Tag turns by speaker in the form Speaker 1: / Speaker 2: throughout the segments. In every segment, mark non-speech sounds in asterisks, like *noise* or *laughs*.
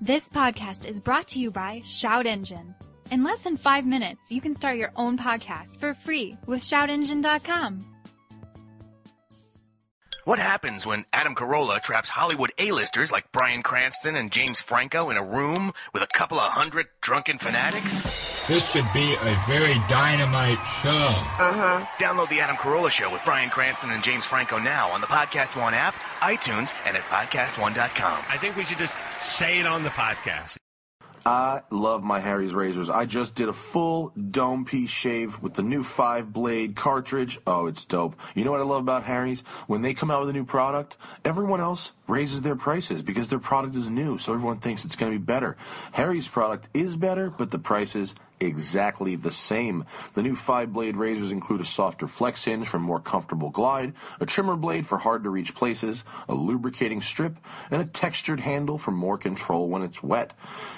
Speaker 1: This podcast is brought to you by Shout Engine. In less than five minutes, you can start your own podcast for free with shoutengine.com.
Speaker 2: What happens when Adam Carolla traps Hollywood A-listers like Brian Cranston and James Franco in a room with a couple of hundred drunken fanatics?
Speaker 3: This should be a very dynamite show.
Speaker 2: Download the Adam Carolla Show with Brian Cranston and James Franco now on the Podcast One app, iTunes, and at podcastone.com.
Speaker 4: I think we should just say it on the podcast.
Speaker 5: I love my Harry's razors. I just did a full dome piece shave with the new five blade cartridge. Oh, it's dope. You know what I love about Harry's? When they come out with a new product, everyone else raises their prices because their product is new, so everyone thinks it's going to be better. Harry's product is better, but the price is exactly the same. The new five blade razors include a softer flex hinge for more comfortable glide, a trimmer blade for hard to reach places, a lubricating strip, and a textured handle for more control when it's wet.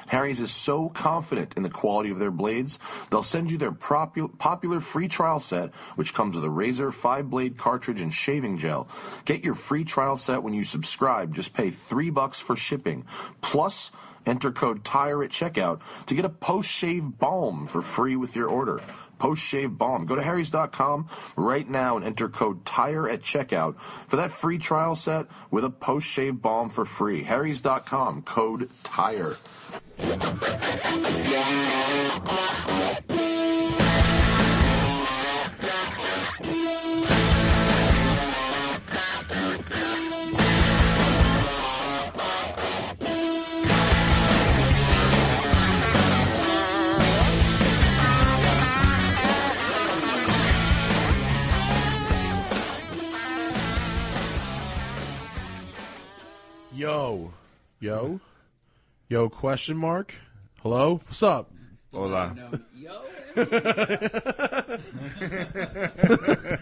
Speaker 5: Harry's is so confident in the quality of their blades, they'll send you their propu- popular free trial set, which comes with a razor, five blade cartridge, and shaving gel. Get your free trial set when you subscribe. Just pay three bucks for shipping. Plus, Enter code TIRE at checkout to get a post shave balm for free with your order. Post shave balm. Go to Harry's.com right now and enter code TIRE at checkout for that free trial set with a post shave balm for free. Harry's.com, code TIRE.
Speaker 6: Yo, yo, yo? Question mark? Hello? What's up? Hola. *laughs*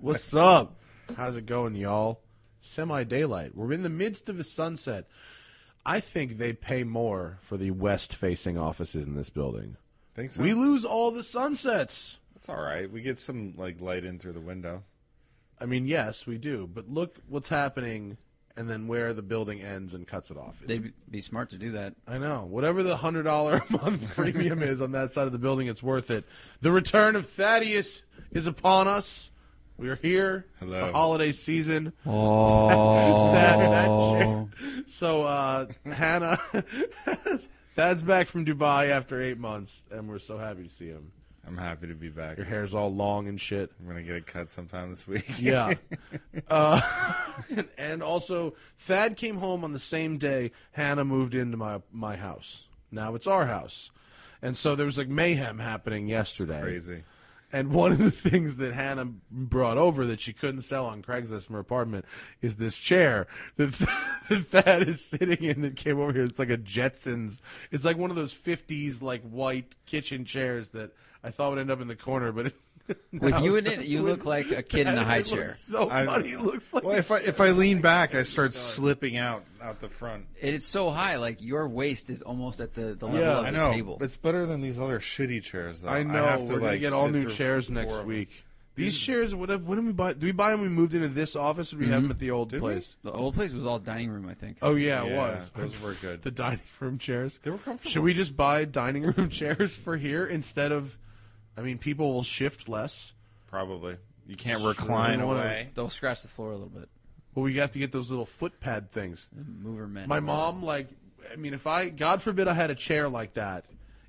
Speaker 6: What's up? How's it going, y'all? Semi daylight. We're in the midst of a sunset. I think they pay more for the west facing offices in this building.
Speaker 7: Think so?
Speaker 6: We lose all the sunsets.
Speaker 7: That's all right. We get some like light in through the window.
Speaker 6: I mean, yes, we do, but look what's happening and then where the building ends and cuts it off. It's
Speaker 8: They'd be smart to do that.
Speaker 6: I know. Whatever the hundred dollar a month *laughs* premium is on that side of the building, it's worth it. The return of Thaddeus is upon us. We are here. It's
Speaker 7: Hello.
Speaker 6: the holiday season.
Speaker 8: *laughs*
Speaker 6: Oh, that, that chair. *laughs* So uh, Hannah, *laughs* Thad's back from Dubai after eight months, and we're so happy to see him.
Speaker 7: I'm happy to be back.
Speaker 6: Your hair's all long and shit.
Speaker 7: I'm gonna get it cut sometime this week. *laughs*
Speaker 6: Yeah. *laughs* uh, and also, Thad came home on the same day Hannah moved into my my house. Now it's our house. And so there was like mayhem happening yesterday.
Speaker 7: Crazy.
Speaker 6: And one of the things that Hannah brought over that she couldn't sell on Craigslist from her apartment is this chair that, *laughs* that Thad is sitting in that came over here. It's like a Jetsons. It's like one of those 50s, like white kitchen chairs that I thought would end up in the corner, but it, *laughs*
Speaker 8: With you in it, you look like a kid in a high
Speaker 6: it
Speaker 8: chair.
Speaker 6: Looks so
Speaker 7: I-
Speaker 6: funny. It looks like
Speaker 7: Well, if I if I lean back, I start slipping out out the front.
Speaker 8: It is so high, like your waist is almost at the, the level
Speaker 6: Yeah,
Speaker 8: of
Speaker 7: I
Speaker 8: the
Speaker 7: know.
Speaker 8: table.
Speaker 7: Oh, It's better than these other shitty chairs, though.
Speaker 6: I know.
Speaker 7: have to,
Speaker 6: We're gonna
Speaker 7: like,
Speaker 6: get all
Speaker 7: sit
Speaker 6: new
Speaker 7: through
Speaker 6: chairs
Speaker 7: four
Speaker 6: next
Speaker 7: of them.
Speaker 6: week. These chairs, what, when did we buy? Did we buy them? when We moved into this office, or did we
Speaker 8: Mm-hmm.
Speaker 6: have them at the old
Speaker 7: Did we?
Speaker 6: place?
Speaker 8: the old place was all dining room, I think.
Speaker 6: Oh yeah, it
Speaker 7: Yeah,
Speaker 6: was.
Speaker 7: those were good.
Speaker 6: The dining room chairs.
Speaker 7: They were comfortable.
Speaker 6: Should we just buy dining room *laughs* chairs for here instead of? I mean, people will shift less.
Speaker 7: Probably. You can't recline
Speaker 6: wanna-
Speaker 7: away.
Speaker 8: They'll scratch the floor a little bit.
Speaker 6: Well, we have to get those little foot pad things.
Speaker 8: Mover men.
Speaker 6: My mom, like, I mean, if I, God forbid, I had a chair like that.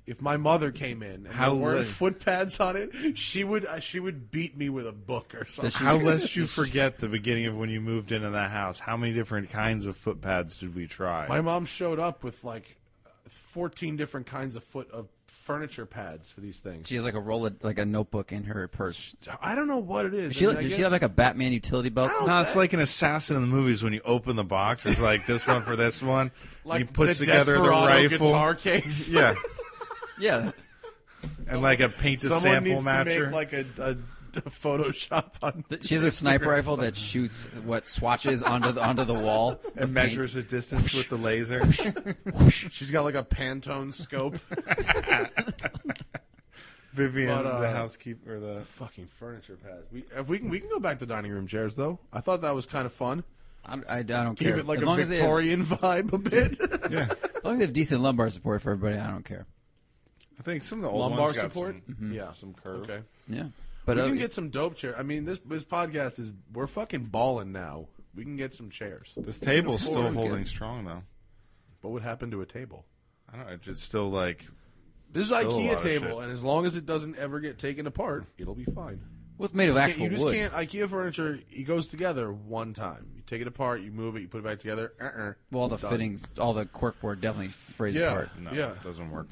Speaker 6: If my mother came in and
Speaker 7: How
Speaker 6: there weren't
Speaker 7: would-
Speaker 6: foot pads on it, she would uh, she would beat me with a book or something.
Speaker 7: *laughs*
Speaker 8: she-
Speaker 7: How lest you forget the beginning of when you moved into that house. How many different kinds of foot pads did we try?
Speaker 6: My mom showed up with like 14 different kinds of foot of furniture pads for these things.
Speaker 8: She has like a roll, of, like a notebook in her purse.
Speaker 6: I don't know what it is.
Speaker 8: She,
Speaker 6: I mean, I
Speaker 8: did she
Speaker 6: guess-
Speaker 8: have like a Batman utility belt?
Speaker 7: No, it's like an assassin in the movies when you open the box. It's like this one for this *laughs* one.
Speaker 6: like
Speaker 7: he puts
Speaker 6: the
Speaker 7: together the
Speaker 6: Desperado
Speaker 7: rifle.
Speaker 6: guitar *laughs* case.
Speaker 7: Yeah,
Speaker 8: Yeah.
Speaker 7: and like a paint a
Speaker 6: Someone
Speaker 7: sample
Speaker 6: needs to
Speaker 7: matcher.
Speaker 6: make like a, a, a Photoshop on.
Speaker 8: She has a sniper rifle that shoots what swatches onto the onto the
Speaker 6: *laughs*
Speaker 8: wall
Speaker 7: and measures the distance with the laser.
Speaker 6: She's got like a Pantone scope.
Speaker 7: Vivian,
Speaker 6: But, uh,
Speaker 7: the housekeeper, or the
Speaker 6: *laughs* Fucking furniture pads. We if we can we can go back to dining room chairs though. I thought that was kind of fun.
Speaker 8: I, I, I don't care.
Speaker 6: Give it like
Speaker 8: as
Speaker 6: a
Speaker 8: long as they have- *laughs*
Speaker 6: Victorian vibe a bit.
Speaker 7: yeah.
Speaker 8: As long as they have decent lumbar support for everybody, I don't care.
Speaker 7: I think some of the old
Speaker 6: lumbar
Speaker 7: ones got
Speaker 6: support.
Speaker 7: Some,
Speaker 6: Yeah.
Speaker 7: some curve.
Speaker 6: Okay.
Speaker 8: Yeah, Mm-hmm. but
Speaker 6: we
Speaker 8: uh,
Speaker 6: can get some dope chair. I mean, this this podcast is we're fucking balling now. We can get some chairs.
Speaker 7: This table's still
Speaker 8: Forward.
Speaker 7: holding strong though.
Speaker 6: What would happen to a table?
Speaker 7: I don't know. It's just still like
Speaker 6: This is
Speaker 7: a lot
Speaker 6: IKEA
Speaker 7: of
Speaker 6: table,
Speaker 7: shit.
Speaker 6: and as long as it doesn't ever get taken apart, it'll be fine.
Speaker 8: what's made of
Speaker 6: Can't-
Speaker 8: actual
Speaker 6: you just
Speaker 8: wood?
Speaker 6: can't IKEA furniture. It goes together one time. You take it apart, you move it, you put it back together. Uh-uh.
Speaker 8: Well, all the
Speaker 6: Done.
Speaker 8: fittings, all the corkboard definitely frays
Speaker 6: Yeah.
Speaker 8: apart.
Speaker 7: no,
Speaker 6: Yeah.
Speaker 7: it
Speaker 6: *laughs*
Speaker 7: doesn't work.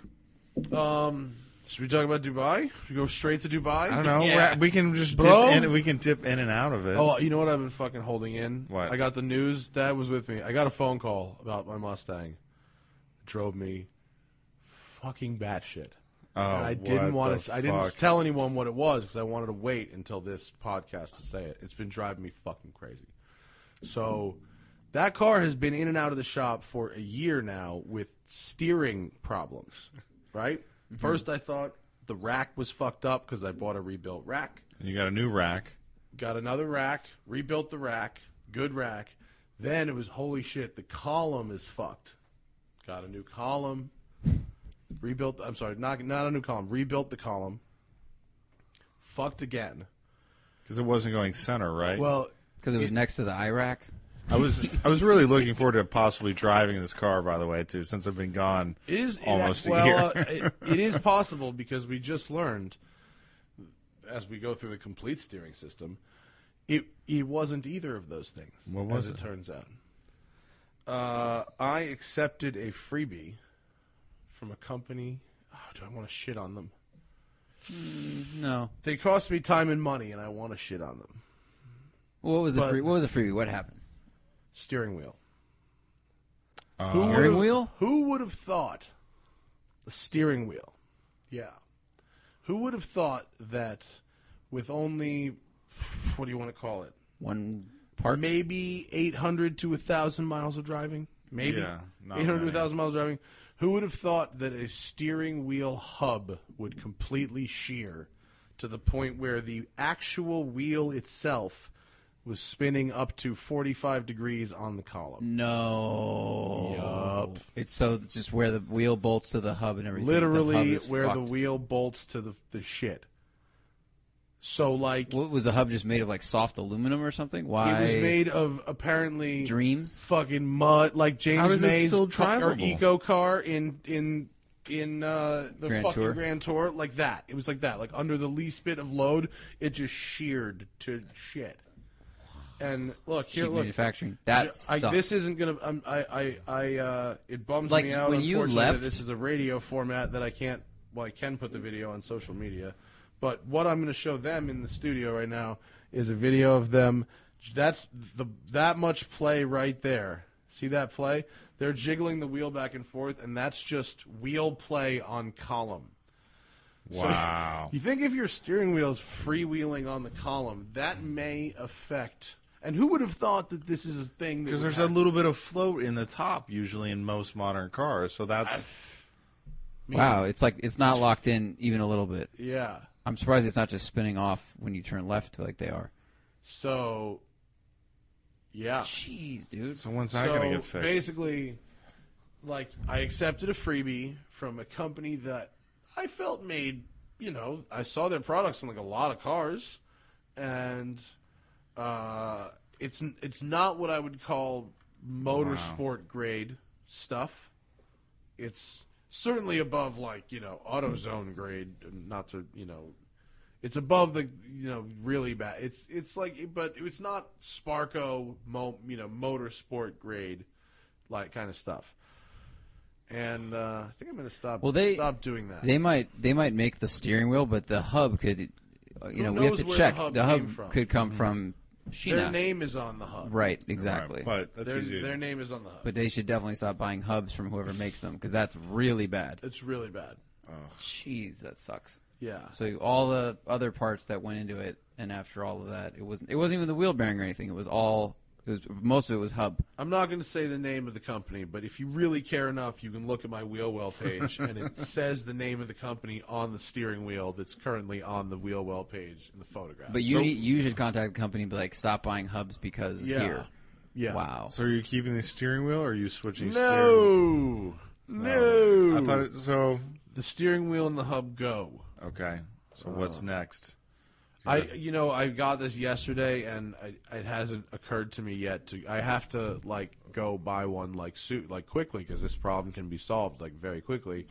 Speaker 6: Um, should we talk about Dubai? Should we go straight to Dubai?
Speaker 7: I don't know.
Speaker 8: Yeah.
Speaker 7: We're at- We can just
Speaker 6: Bro.
Speaker 7: dip in. We can dip in and out of it.
Speaker 6: Oh, you know what I've been fucking holding in?
Speaker 7: What?
Speaker 6: I got the news that was with me. I got a phone call about my Mustang. It drove me fucking batshit.
Speaker 7: Oh,
Speaker 6: and I
Speaker 7: what
Speaker 6: didn't want
Speaker 7: the
Speaker 6: to. I didn't
Speaker 7: fuck.
Speaker 6: tell anyone what it was because I wanted to wait until this podcast to say it. It's been driving me fucking crazy. So that car has been in and out of the shop for a year now with steering problems. Right.
Speaker 7: Mm-hmm.
Speaker 6: First, I thought the rack was fucked up because I bought a rebuilt rack
Speaker 7: You got a new rack.
Speaker 6: got another rack, rebuilt the rack, good rack. Then it was holy shit, the column is fucked. Got a new column, rebuilt. I'm sorry, not not a new column, rebuilt the column. Fucked again.
Speaker 7: Because it wasn't going center, right?
Speaker 6: Well,
Speaker 8: Because it was next to the Iraq.
Speaker 6: *laughs*
Speaker 7: I was I was really looking forward to possibly driving this car, by the way, too, since I've been gone
Speaker 6: it is it-
Speaker 7: almost a year.
Speaker 6: well, uh, it- it is possible because we just learned as we go through the complete steering system, it it wasn't either of those things.
Speaker 7: What was
Speaker 6: as it?
Speaker 7: it?
Speaker 6: turns out, uh, I accepted a freebie from a company. Oh, do I want to shit on them?
Speaker 8: No.
Speaker 6: They cost me time and money, and I want to shit on them.
Speaker 8: What was the
Speaker 6: But-
Speaker 8: free, what was the freebie? What happened?
Speaker 6: Steering wheel.
Speaker 7: Uh,
Speaker 6: Who
Speaker 8: steering
Speaker 6: would've-
Speaker 8: wheel?
Speaker 6: Who would have thought? The steering wheel. Yeah. Who would have thought that with only what do you want to call it?
Speaker 8: One part.
Speaker 6: maybe 800 to 1,000 miles of driving. Maybe
Speaker 7: Yeah, not
Speaker 6: 800 to
Speaker 7: many.
Speaker 6: 1,000 miles of driving. Who would have thought that a steering wheel hub would completely shear to the point where the actual wheel itself was spinning up to 45 degrees on the column?
Speaker 8: No. Yup. It's so just where the wheel bolts to the hub and everything. The hub
Speaker 6: Literally,
Speaker 8: is
Speaker 6: where the
Speaker 8: fucked.
Speaker 6: wheel bolts to the, the shit. So, like,
Speaker 8: what was the hub just made of like soft aluminum or something? Why?
Speaker 6: it was made of apparently.
Speaker 8: dreams.
Speaker 6: fucking mud like James
Speaker 7: How does it
Speaker 6: May's
Speaker 7: still
Speaker 6: car- or
Speaker 7: drivable?
Speaker 6: eco car in in in uh, the
Speaker 8: Grand
Speaker 6: fucking
Speaker 8: Tour?
Speaker 6: Grand Tour like that. It was like that. Like under the least bit of load, it just sheared to shit. And look here,
Speaker 8: Cheap
Speaker 6: look.
Speaker 8: manufacturing. That
Speaker 6: I,
Speaker 8: sucks.
Speaker 6: this isn't gonna. I'm, I, I, I. Uh, it bums
Speaker 8: Like,
Speaker 6: me out.
Speaker 8: when you
Speaker 6: unfortunately,
Speaker 8: left-
Speaker 6: that this is a radio format that I can't. Well, I can put the video on social media, but what I'm going to show them in the studio right now is a video of them. That's the that much play right there. See that play? They're jiggling the wheel back and forth, and that's just wheel play on column.
Speaker 7: wow.
Speaker 6: *laughs* You think if your steering wheel's freewheeling on the column, that may affect. And who would have thought that this is a thing? that
Speaker 7: Because
Speaker 6: would
Speaker 7: there's a
Speaker 6: happen?
Speaker 7: little bit of float in the top usually in most modern cars, so that's
Speaker 8: Wow, it's like it's not locked in even a little bit.
Speaker 6: yeah.
Speaker 8: I'm surprised it's not just spinning off when you turn left like they are.
Speaker 6: So, yeah.
Speaker 8: Jeez, dude.
Speaker 7: so when's that gonna get
Speaker 6: so
Speaker 7: fixed?
Speaker 6: basically, like I accepted a freebie from a company that I felt made. You know, I saw their products in like a lot of cars, and uh, it's it's not what I would call motorsport grade stuff. It's certainly above like you know AutoZone grade. Not to you know it's above the you know really bad. It's it's like but it's not Sparco mo, you know motorsport grade like kind of stuff. And uh, I think I'm gonna stop.
Speaker 8: Well, they-
Speaker 6: stop doing that.
Speaker 8: They might they might make the steering wheel, but the hub could. uh, You
Speaker 6: Who
Speaker 8: know, we have
Speaker 6: knows
Speaker 8: to
Speaker 6: where
Speaker 8: check.
Speaker 6: the hub came from?
Speaker 8: could come from China.
Speaker 6: their name is on the hub.
Speaker 8: Mm-hmm. Right, exactly.
Speaker 7: Right, but that's
Speaker 6: Their,
Speaker 7: easy.
Speaker 6: their name is on the hub.
Speaker 8: But they should definitely stop buying hubs from whoever makes them because that's really bad.
Speaker 6: it's really bad.
Speaker 8: Jeez, that sucks.
Speaker 6: Yeah.
Speaker 8: So all the other parts that went into it, and after all of that, it wasn't. It wasn't even the wheel bearing or anything. It was all. It was most of it was hub.
Speaker 6: I'm not going to say the name of the company, but if you really care enough, you can look at my wheel well page, and
Speaker 8: *laughs*
Speaker 6: it says the name of the company on the steering wheel that's currently on the wheel well page in the photograph.
Speaker 8: But you
Speaker 6: So-
Speaker 8: need, you should contact the company and be like, stop buying hubs because
Speaker 6: yeah,
Speaker 8: here.
Speaker 6: yeah,
Speaker 8: Wow.
Speaker 7: So are you keeping the steering wheel or are you switching steering?
Speaker 6: No.
Speaker 7: I thought it, so.
Speaker 6: The steering wheel and the hub go.
Speaker 7: Okay. So what's next?
Speaker 6: I, you know, I got this yesterday, and I, it hasn't occurred to me yet to. I have to like go buy one like suit like quickly because this problem can be solved like very quickly,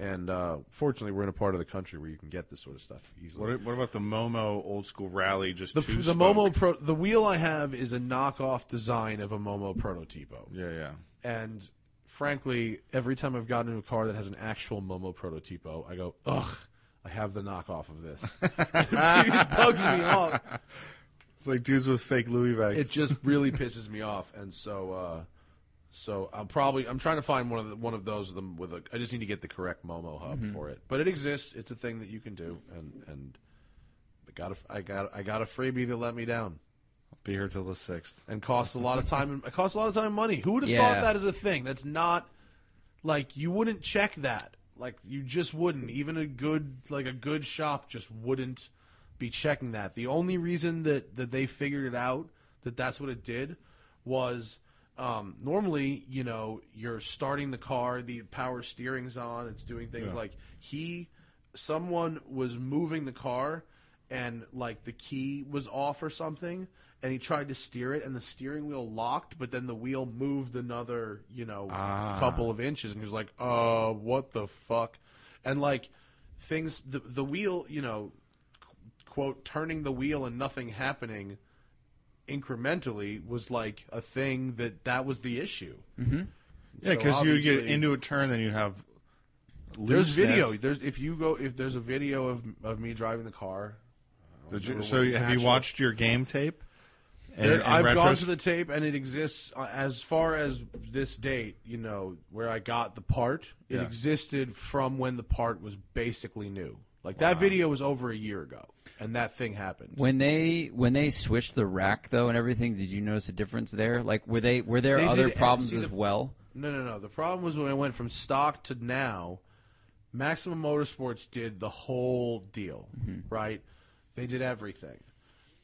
Speaker 6: and uh, fortunately, we're in a part of the country where you can get this sort of stuff easily.
Speaker 7: What, a- what about the Momo old school rally? Just
Speaker 6: the
Speaker 7: two
Speaker 6: the
Speaker 7: spoke?
Speaker 6: Momo Pro, the wheel I have is a knockoff design of a Momo prototypo,
Speaker 7: Yeah, yeah.
Speaker 6: and frankly, every time I've gotten into a car that has an actual Momo prototypo, I go, ugh, I have the knockoff of this. *laughs* it bugs me off.
Speaker 7: It's like dudes with fake Louis Vuitton.
Speaker 6: it just really pisses me off and so uh so I'll probably I'm trying to find one of the, one of those of them with a I just need to get the correct Momo hub for it. But it exists. It's a thing that you can do and and I got a, I got I got a freebie that let me down
Speaker 7: be here till the sixth.
Speaker 6: and costs a lot of time and it costs a lot of time and money. Who would have
Speaker 8: Yeah.
Speaker 6: thought that is a thing? That's not like you wouldn't check that. Like you just wouldn't. Even a good like a good shop just wouldn't be checking that. The only reason that that they figured it out that that's what it did was um, normally you know you're starting the car, the power steering's on, it's doing things like he someone was moving the car and like the key was off or something and he tried to steer it and the steering wheel locked but then the wheel moved another you know couple of inches and he was like uh what the fuck and like things the, the wheel you know qu- quote turning the wheel and nothing happening incrementally was like a thing that that was the issue
Speaker 7: Yeah,
Speaker 6: So
Speaker 7: because you would get
Speaker 6: obviously-
Speaker 7: into a turn, then you'd have.
Speaker 6: there's video
Speaker 7: looseness.
Speaker 6: there's if you go if there's a video of of me driving the car
Speaker 7: Did you-
Speaker 6: remember
Speaker 7: so
Speaker 6: what the
Speaker 7: have you
Speaker 6: actual-
Speaker 7: watched your game tape? And,
Speaker 6: There-
Speaker 7: and
Speaker 6: I've gone
Speaker 7: retros-
Speaker 6: to the tape, and it exists uh, as far as this date. You know where I got the part. It
Speaker 7: Yeah.
Speaker 6: existed from when the part was basically new. Like that video was over a year ago, and that thing happened.
Speaker 8: When they when they switched the rack though and everything, did you notice a difference there? Like were they were there
Speaker 6: They
Speaker 8: other
Speaker 6: did-
Speaker 8: problems
Speaker 6: see the-
Speaker 8: as well?
Speaker 6: No, no, no. The problem was when I went from stock to now. Maximum Motorsports did the whole deal,
Speaker 8: Mm-hmm.
Speaker 6: right? They did everything,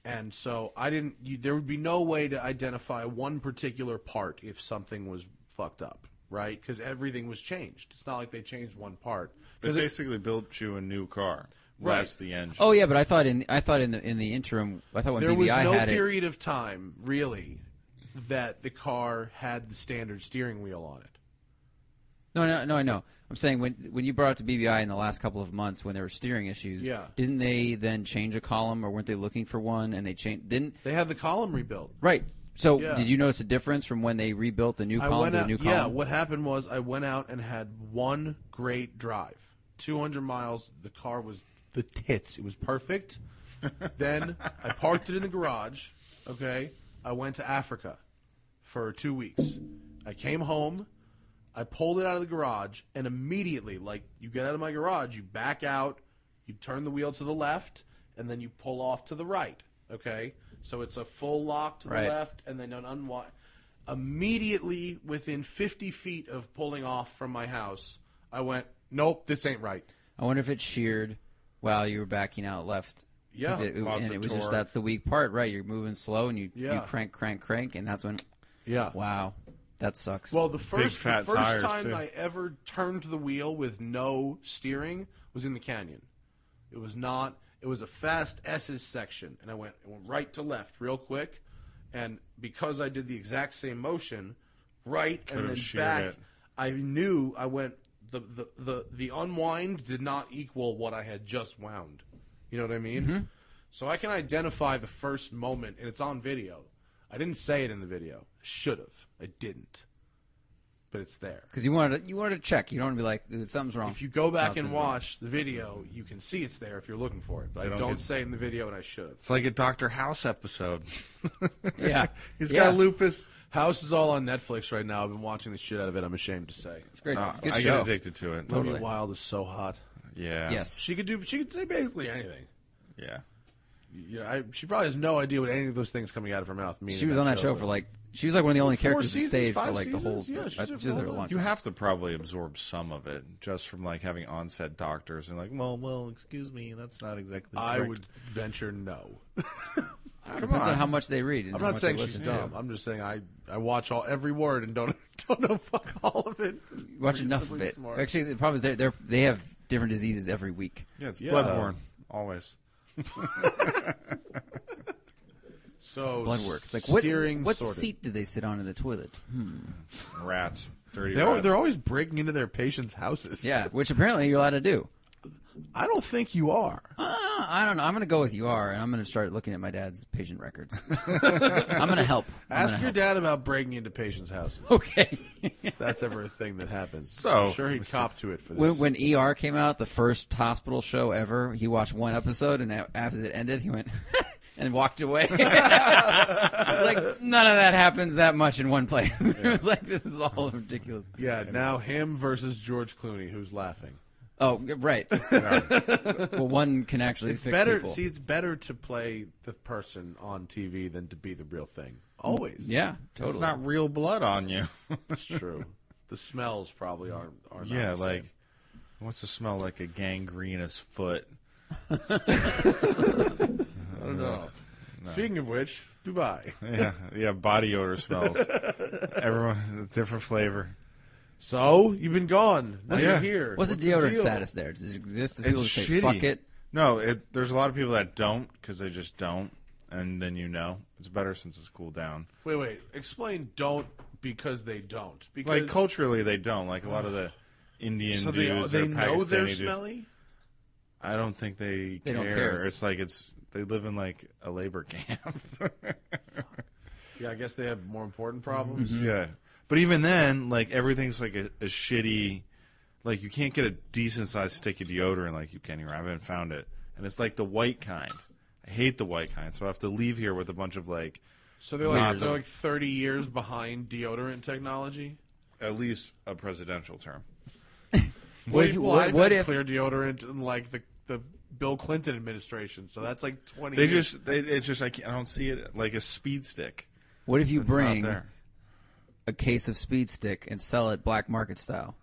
Speaker 6: and so I didn't. You, there would be no way to identify one particular part if something was fucked up, right? Because everything was changed. It's not like they changed one part.
Speaker 7: They basically built you a new car,
Speaker 6: Right.
Speaker 7: less the engine.
Speaker 8: Oh yeah, but I thought in I thought in the in the interim I thought when
Speaker 6: There
Speaker 8: BBI
Speaker 6: was no
Speaker 8: had it
Speaker 6: period of time really that the car had the standard steering wheel on it.
Speaker 8: No, no, no, I know. I'm saying when when you brought it to BBI in the last couple of months when there were steering issues,
Speaker 6: Yeah.
Speaker 8: didn't they then change a column or weren't they looking for one and they changed didn't
Speaker 6: They had the column rebuilt.
Speaker 8: Right. So
Speaker 6: Yeah.
Speaker 8: did you notice a difference from when they rebuilt the new
Speaker 6: I went
Speaker 8: column to the
Speaker 6: out,
Speaker 8: new column?
Speaker 6: yeah, what happened was I went out and had one great drive, 200 miles. The car was the tits. It was
Speaker 8: *laughs*
Speaker 6: perfect. then I parked it in the garage. Okay, I went to Africa for two weeks. I came home. I pulled it out of the garage, and immediately, like you get out of my garage, you back out, you turn the wheel to the left, and then you pull off to the right. Okay, so it's a full lock to the
Speaker 8: Right.
Speaker 6: left, and then an unwind. Immediately, within 50 feet of pulling off from my house, I went, "Nope, this ain't right."
Speaker 8: I wonder if it sheared while you were backing out left. 'Cause
Speaker 6: Yeah,
Speaker 8: it,
Speaker 7: lots
Speaker 8: and
Speaker 7: of
Speaker 8: it was just
Speaker 7: torque.
Speaker 8: that's the weak part, right? You're moving slow and you, you
Speaker 6: Yeah.
Speaker 8: crank, crank, crank, and that's when,
Speaker 6: Yeah.
Speaker 8: wow, that sucks.
Speaker 6: Well, the first
Speaker 7: fat
Speaker 6: the first
Speaker 7: tires,
Speaker 6: time
Speaker 7: too.
Speaker 6: I ever turned the wheel with no steering was in the canyon. It was not. It was a fast S's section, and I went it went right to left real quick, and because I did the exact same motion, right and
Speaker 7: have
Speaker 6: then
Speaker 7: sheared
Speaker 6: back,
Speaker 7: it.
Speaker 6: I knew I went the, the the the unwind did not equal what I had just wound. You know what I mean? So I can identify the first moment, and it's on video. I didn't say it in the video. Should have. I didn't. But it's there.
Speaker 8: because you wanted to, you wanted to check, you don't want to be like "Ooh, something's wrong.
Speaker 6: If you go back
Speaker 8: Something's
Speaker 6: and
Speaker 8: wrong.
Speaker 6: watch the video, you can see it's there if you're looking for it. But I
Speaker 7: don't
Speaker 6: don't,
Speaker 7: get-
Speaker 6: say in the video, and I should have.
Speaker 7: It's like a Doctor House episode.
Speaker 6: *laughs*
Speaker 8: yeah,
Speaker 7: He's
Speaker 8: yeah.
Speaker 7: got *laughs* lupus.
Speaker 6: House is all on Netflix right now. I've been watching the shit out of it. I'm ashamed to say.
Speaker 8: Great, good
Speaker 7: I
Speaker 8: show.
Speaker 7: get addicted to it.
Speaker 6: Totally.
Speaker 8: Totally.
Speaker 6: Wild is so hot.
Speaker 7: Yeah.
Speaker 8: Yes,
Speaker 6: She could do. She could say basically anything.
Speaker 7: Yeah.
Speaker 6: You know, I, she probably has no idea what any of those things coming out of her mouth mean.
Speaker 8: she was on that show for like she was like one of the only characters that
Speaker 6: seasons,
Speaker 8: stayed for
Speaker 6: five
Speaker 8: like the whole.
Speaker 6: seasons? Yeah, she's
Speaker 8: I-
Speaker 6: there for
Speaker 8: she was there
Speaker 6: all
Speaker 8: a long
Speaker 6: that.
Speaker 7: You
Speaker 8: time.
Speaker 7: have to probably absorb some of it just from like having onset doctors and like, well, well, excuse me, that's not exactly.
Speaker 6: I
Speaker 7: correct."
Speaker 6: would venture no.
Speaker 8: Depends on. how much they read. And
Speaker 6: I'm
Speaker 8: how
Speaker 6: not
Speaker 8: much
Speaker 6: saying
Speaker 8: they
Speaker 6: she's
Speaker 8: listen to.
Speaker 6: dumb. I'm just saying I I watch all every word and don't *laughs* don't know fuck all of it.
Speaker 8: Watch enough of
Speaker 6: Reasonably
Speaker 8: it.
Speaker 6: smart.
Speaker 8: Actually, the problem is they they're, they have different diseases every week.
Speaker 7: Yeah, it's
Speaker 6: Yeah.
Speaker 7: bloodborne. Always.
Speaker 6: So
Speaker 8: Blood work. It's like what
Speaker 6: steering
Speaker 8: what
Speaker 6: sorted.
Speaker 8: seat did they sit on in
Speaker 6: *laughs*
Speaker 8: the toilet?
Speaker 7: Rats. Dirty
Speaker 6: They, al-
Speaker 7: rats.
Speaker 6: they're always breaking into their patients' houses.
Speaker 8: Yeah, which apparently you're allowed to do.
Speaker 6: I don't think you are.
Speaker 8: Uh, I don't know. I'm going to go with you are, and I'm going to start looking at my dad's patient
Speaker 6: *laughs*
Speaker 8: records. I'm going to help. I'm
Speaker 6: Ask your
Speaker 8: gonna
Speaker 6: dad about breaking into patients'
Speaker 8: *laughs*
Speaker 6: houses.
Speaker 8: help. Okay.
Speaker 6: If that's ever a thing that happens.
Speaker 7: So-
Speaker 6: I'm sure he'd cop to it for this.
Speaker 8: when, when ER came out, the first hospital show ever, he watched one episode, and a- after it ended, he went *laughs* and walked away. *laughs* I was like none of that happens that much in one place. *laughs* it was like this is all ridiculous.
Speaker 6: yeah, now him versus George Clooney, who's laughing.
Speaker 8: Oh,
Speaker 6: *laughs*
Speaker 8: right. well, one can actually fix
Speaker 6: better
Speaker 8: people.
Speaker 6: see it's better to play the person on TV than to be the real thing. Always.
Speaker 8: yeah, totally.
Speaker 7: It's not real blood
Speaker 6: *laughs*
Speaker 7: on you.
Speaker 6: It's true. the smells probably are are not
Speaker 7: yeah,
Speaker 6: the same.
Speaker 7: like what's the smell like a gangrenous foot?
Speaker 6: I don't know. Speaking of which,
Speaker 8: *laughs*
Speaker 6: Dubai.
Speaker 7: Yeah, *laughs* yeah, body odor *laughs* smells. Everyone different flavor.
Speaker 6: So you've been gone. Now
Speaker 7: Yeah.
Speaker 6: you're here.
Speaker 8: What's, the
Speaker 6: the
Speaker 8: deodorant
Speaker 6: deal?
Speaker 8: status there? Does it exist? Do people
Speaker 7: It's
Speaker 8: just say
Speaker 7: shitty.
Speaker 8: fuck it?
Speaker 7: No, it, there's a lot of people that don't because they just don't, and then you know it's better since it's cooled down.
Speaker 6: Wait, wait. Explain. Don't because they don't. Because
Speaker 7: Like culturally, they don't. Like a lot of the Indian
Speaker 6: so they
Speaker 7: dudes
Speaker 6: they
Speaker 7: or
Speaker 6: know
Speaker 7: Pakistani
Speaker 6: they're
Speaker 7: dudes.
Speaker 6: smelly.
Speaker 7: I don't think they,
Speaker 8: They
Speaker 7: care.
Speaker 8: don't care.
Speaker 7: It's like it's they live in like a labor camp. *laughs*
Speaker 6: Yeah, I guess they have more important problems.
Speaker 7: Mm-hmm. yeah, but even then, like everything's like a, a shitty. Like you can't get a decent sized stick of deodorant. Like you can't even. I haven't found it, and it's like the white kind. I hate the white kind, so I have to leave here with a bunch of like
Speaker 6: So they're like
Speaker 7: Not-
Speaker 6: they're like thirty years behind deodorant technology.
Speaker 7: at least a presidential term.
Speaker 8: What if,
Speaker 6: Well,
Speaker 8: what,
Speaker 6: I've
Speaker 8: what
Speaker 6: had
Speaker 8: if
Speaker 6: clear deodorant in like the the Bill Clinton administration? So that's like twenty.
Speaker 7: They
Speaker 6: years.
Speaker 7: just they, it's just I, can't, I don't see it like a speed stick.
Speaker 8: what if you
Speaker 7: It's not
Speaker 8: bring
Speaker 7: there.
Speaker 8: a case of speed stick and sell it black market style?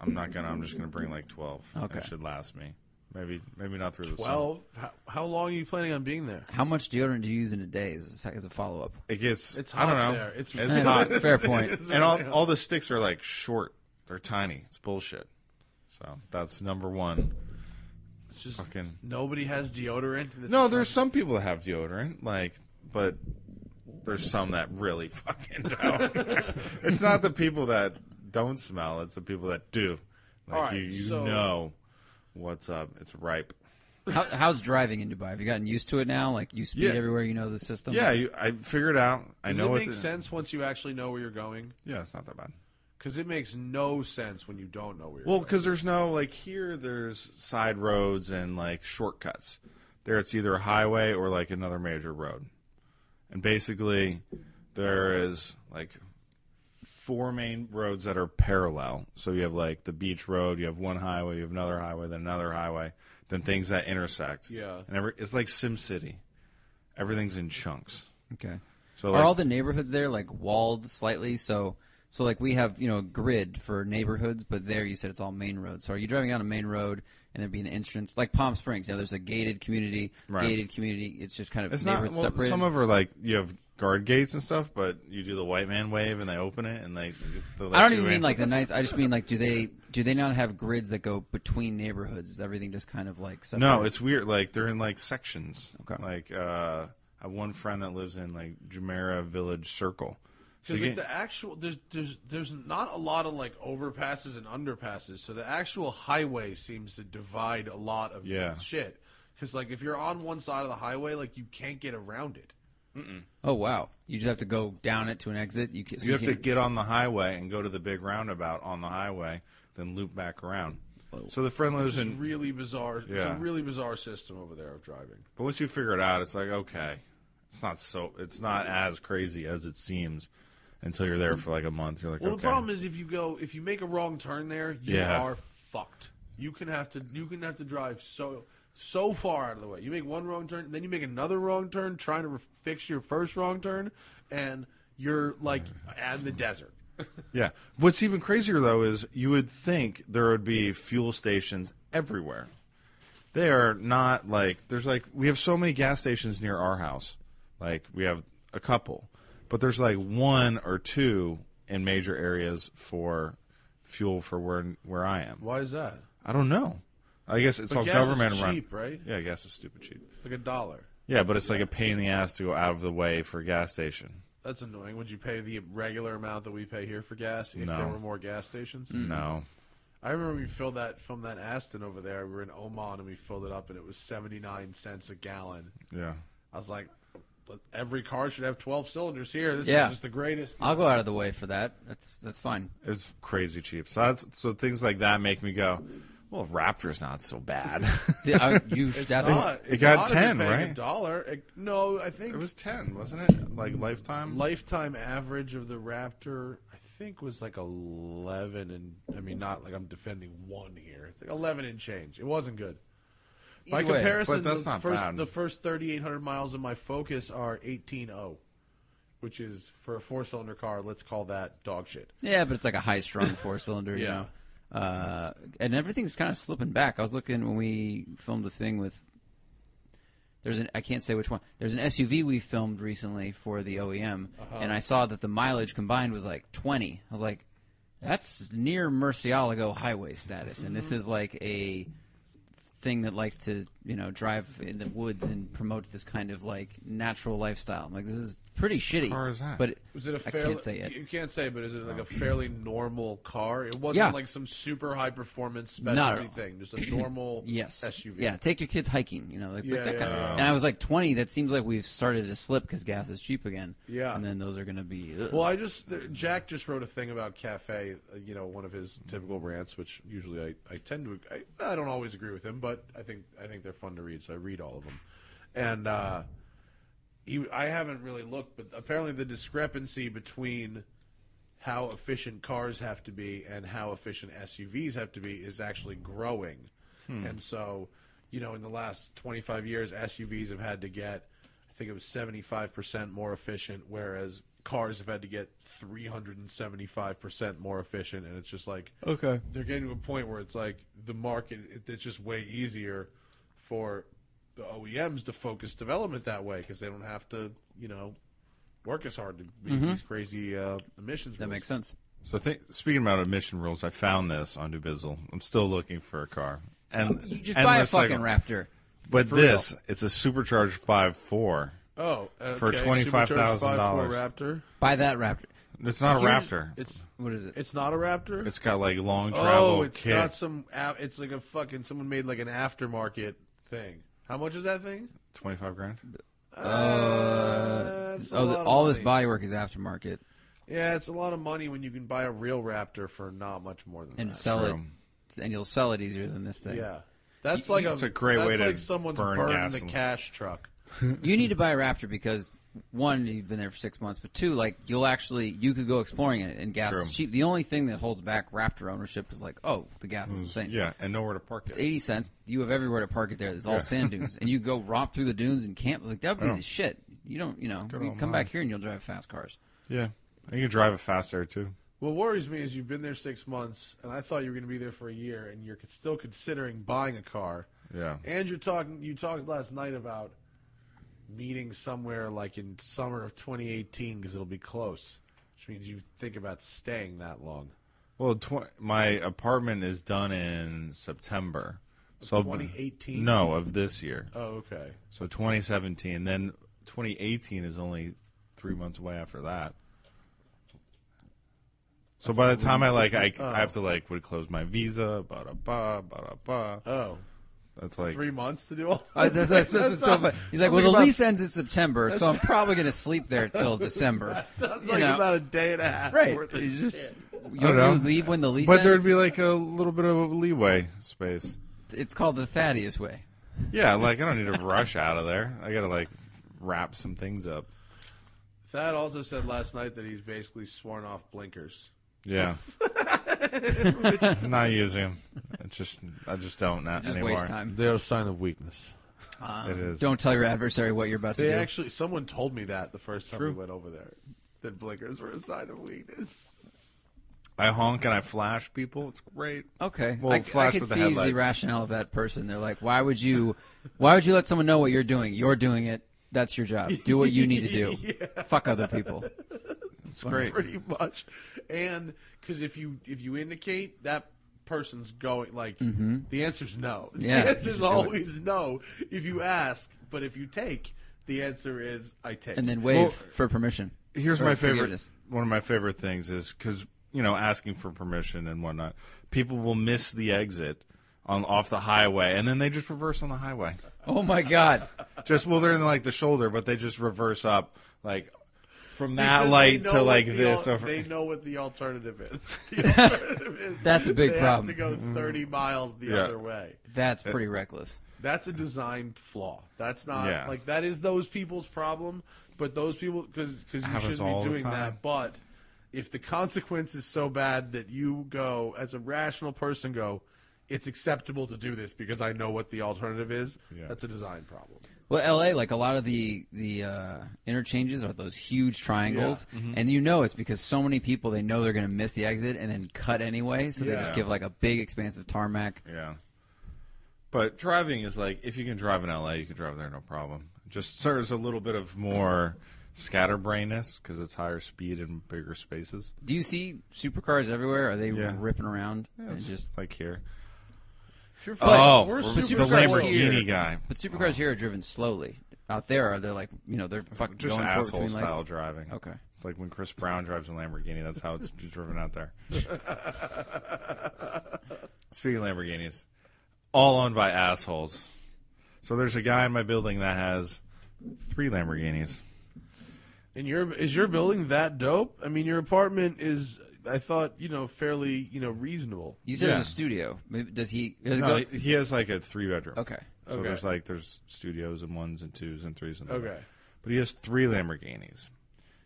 Speaker 7: I'm not gonna. I'm just gonna bring like twelve.
Speaker 8: Okay.
Speaker 7: It should last me. Maybe maybe not through the summer.
Speaker 6: twelve. How, how long are you planning on being there?
Speaker 8: How much deodorant do you use in a day as a, sec- as a follow up?
Speaker 7: It gets.
Speaker 6: It's
Speaker 7: I don't
Speaker 6: hot
Speaker 7: know.
Speaker 6: there. It's-
Speaker 7: it's
Speaker 6: It's *laughs*
Speaker 7: hot.
Speaker 8: Fair point.
Speaker 7: and all, all the sticks are like short. They're tiny. It's bullshit. So that's number one.
Speaker 6: It's just
Speaker 7: Fucking
Speaker 6: nobody has deodorant. In this
Speaker 7: no. There's some people that have deodorant, like, but there's some that really *laughs* fucking don't.
Speaker 6: *laughs*
Speaker 7: it's not the people that don't smell. It's the people that do. Like
Speaker 6: All right,
Speaker 7: you, you
Speaker 6: so-
Speaker 7: know what's up. It's ripe.
Speaker 8: How, how's driving in Dubai? Have you gotten used to it now? Like you speed
Speaker 7: Yeah.
Speaker 8: everywhere, you know the system.
Speaker 7: Yeah, you, I figured out. I
Speaker 6: Does
Speaker 7: know
Speaker 6: it
Speaker 7: what
Speaker 6: make
Speaker 7: the-
Speaker 6: sense once you actually know where you're going?
Speaker 7: Yeah, it's not that bad.
Speaker 6: Because it makes no sense when you don't know where you're
Speaker 7: Well,
Speaker 6: going.
Speaker 7: because there's no like here, there's side roads and like shortcuts. There, it's either a highway or like another major road, and basically, there is like four main roads that are parallel. So you have like the beach road, you have one highway, you have another highway, then another highway, then things that intersect.
Speaker 6: Yeah.
Speaker 7: and every, it's like Sim City. Everything's in chunks.
Speaker 8: Okay.
Speaker 7: So
Speaker 8: Are
Speaker 7: like,
Speaker 8: all the neighborhoods there like walled slightly? So so like we have you know a grid for neighborhoods, but there you said it's all main roads. So are you driving down a main road and there'd be an entrance like Palm Springs? You know, there's a gated community,
Speaker 7: Right.
Speaker 8: gated community. It's just kind of
Speaker 7: It's not
Speaker 8: neighborhood
Speaker 7: well,
Speaker 8: separated.
Speaker 7: some of her like you have guard gates and stuff, but you do the white man wave and they open it and they. they'll let
Speaker 8: I don't
Speaker 7: you
Speaker 8: even
Speaker 7: in.
Speaker 8: mean like the nice. I just mean like do they do they not have grids that go between neighborhoods? Is everything just kind of like separated?
Speaker 7: No, it's weird. Like they're in like sections.
Speaker 8: Okay.
Speaker 7: Like uh, I have one friend that lives in like Jumeirah Village Circle. So
Speaker 6: Because
Speaker 7: you
Speaker 6: like
Speaker 7: get-
Speaker 6: the actual there's there's there's not a lot of like overpasses and underpasses, so the actual highway seems to divide a lot of
Speaker 7: Yeah.
Speaker 6: shit. Because like if you're on one side of the highway, like you can't get around it.
Speaker 8: oh wow, you just have to go down it to an exit. You, ca- so
Speaker 7: you have to
Speaker 8: can't-
Speaker 7: get on the highway and go to the big roundabout on the highway, then loop back around. So the friend lives
Speaker 6: It's
Speaker 7: in.
Speaker 6: really bizarre. It's a
Speaker 7: Yeah.
Speaker 6: really bizarre system over there of driving.
Speaker 7: But once you figure it out, it's like okay, it's not so. It's not as crazy as it seems. Until you're there for like a month, you're like,
Speaker 6: Well,
Speaker 7: okay.
Speaker 6: the problem is if you go if you make a wrong turn there, you
Speaker 7: Yeah.
Speaker 6: are fucked. You can have to you can have to drive so so far out of the way. You make one wrong turn, and then you make another wrong turn trying to re- fix your first wrong turn, and you're like in the desert.
Speaker 7: Yeah. What's even crazier though is you would think there would be fuel stations everywhere. They are not like there's like we have so many gas stations near our house. Like we have a couple, but there's like one or two in major areas for fuel for where where I am.
Speaker 6: Why is that?
Speaker 7: I don't know. I guess it's
Speaker 6: But
Speaker 7: all
Speaker 6: gas is
Speaker 7: government run.
Speaker 6: cheap, right?
Speaker 7: Yeah, gas is stupid cheap.
Speaker 6: Like a dollar.
Speaker 7: Yeah, but it's like a pain in the ass to go out of the way for a gas station.
Speaker 6: That's annoying. Would you pay the regular amount that we pay here for gas if
Speaker 7: No.
Speaker 6: there were more gas stations?
Speaker 7: No.
Speaker 6: I remember we filled that from that Aston over there. We were in Oman and we filled it up, and it was seventy nine cents a gallon.
Speaker 7: Yeah.
Speaker 6: I was like, but every car should have twelve cylinders here. This
Speaker 8: Yeah.
Speaker 6: is just the greatest.
Speaker 8: I'll go out of the way for that. That's that's fine.
Speaker 7: It's crazy cheap. So that's so things like that make me go, well, Raptor's not so bad. *laughs*
Speaker 8: Yeah, I- you- that's
Speaker 6: not,
Speaker 7: it
Speaker 6: it's
Speaker 7: got
Speaker 6: not if
Speaker 7: 10,
Speaker 6: you're paying
Speaker 7: right?
Speaker 6: A dollar. It- no, I think
Speaker 7: it was 10, wasn't it? Like lifetime?
Speaker 6: lifetime average of the Raptor, I think, was like eleven and I mean, not like I'm defending one here. It's like eleven and change. It wasn't good. By
Speaker 8: Either way,
Speaker 6: comparison,
Speaker 7: but that's
Speaker 6: the
Speaker 7: not
Speaker 6: first
Speaker 7: bad.
Speaker 6: the first 3,800 miles of my Focus are 18.0, which is for a four cylinder car. Let's call that dog shit.
Speaker 8: Yeah, but it's like a high strung four cylinder,
Speaker 6: *laughs*
Speaker 8: you
Speaker 6: Yeah.
Speaker 8: know. Uh, and everything's kind of slipping back. I was looking when we filmed the thing with. There's an I can't say which one. There's an SUV we filmed recently for the OEM,
Speaker 6: Uh-huh.
Speaker 8: and I saw that the mileage combined was like 20. I was like, that's near Murcielago highway status, and
Speaker 6: Mm-hmm.
Speaker 8: this is like a thing that likes to you know drive in the woods and promote this kind of like natural lifestyle. I'm like, this is pretty shitty.
Speaker 7: car is that?
Speaker 8: But it,
Speaker 6: Was it a
Speaker 8: I
Speaker 6: fairly,
Speaker 8: can't say it.
Speaker 6: You can't say, but is it like a fairly normal car? It wasn't
Speaker 8: Yeah.
Speaker 6: like some super high performance
Speaker 8: Not at
Speaker 6: specialty
Speaker 8: all.
Speaker 6: thing. Just a normal
Speaker 8: *clears throat* Yes.
Speaker 6: SUV.
Speaker 8: Yeah, take your kids hiking. You know, it's
Speaker 6: Yeah,
Speaker 8: like that
Speaker 6: yeah,
Speaker 8: kind of.
Speaker 6: yeah.
Speaker 8: And I was like twenty. That seems like we've started to slip because gas is cheap again.
Speaker 6: Yeah.
Speaker 8: And then those are going to be. ugh.
Speaker 6: Well, I just th- Jack just wrote a thing about cafe. uh, You know, one of his typical rants, which usually I, I tend to I, I don't always agree with him, but I think I think they're fun to read, so I read all of them. And uh, he I haven't really looked, but apparently the discrepancy between how efficient cars have to be and how efficient SUVs have to be is actually growing.
Speaker 8: Hmm.
Speaker 6: And so, you know, in the last 25 years, SUVs have had to get, I think it was 75% more efficient, whereas cars have had to get 375% more efficient. And it's just like, okay. They're getting to a point where it's like the market, it, it's just way easier for the OEMs to focus development that way because they don't have to, you know, work as hard to meet these crazy uh, emissions.
Speaker 8: Mm-hmm. that makes sense.
Speaker 7: So I think speaking about emission rules, I found this on Dubizzle. I'm still looking for a car. And
Speaker 8: Oh, You just buy a
Speaker 7: endless
Speaker 8: fucking
Speaker 7: cycle.
Speaker 8: Raptor.
Speaker 7: But
Speaker 6: real.
Speaker 7: this, it's a supercharged five four.
Speaker 6: Oh,
Speaker 7: For
Speaker 6: okay.
Speaker 7: $25,000.
Speaker 6: Supercharged 5.4 Raptor.
Speaker 8: Buy that Raptor.
Speaker 7: It's not a
Speaker 8: Here's-
Speaker 7: Raptor.
Speaker 6: It's
Speaker 8: What is it?
Speaker 6: it's not a Raptor.
Speaker 7: It's got like long travel
Speaker 6: oh, it's
Speaker 7: kit.
Speaker 6: not some. a- It's like a fucking someone made like an aftermarket thing. How much is that thing?
Speaker 7: Twenty five grand.
Speaker 6: Uh, it's a
Speaker 8: oh, the,
Speaker 6: lot of
Speaker 8: all this
Speaker 6: money.
Speaker 8: bodywork is aftermarket
Speaker 6: Yeah, it's a lot of money when you can buy a real Raptor for not much more than
Speaker 8: and
Speaker 6: that.
Speaker 8: sell
Speaker 7: true.
Speaker 8: it, and you'll sell it easier than this thing.
Speaker 6: Yeah, that's like
Speaker 7: It's a great
Speaker 6: that's
Speaker 7: way to
Speaker 6: like someone's
Speaker 7: burn
Speaker 6: burned
Speaker 7: gasoline.
Speaker 6: the cash truck.
Speaker 8: You need to buy a Raptor because one, you've been there for six months, but two, like you'll actually you could go exploring it and gas
Speaker 7: True.
Speaker 8: is cheap. The only thing that holds back Raptor ownership is like, oh, the gas is insane.
Speaker 7: Mm, Yeah, and nowhere to park
Speaker 8: It's
Speaker 7: it.
Speaker 8: 80 cents. You have everywhere to park it there. There's all sand dunes. And you go romp through the dunes and camp. Like, that would be the shit. You don't, you know, you
Speaker 7: old
Speaker 8: come
Speaker 7: mile.
Speaker 8: back here and you'll drive fast cars.
Speaker 7: Yeah, and you can drive it fast there too.
Speaker 6: What worries me is you've been there six months, and I thought you were going to be there for a year, and you're still considering buying a car.
Speaker 7: Yeah.
Speaker 6: And you're talking. You talked last night about meeting somewhere like in summer of 2018 because it'll be close, which means you think about staying that long.
Speaker 7: Well, tw- my apartment is done in September. So I'll be-
Speaker 6: 2018?
Speaker 7: No, of this year.
Speaker 6: Oh, okay.
Speaker 7: So 2017. Then 2018 is only three months away after that. So by the time I like, I, I have to like would close my visa. Ba da ba ba da ba.
Speaker 6: Oh,
Speaker 7: That's like
Speaker 6: three months to do all.
Speaker 8: Uh, that's- that's- that's-
Speaker 6: That's
Speaker 8: so
Speaker 6: not-
Speaker 8: fu- He's like, well, the lease ends in September, so I'm probably going to sleep there till December.
Speaker 6: That's
Speaker 8: You
Speaker 6: like
Speaker 8: know.
Speaker 6: about a day and a half.
Speaker 8: Right.
Speaker 6: worth of
Speaker 8: You just,
Speaker 6: shit.
Speaker 8: you,
Speaker 7: know.
Speaker 8: you leave when the lease
Speaker 7: But
Speaker 8: ends.
Speaker 7: there'd be like a little bit of leeway space.
Speaker 8: it's called the Thaddeus way.
Speaker 7: Yeah, like I don't need to rush out of there. I gotta like wrap some things up.
Speaker 6: Thad also said last night that he's basically sworn off blinkers.
Speaker 7: Yeah, not using them. It's just I just don't not
Speaker 8: Just
Speaker 7: anymore.
Speaker 8: waste time.
Speaker 6: They're a sign of weakness.
Speaker 7: It is.
Speaker 8: Don't tell your adversary what you're about to
Speaker 6: They
Speaker 8: do.
Speaker 6: actually, someone told me that the first time we went over there, that blinkers were a sign of weakness.
Speaker 7: I honk and I flash people. It's great.
Speaker 8: Okay,
Speaker 7: Well,
Speaker 8: I,
Speaker 7: flash
Speaker 8: I could
Speaker 7: with the
Speaker 8: see the
Speaker 7: headlights.
Speaker 8: rationale of that person. They're like, "Why would you? Why would you let someone know
Speaker 7: *laughs*
Speaker 8: what you're doing? You're doing it. That's your job. Do what you need to do. Fuck other people."
Speaker 6: It's *laughs*
Speaker 7: great.
Speaker 6: pretty much. And because if you if you indicate that person's going, like the answer's no.
Speaker 8: Mm-hmm.
Speaker 6: *laughs*
Speaker 8: Yeah,
Speaker 6: the
Speaker 8: just
Speaker 6: answer's
Speaker 8: do it.
Speaker 6: always no if you ask. But if you take, the answer is I take.
Speaker 8: and then wave
Speaker 7: Well,
Speaker 8: for permission.
Speaker 7: Here's
Speaker 8: Or
Speaker 7: my favorite.
Speaker 8: forgiveness.
Speaker 7: One of my favorite things is because you know asking for permission and whatnot, people will miss the exit on off the highway, and then they just reverse on the highway.
Speaker 8: Oh
Speaker 7: *laughs*
Speaker 8: my God!
Speaker 7: Just well, they're in like the shoulder, but they just reverse up like from
Speaker 6: Because
Speaker 7: that
Speaker 6: they
Speaker 7: light
Speaker 6: know
Speaker 7: to
Speaker 6: what
Speaker 7: like
Speaker 6: the
Speaker 7: this.
Speaker 6: al-
Speaker 7: over. *laughs*
Speaker 6: They know what the alternative is. *laughs*
Speaker 8: *laughs*
Speaker 6: The alternative is
Speaker 8: That's a big
Speaker 6: they
Speaker 8: problem.
Speaker 6: Have to go thirty miles the
Speaker 7: Mm-hmm. Yeah.
Speaker 6: other way.
Speaker 8: That's pretty reckless.
Speaker 6: That's a design flaw. That's not
Speaker 7: Yeah.
Speaker 6: like that is those people's problem. But those people, because you
Speaker 7: Happens
Speaker 6: shouldn't
Speaker 7: all
Speaker 6: be
Speaker 7: the
Speaker 6: doing
Speaker 7: time.
Speaker 6: that. But if the consequence is so bad that you go as a rational person, go, it's acceptable to do this because I know what the alternative is.
Speaker 7: Yeah.
Speaker 6: That's a design problem.
Speaker 8: Well, L.A. like a lot of the the uh, interchanges are those huge triangles,
Speaker 7: Mm-hmm.
Speaker 8: and you know it's because so many people they know they're going to miss the exit and then cut anyway, so they
Speaker 6: Yeah.
Speaker 8: just give like a big expanse of tarmac.
Speaker 7: Yeah. But driving is like if you can drive in LA, you can drive there no problem. Just serves a little bit of more scatterbrainness because it's higher speed and bigger spaces.
Speaker 8: Do you see supercars everywhere? Are they
Speaker 7: Yeah.
Speaker 8: ripping around? and just
Speaker 7: like here.
Speaker 6: If you're
Speaker 7: oh,
Speaker 6: we're
Speaker 7: the
Speaker 8: supercars
Speaker 7: Lamborghini
Speaker 8: here.
Speaker 7: guy.
Speaker 8: but supercars here are driven slowly. Out there, are they like you know they're fucking
Speaker 7: Just
Speaker 8: going forward
Speaker 7: asshole
Speaker 8: between
Speaker 7: style
Speaker 8: legs?
Speaker 7: driving.
Speaker 8: Okay.
Speaker 7: It's like when Chris Brown drives a Lamborghini. That's how it's driven out
Speaker 8: *laughs*
Speaker 7: there. Speaking of Lamborghinis, all owned by assholes. So there's a guy in my building that has three Lamborghinis.
Speaker 6: And your is your building that dope? I mean, your apartment is. I thought you know fairly you know reasonable.
Speaker 8: You said it
Speaker 7: Yeah.
Speaker 8: was a studio. Maybe, does he? Does it
Speaker 7: No,
Speaker 8: go,
Speaker 7: he- he has like a three bedroom.
Speaker 8: Okay.
Speaker 7: So
Speaker 6: Okay.
Speaker 7: there's like there's studios and ones and twos and threes and
Speaker 6: Okay.
Speaker 7: But he has three Lamborghinis.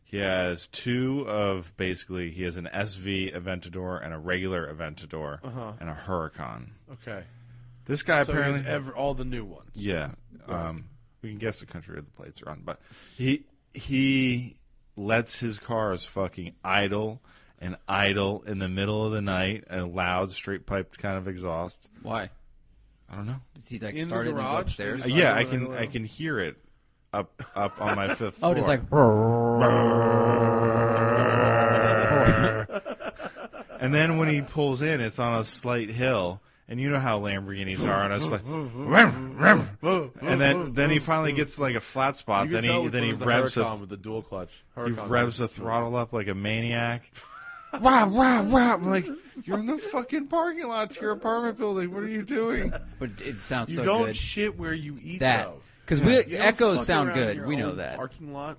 Speaker 7: He has two of basically he has an SV Aventador and a regular Aventador and a Huracan.
Speaker 6: Okay,
Speaker 7: This guy
Speaker 6: Uh-huh. so
Speaker 7: apparently
Speaker 6: it's ever all the new ones.
Speaker 7: yeah. Um, we can guess the country the plates are on, but he he lets his cars fucking idle and idle in the middle of the night and a loud straight piped kind of exhaust.
Speaker 8: Why?
Speaker 7: I don't know.
Speaker 8: Does he like
Speaker 6: In the
Speaker 8: start it and then go
Speaker 6: garage,
Speaker 8: upstairs?
Speaker 6: they
Speaker 7: Uh,
Speaker 6: Just
Speaker 7: yeah,
Speaker 6: idle
Speaker 7: I
Speaker 6: and
Speaker 7: can
Speaker 6: idle.
Speaker 7: I can hear it up up on my fifth floor.
Speaker 8: *laughs* Oh, just like
Speaker 7: and then when he pulls in, it's on a slight hill, and you know how Lamborghinis are on a slight. and then then he finally gets to, like a flat
Speaker 6: You
Speaker 7: spot.
Speaker 6: can
Speaker 7: Then
Speaker 6: tell
Speaker 7: he
Speaker 6: which
Speaker 7: then he
Speaker 6: one is the
Speaker 7: revs
Speaker 6: Huracan
Speaker 7: the
Speaker 6: with the dual clutch.
Speaker 7: he
Speaker 6: Huracan
Speaker 7: revs the
Speaker 6: was-
Speaker 7: throttle up like
Speaker 6: *laughs*
Speaker 7: a maniac. Wow, wow, wow! I'm like, you're in the fucking parking lot to your apartment building. What are you doing?
Speaker 8: but it sounds
Speaker 6: You
Speaker 8: so
Speaker 6: don't
Speaker 8: good.
Speaker 6: shit where you eat
Speaker 8: that
Speaker 6: though.
Speaker 8: because
Speaker 6: You don't
Speaker 8: echoes
Speaker 6: fuck
Speaker 8: sound
Speaker 6: around in
Speaker 8: good.
Speaker 6: your
Speaker 8: We know
Speaker 6: own
Speaker 8: that.
Speaker 6: Parking lot.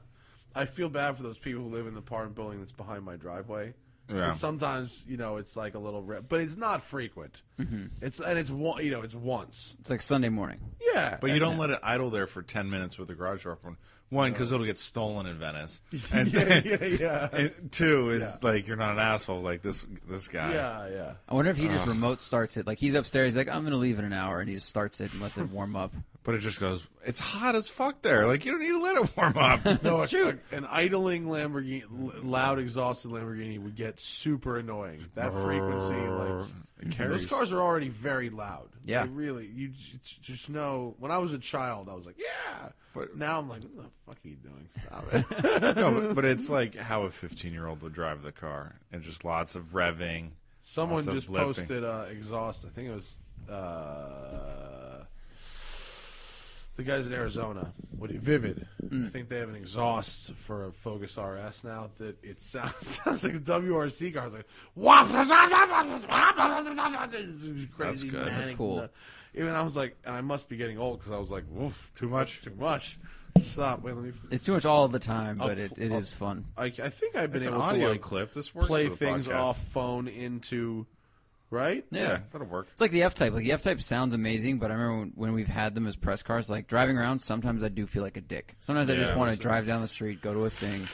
Speaker 6: I feel bad for those people who live in the apartment building that's behind my driveway.
Speaker 7: Yeah.
Speaker 6: 'Cause Sometimes you know it's like a little, re- but it's not frequent.
Speaker 8: Mm-hmm.
Speaker 6: It's and it's one, you know, it's once.
Speaker 8: It's like Sunday morning.
Speaker 6: Yeah,
Speaker 7: But you don't let it idle there for ten minutes with the garage door open. One, because it'll get stolen in Venice, *laughs* and,
Speaker 6: *laughs* yeah, yeah,
Speaker 7: *laughs*
Speaker 6: yeah,
Speaker 7: and two is like you're not an asshole like this this guy.
Speaker 6: yeah, yeah.
Speaker 8: I wonder if he just remote starts it. Like he's upstairs, he's like, I'm gonna leave in an hour, and he just starts it and lets it warm up.
Speaker 7: But it just goes. It's hot as fuck there. Like you don't need to let it warm *laughs* up.
Speaker 6: No, it's true. An idling Lamborghini, l- loud exhausted Lamborghini would get super annoying. That frequency, like
Speaker 7: It
Speaker 6: those
Speaker 7: carries.
Speaker 6: cars are already very loud.
Speaker 8: Yeah.
Speaker 6: they really. You j- j- just know. When I was a child, I was like, yeah. But
Speaker 7: But-
Speaker 6: now I'm like, what the fuck are you doing? Stop it.
Speaker 7: *laughs* No, but, but it's like how a 15 year old would drive the car, and just lots of revving.
Speaker 6: Someone
Speaker 7: Lots of
Speaker 6: just
Speaker 7: blipping.
Speaker 6: posted uh, exhaust. I think it was uh, the guys in Arizona. What do you- Vivid. I think they have an exhaust for a Focus RS now that it sounds, *laughs* sounds like a WRC car. It's like whop, crazy.
Speaker 7: That's good. That's
Speaker 6: manic
Speaker 8: cool.
Speaker 6: nut. Even I was like, and I must be getting old because I was like, Oof,
Speaker 7: Too much.
Speaker 6: too much. Stop. Wait, let me.
Speaker 8: It's too much all the time, but
Speaker 6: I'll-
Speaker 8: it, it
Speaker 6: I'll-
Speaker 8: is fun.
Speaker 6: I, I think I've been
Speaker 7: It's an
Speaker 6: able
Speaker 7: audio
Speaker 6: to like
Speaker 7: clip. This works
Speaker 6: play
Speaker 7: for the
Speaker 6: things
Speaker 7: podcast.
Speaker 6: off phone into right.
Speaker 8: Yeah.
Speaker 7: Yeah, that'll work.
Speaker 8: It's like the F Type. Like the F Type sounds amazing, but I remember when, when we've had them as press cars. Like driving around, sometimes I do feel like a dick. Sometimes I just
Speaker 7: Yeah.
Speaker 8: want to drive down the street, go to a thing.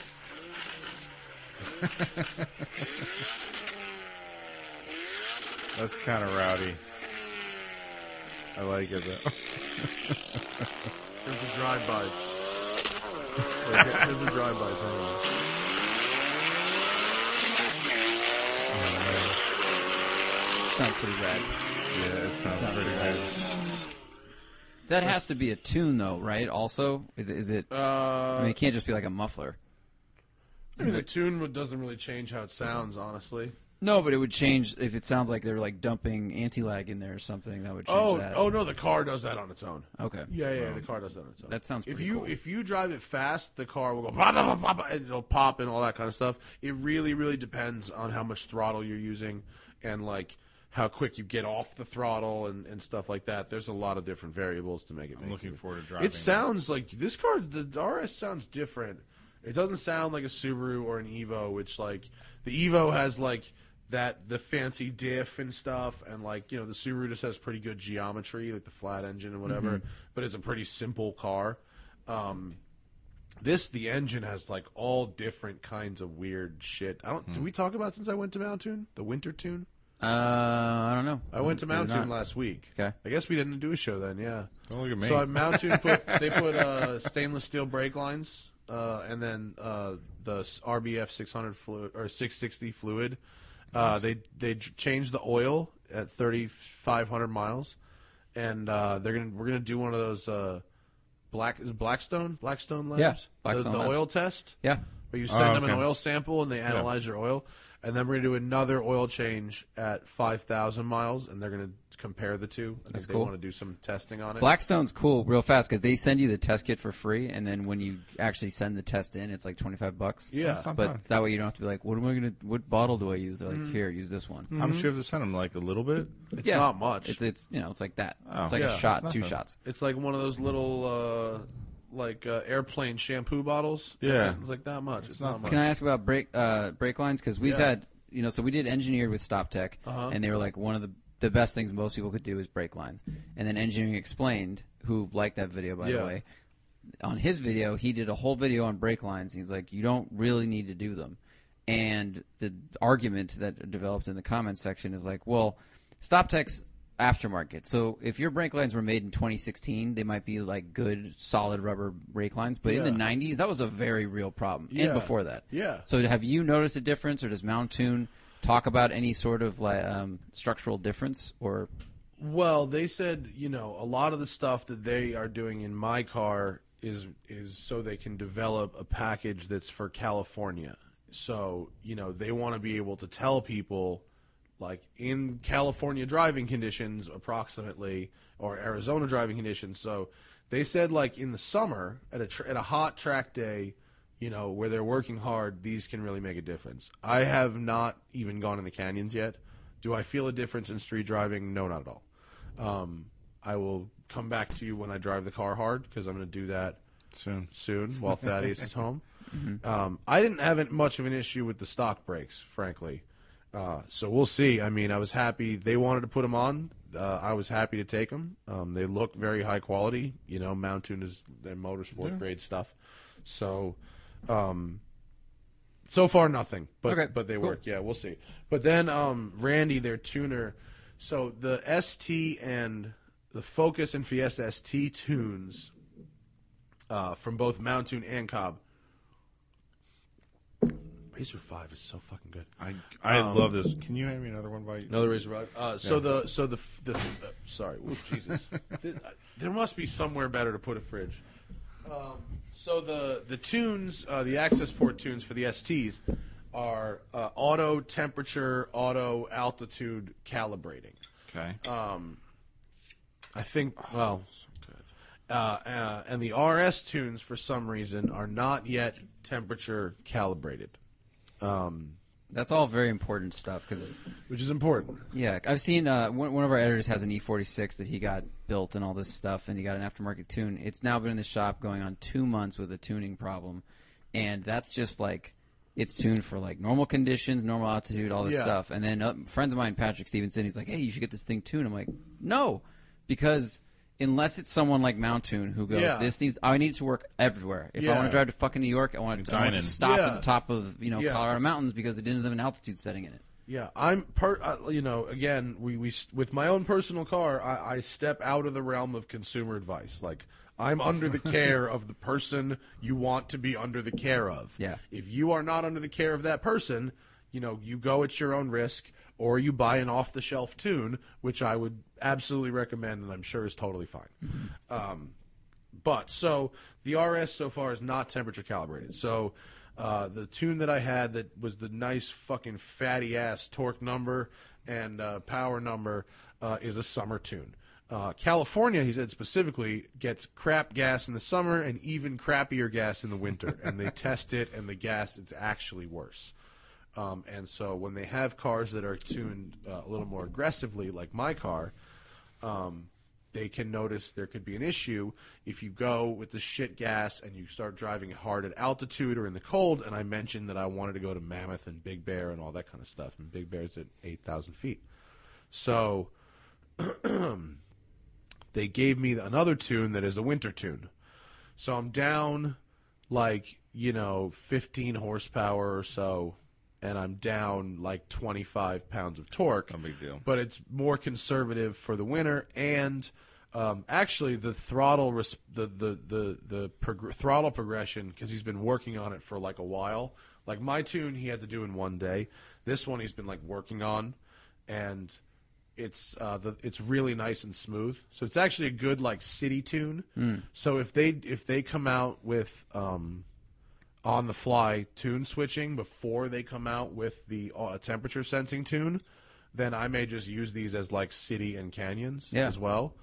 Speaker 7: That's kind of rowdy. I like it though. *laughs*
Speaker 6: There's a drive-bys. There's a drive-bys. Hang on.
Speaker 8: Sounds pretty rad.
Speaker 7: Yeah, it sounds pretty good.
Speaker 8: That has to be a
Speaker 6: Uh,
Speaker 8: tune, though, right? Also, is, is it? I mean, it can't just be like a muffler.
Speaker 6: I mean, the tune would- doesn't really change how it sounds, honestly.
Speaker 8: No, but it would change if it sounds like they're like dumping anti-lag in there or something. That would change
Speaker 6: Oh,
Speaker 8: that.
Speaker 6: oh no, the car does that on its own.
Speaker 8: okay.
Speaker 6: Yeah, yeah, the car does that on its own.
Speaker 8: That sounds
Speaker 6: If
Speaker 8: pretty
Speaker 6: you
Speaker 8: cool.
Speaker 6: if you drive it fast, the car will go blah, blah, blah, blah, blah, and it'll pop and all that kind of stuff. It really, really depends on how much throttle you're using and like how quick you get off the throttle and, and stuff like that. There's a lot of different variables to make it.
Speaker 7: I'm
Speaker 6: make
Speaker 7: looking
Speaker 6: it.
Speaker 7: forward to driving
Speaker 6: It sounds like this car, the RS sounds different. It doesn't sound like a Subaru or an Evo, which like the Evo has like that the fancy diff and stuff, and like you know the Subaru just has pretty good geometry, like the flat engine and whatever.
Speaker 7: Mm-hmm.
Speaker 6: But it's a pretty simple car. Um, this the engine has like all different kinds of weird shit. I don't.
Speaker 8: Hmm.
Speaker 6: Did we talk about since I went to Mountain the winter tune?
Speaker 8: Uh, I don't know.
Speaker 6: I went to
Speaker 8: Mm, Maybe
Speaker 6: Mountain
Speaker 8: not.
Speaker 6: last week.
Speaker 8: Okay.
Speaker 6: I guess we didn't do a show then. Yeah.
Speaker 7: Don't look at me.
Speaker 6: So at
Speaker 8: *laughs*
Speaker 6: Mountain put they put uh, stainless steel brake lines, uh, and then uh, the s- RBF 600 fluid or 660 fluid. Uh, they they j- changed the oil at 3,500 miles, and uh, they're gonna we're gonna do one of those uh, black is it Blackstone Blackstone labs.
Speaker 8: Yeah,
Speaker 6: The-
Speaker 8: Blackstone
Speaker 6: the,
Speaker 8: lab.
Speaker 6: oil test.
Speaker 8: Yeah.
Speaker 6: Where you send
Speaker 7: Oh,
Speaker 6: them an
Speaker 7: okay.
Speaker 6: oil sample and they analyze your oil. And then we're going to do another oil change at 5,000 miles and they're going to compare the two. I think
Speaker 8: cool.
Speaker 6: they want to do some testing on it.
Speaker 8: Blackstone's cool, real fast, because they send you the test kit for free, and then when you actually send the test in, it's like twenty five bucks.
Speaker 6: Yeah.
Speaker 8: But that way you don't have to be like, what am I gonna? What bottle do I use? They're like,
Speaker 7: Mm.
Speaker 8: here, use this one.
Speaker 7: How much do you have to send him? Like a little bit?
Speaker 6: It's not much. Oh. It's,
Speaker 8: It's, it's you know, it's like that. it's like
Speaker 6: Yeah.
Speaker 8: a shot,
Speaker 7: It's
Speaker 8: two
Speaker 7: nothing.
Speaker 8: shots.
Speaker 6: like one of those little, uh, like uh, airplane shampoo bottles.
Speaker 7: Yeah.
Speaker 6: It's like that much. It's, not much.
Speaker 8: Can I ask about brake uh, brake lines? Because we've had you know, so we did engineered with Stop Tech,
Speaker 6: Uh-huh.
Speaker 8: and they were like one of the the best things most people could do is brake lines. And then engineering explained, who liked that video by
Speaker 6: Yeah.
Speaker 8: the way, on his video he did a whole video on brake lines. He's like, you don't really need to do them. And the argument that developed in the comments section is like, well, Stop Tech's aftermarket. So if your brake lines were made in 2016, they might be like good solid rubber brake lines. But in the 90s, that was a very real problem,
Speaker 6: Yeah.
Speaker 8: and before that.
Speaker 6: Yeah.
Speaker 8: So have you noticed a difference, or does Mountoon talk about any sort of like um, structural difference? Or
Speaker 6: Well, they said you know a lot of the stuff that they are doing in my car is is so they can develop a package that's for California. So you know they want to be able to tell people, like in California driving conditions, approximately, or Arizona driving conditions. So they said like in the summer at a tr- at a hot track day. You know where they're working hard; these can really make a difference. I have not even gone in the canyons yet. Do I feel a difference in street driving? No, not at all. Um, I will come back to you when I drive the car hard because I'm going to do that
Speaker 7: Soon.
Speaker 6: soon while Thaddeus is home. Um, I didn't have it- much of an issue with the stock breaks, frankly. Uh, so we'll see. I mean, I was happy they wanted to put them on. Uh, I was happy to take them. Um, they look very high quality. You know, Mountain is their motorsport grade stuff. So, um, so far nothing. But
Speaker 8: Okay,
Speaker 6: but they
Speaker 8: cool.
Speaker 6: work. Yeah, we'll see. But then um, Randy, their tuner. So the ST and the Focus and Fiesta ST tunes uh, from both Mountain and Cobb. Razor Five is so fucking good.
Speaker 7: I, I love this. Um, Can you hand me another one by
Speaker 6: Another Razor Five. Uh, so the so the, f- the uh, sorry, Ooh, Jesus, there, uh, there must be somewhere better to put a fridge. Um, so the the tunes, uh, the access port tunes for the STs, are uh, auto temperature, auto altitude calibrating.
Speaker 7: Okay.
Speaker 6: I think. Well, Uh, uh, and the RS tunes, for some reason, are not yet temperature calibrated,
Speaker 8: that's all very important stuff because
Speaker 6: which is important.
Speaker 8: yeah, I've seen uh, one, one of our editors has an E46 that he got built and all this stuff, and he got an aftermarket tune. It's now been in the shop going on two months with a tuning problem, and that's just like it's tuned for like normal conditions, normal altitude, all this
Speaker 6: Yeah.
Speaker 8: stuff. And then uh, friends of mine, Patrick Stevenson, he's like, "Hey, you should get this thing tuned." I'm like, "No," because unless it's someone like Mountoon who goes,
Speaker 6: Yeah.
Speaker 8: "This needs, I need it to work everywhere. If I
Speaker 6: Yeah.
Speaker 8: want to drive to fucking New York, I want to, I want to
Speaker 7: dining.
Speaker 8: stop
Speaker 6: Yeah.
Speaker 8: at the top of you know
Speaker 6: Yeah.
Speaker 8: Colorado mountains because it didn't have an altitude setting in it."
Speaker 6: Yeah, I'm per. Uh, you know, again, we we s- with my own personal car, I, I step out of the realm of consumer advice. Like I'm under the care of the person you want to be under the care of.
Speaker 8: Yeah.
Speaker 6: If you are not under the care of that person, you know, you go at your own risk, or you buy an off-the-shelf tune, which I would absolutely recommend, and I'm sure is totally fine. Um, but so the RS so far is not temperature calibrated. So Uh, the tune that I had that was the nice fucking fatty ass torque number and uh, power number uh, is a summer tune. Uh, California, he said specifically, gets crap gas in the summer and even crappier gas in the winter. and they test it, and the gas is actually worse. Um, and so when they have cars that are tuned uh, a little more aggressively, like my car, um, they can notice there could be an issue if you go with the shit gas and you start driving hard at altitude or in the cold. And I mentioned that I wanted to go to Mammoth and Big Bear and all that kind of stuff. And Big Bear's at 8,000 feet. So *clears throat* they gave me another tune that is a winter tune. So I'm down like, you know, 15 horsepower or so, and I'm down like 25 pounds of torque. No
Speaker 7: big deal.
Speaker 6: But it's more conservative for the winter. And um, actually, the throttle, res- the, the, the, the prog- throttle progression, because he's been working on it for like a while. Like my tune, he had to do in one day. This one, he's been like working on. And it's uh, the, it's really nice and smooth. So it's actually a good like city tune. So if they if they come out with um, on the fly tune switching before they come out with the uh, temperature sensing tune, then I may just use these as like city and canyons
Speaker 8: Yeah.
Speaker 6: as well.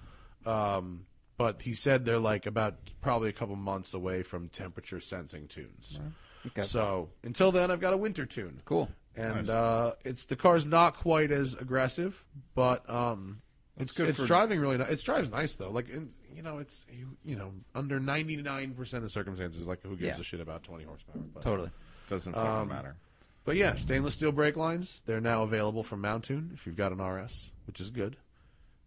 Speaker 6: Um, but he said they're like about probably a couple months away from temperature sensing tunes.
Speaker 8: Okay.
Speaker 6: So until then, I've got a winter tune
Speaker 8: Cool.
Speaker 6: and uh, it's the car's not quite as aggressive, but um, it's
Speaker 7: good
Speaker 6: It's
Speaker 7: for-
Speaker 6: driving really. Ni- it drives nice though. Like in, you know, it's you, you know under ninety nine percent of circumstances, like who gives
Speaker 8: Yeah.
Speaker 6: a shit about twenty horsepower? But,
Speaker 8: Totally.
Speaker 7: Doesn't fucking matter.
Speaker 6: But yeah, stainless steel brake lines. They're now available from Mountoon if you've got an RS, which is good.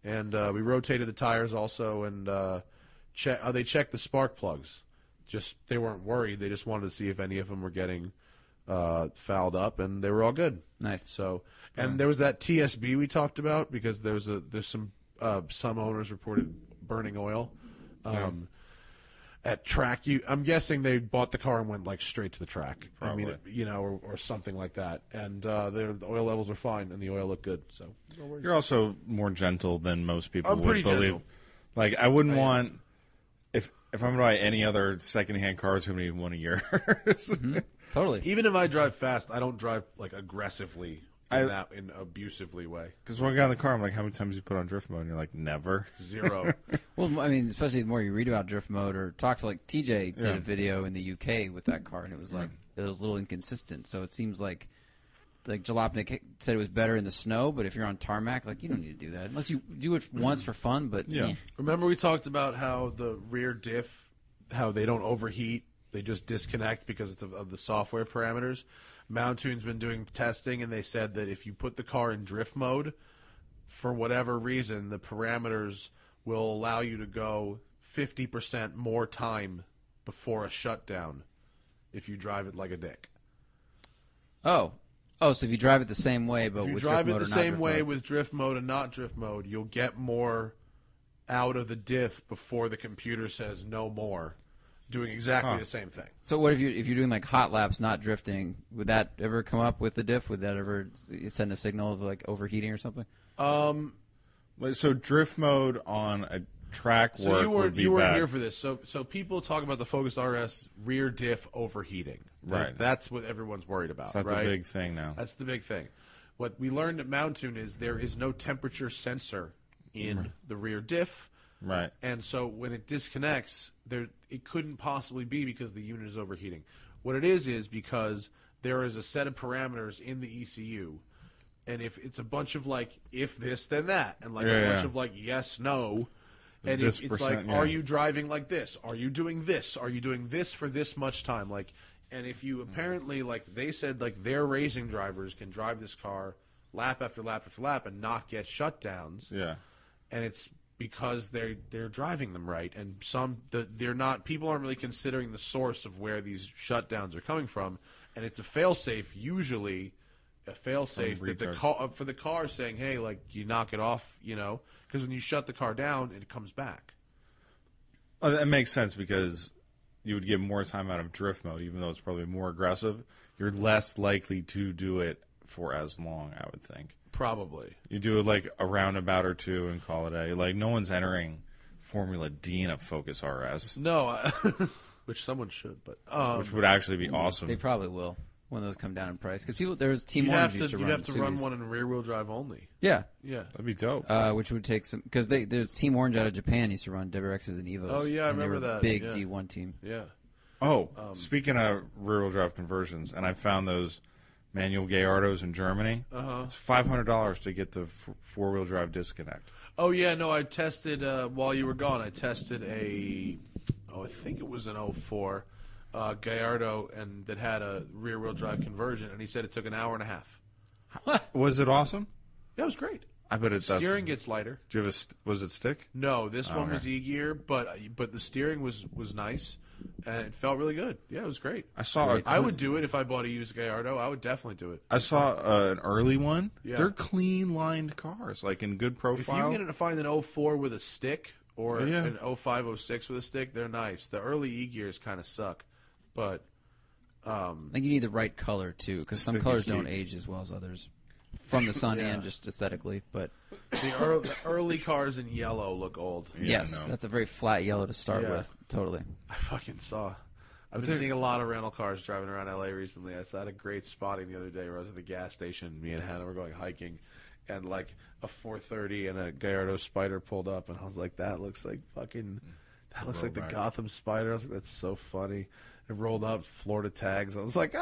Speaker 6: And uh, we rotated the tires also, and uh, check. Uh, they checked the spark plugs. Just they weren't worried. They just wanted to see if any of them were getting uh, fouled up, and they were all good.
Speaker 8: Nice.
Speaker 6: So, and there was that TSB we talked about because there's a there's some uh, some owners reported burning oil. Um, At track, you I'm guessing they bought the car and went like straight to the track. I mean, you know, or, or something like that. And uh, their- the oil levels were fine, and the oil looked good. So,
Speaker 7: You're also more gentle than most people
Speaker 6: I'm
Speaker 7: would
Speaker 6: pretty
Speaker 7: believe.
Speaker 6: gentle.
Speaker 7: Like I wouldn't want if if I'm gonna buy any other secondhand car, it's gonna be one of *laughs* yours.
Speaker 8: Totally.
Speaker 6: even if I drive fast, I don't drive like aggressively in
Speaker 7: I-
Speaker 6: that in abusively way.
Speaker 7: Because when I got in the car, I'm like, how many times you put on drift mode? And you're like, never.
Speaker 6: Zero.
Speaker 8: Well, I mean, especially the more you read about drift mode or talk to like TJ did a video in the UK with that car, and it was like it was a little inconsistent. So it seems like like Jalopnik said it was better in the snow, but if you're on tarmac, like you don't need to do that unless you do it once for fun. But yeah,
Speaker 6: Remember we talked about how the rear diff, how they don't overheat, they just disconnect because it's of, of the software parameters. Mountoon's been doing testing, and they said that if you put the car in drift mode, for whatever reason, the parameters will allow you to go 50% more time before a shutdown if you drive it like a dick.
Speaker 8: oh oh, so if you drive it the same way, but
Speaker 6: If you
Speaker 8: with
Speaker 6: drive
Speaker 8: drift
Speaker 6: it
Speaker 8: mode
Speaker 6: the
Speaker 8: or not
Speaker 6: same
Speaker 8: drift
Speaker 6: way
Speaker 8: mode.
Speaker 6: with drift mode and not drift mode, you'll get more out of the diff before the computer says no more, doing exactly the same thing.
Speaker 8: so what if you if you're doing like hot laps, not drifting? Would that ever come up with the diff? Would that ever s- send a signal of like overheating or something?
Speaker 7: Like, So drift mode on a track
Speaker 6: So
Speaker 7: work
Speaker 6: you
Speaker 7: would
Speaker 6: weren't
Speaker 7: be
Speaker 6: you weren't
Speaker 7: bad.
Speaker 6: here for this. So so people talk about the Focus RS rear diff overheating. That-
Speaker 7: Right.
Speaker 6: that's what everyone's worried about.
Speaker 7: It's not
Speaker 6: right?
Speaker 7: the big thing now.
Speaker 6: That's the big thing. What we learned at Mountoon is there is no temperature sensor in the rear diff.
Speaker 7: Right.
Speaker 6: And so when it disconnects, there it couldn't possibly be because the unit is overheating. What it is is because there is a set of parameters in the ECU. And if it's a bunch of like if this then that and like a
Speaker 7: Yeah,
Speaker 6: bunch
Speaker 7: yeah.
Speaker 6: of like yes no and
Speaker 7: This
Speaker 6: it's, it's like
Speaker 7: percent, yeah.
Speaker 6: are you driving like this? Are you doing this? Are you doing this for this much time? Like, and if you apparently like they said like their racing drivers can drive this car lap after lap after lap and not get shutdowns.
Speaker 7: Yeah.
Speaker 6: And it's because they're they're driving them right, and some the, they're not. People aren't really considering the source of where these shutdowns are coming from, and it's a failsafe usually. A failsafe that the
Speaker 7: retard.
Speaker 6: car for the car saying, "Hey, like you knock it off," you know, because when you shut the car down, it comes back.
Speaker 7: Oh, that makes sense because you would get more time out of drift mode, even though it's probably more aggressive. You're less likely to do it for as long, I would think.
Speaker 6: Probably.
Speaker 7: You do like a roundabout or two and call it a. Like no one's entering Formula D in a Focus RS.
Speaker 6: No, I- *laughs* which someone should, but um,
Speaker 7: which would actually be awesome.
Speaker 8: They probably will when those come down in price because people there's Team
Speaker 6: you'd
Speaker 8: Orange
Speaker 6: have to
Speaker 8: used to
Speaker 6: you'd
Speaker 8: run
Speaker 6: have to run
Speaker 8: Subies.
Speaker 6: one in rear wheel drive only.
Speaker 8: Yeah,
Speaker 6: Yeah.
Speaker 7: That'd be dope.
Speaker 8: uh, which would take some because they there's Team Orange out of Japan used to run WRXs and Evos.
Speaker 6: Oh, yeah, I
Speaker 8: and they
Speaker 6: remember
Speaker 8: were a
Speaker 6: that,
Speaker 8: Big
Speaker 6: yeah.
Speaker 8: D1 team.
Speaker 6: Yeah.
Speaker 7: oh,
Speaker 6: Um,
Speaker 7: speaking of rear wheel drive conversions, and I found those manual Gallardos in Germany. Uh-huh. It's five hundred dollars to get the f- four wheel drive disconnect.
Speaker 6: Oh yeah, no, I tested uh, while you were gone. I tested a, oh, I think it was an 04 uh, Gallardo, and that had a rear wheel drive conversion, and he said it took an hour and a half.
Speaker 7: Was it awesome?
Speaker 6: That was great.
Speaker 7: I bet it's
Speaker 6: steering gets lighter.
Speaker 7: Do you have a st- was it stick?
Speaker 6: No, this one
Speaker 7: Oh, okay.
Speaker 6: was E gear, but but the steering was was nice, and it felt really good. Yeah, it was great.
Speaker 7: I saw a
Speaker 6: I would do it if I bought a used Gallardo. I would definitely do it.
Speaker 7: I saw uh, an early one.
Speaker 6: Yeah.
Speaker 7: They're clean lined cars, like in good
Speaker 6: If
Speaker 7: profile.
Speaker 6: you get to find an 04 with a stick or
Speaker 7: Yeah.
Speaker 6: an 05, 06 with a stick, they're nice. The early E gears kind of suck, but
Speaker 8: I think you need the right color too because some
Speaker 7: Sticky
Speaker 8: colors
Speaker 7: stick.
Speaker 8: don't age as well as others from the
Speaker 6: *laughs*
Speaker 8: sun
Speaker 6: Yeah.
Speaker 8: and just aesthetically. But
Speaker 6: the, ear the early cars in yellow look old.
Speaker 8: yes,
Speaker 7: no.
Speaker 8: that's a very flat yellow to start
Speaker 6: Yeah.
Speaker 8: with. Totally.
Speaker 6: I fucking saw. I've been seeing a lot of rental cars driving around LA recently. I saw a great spotting the other day where I was at the gas station. Me and Hannah were going hiking, and like a 430 and a Gallardo Spider pulled up, and I was like, "That looks like fucking, that looks like the Gotham Spider." I was like, "That's so funny." It rolled up Florida tags. I was like,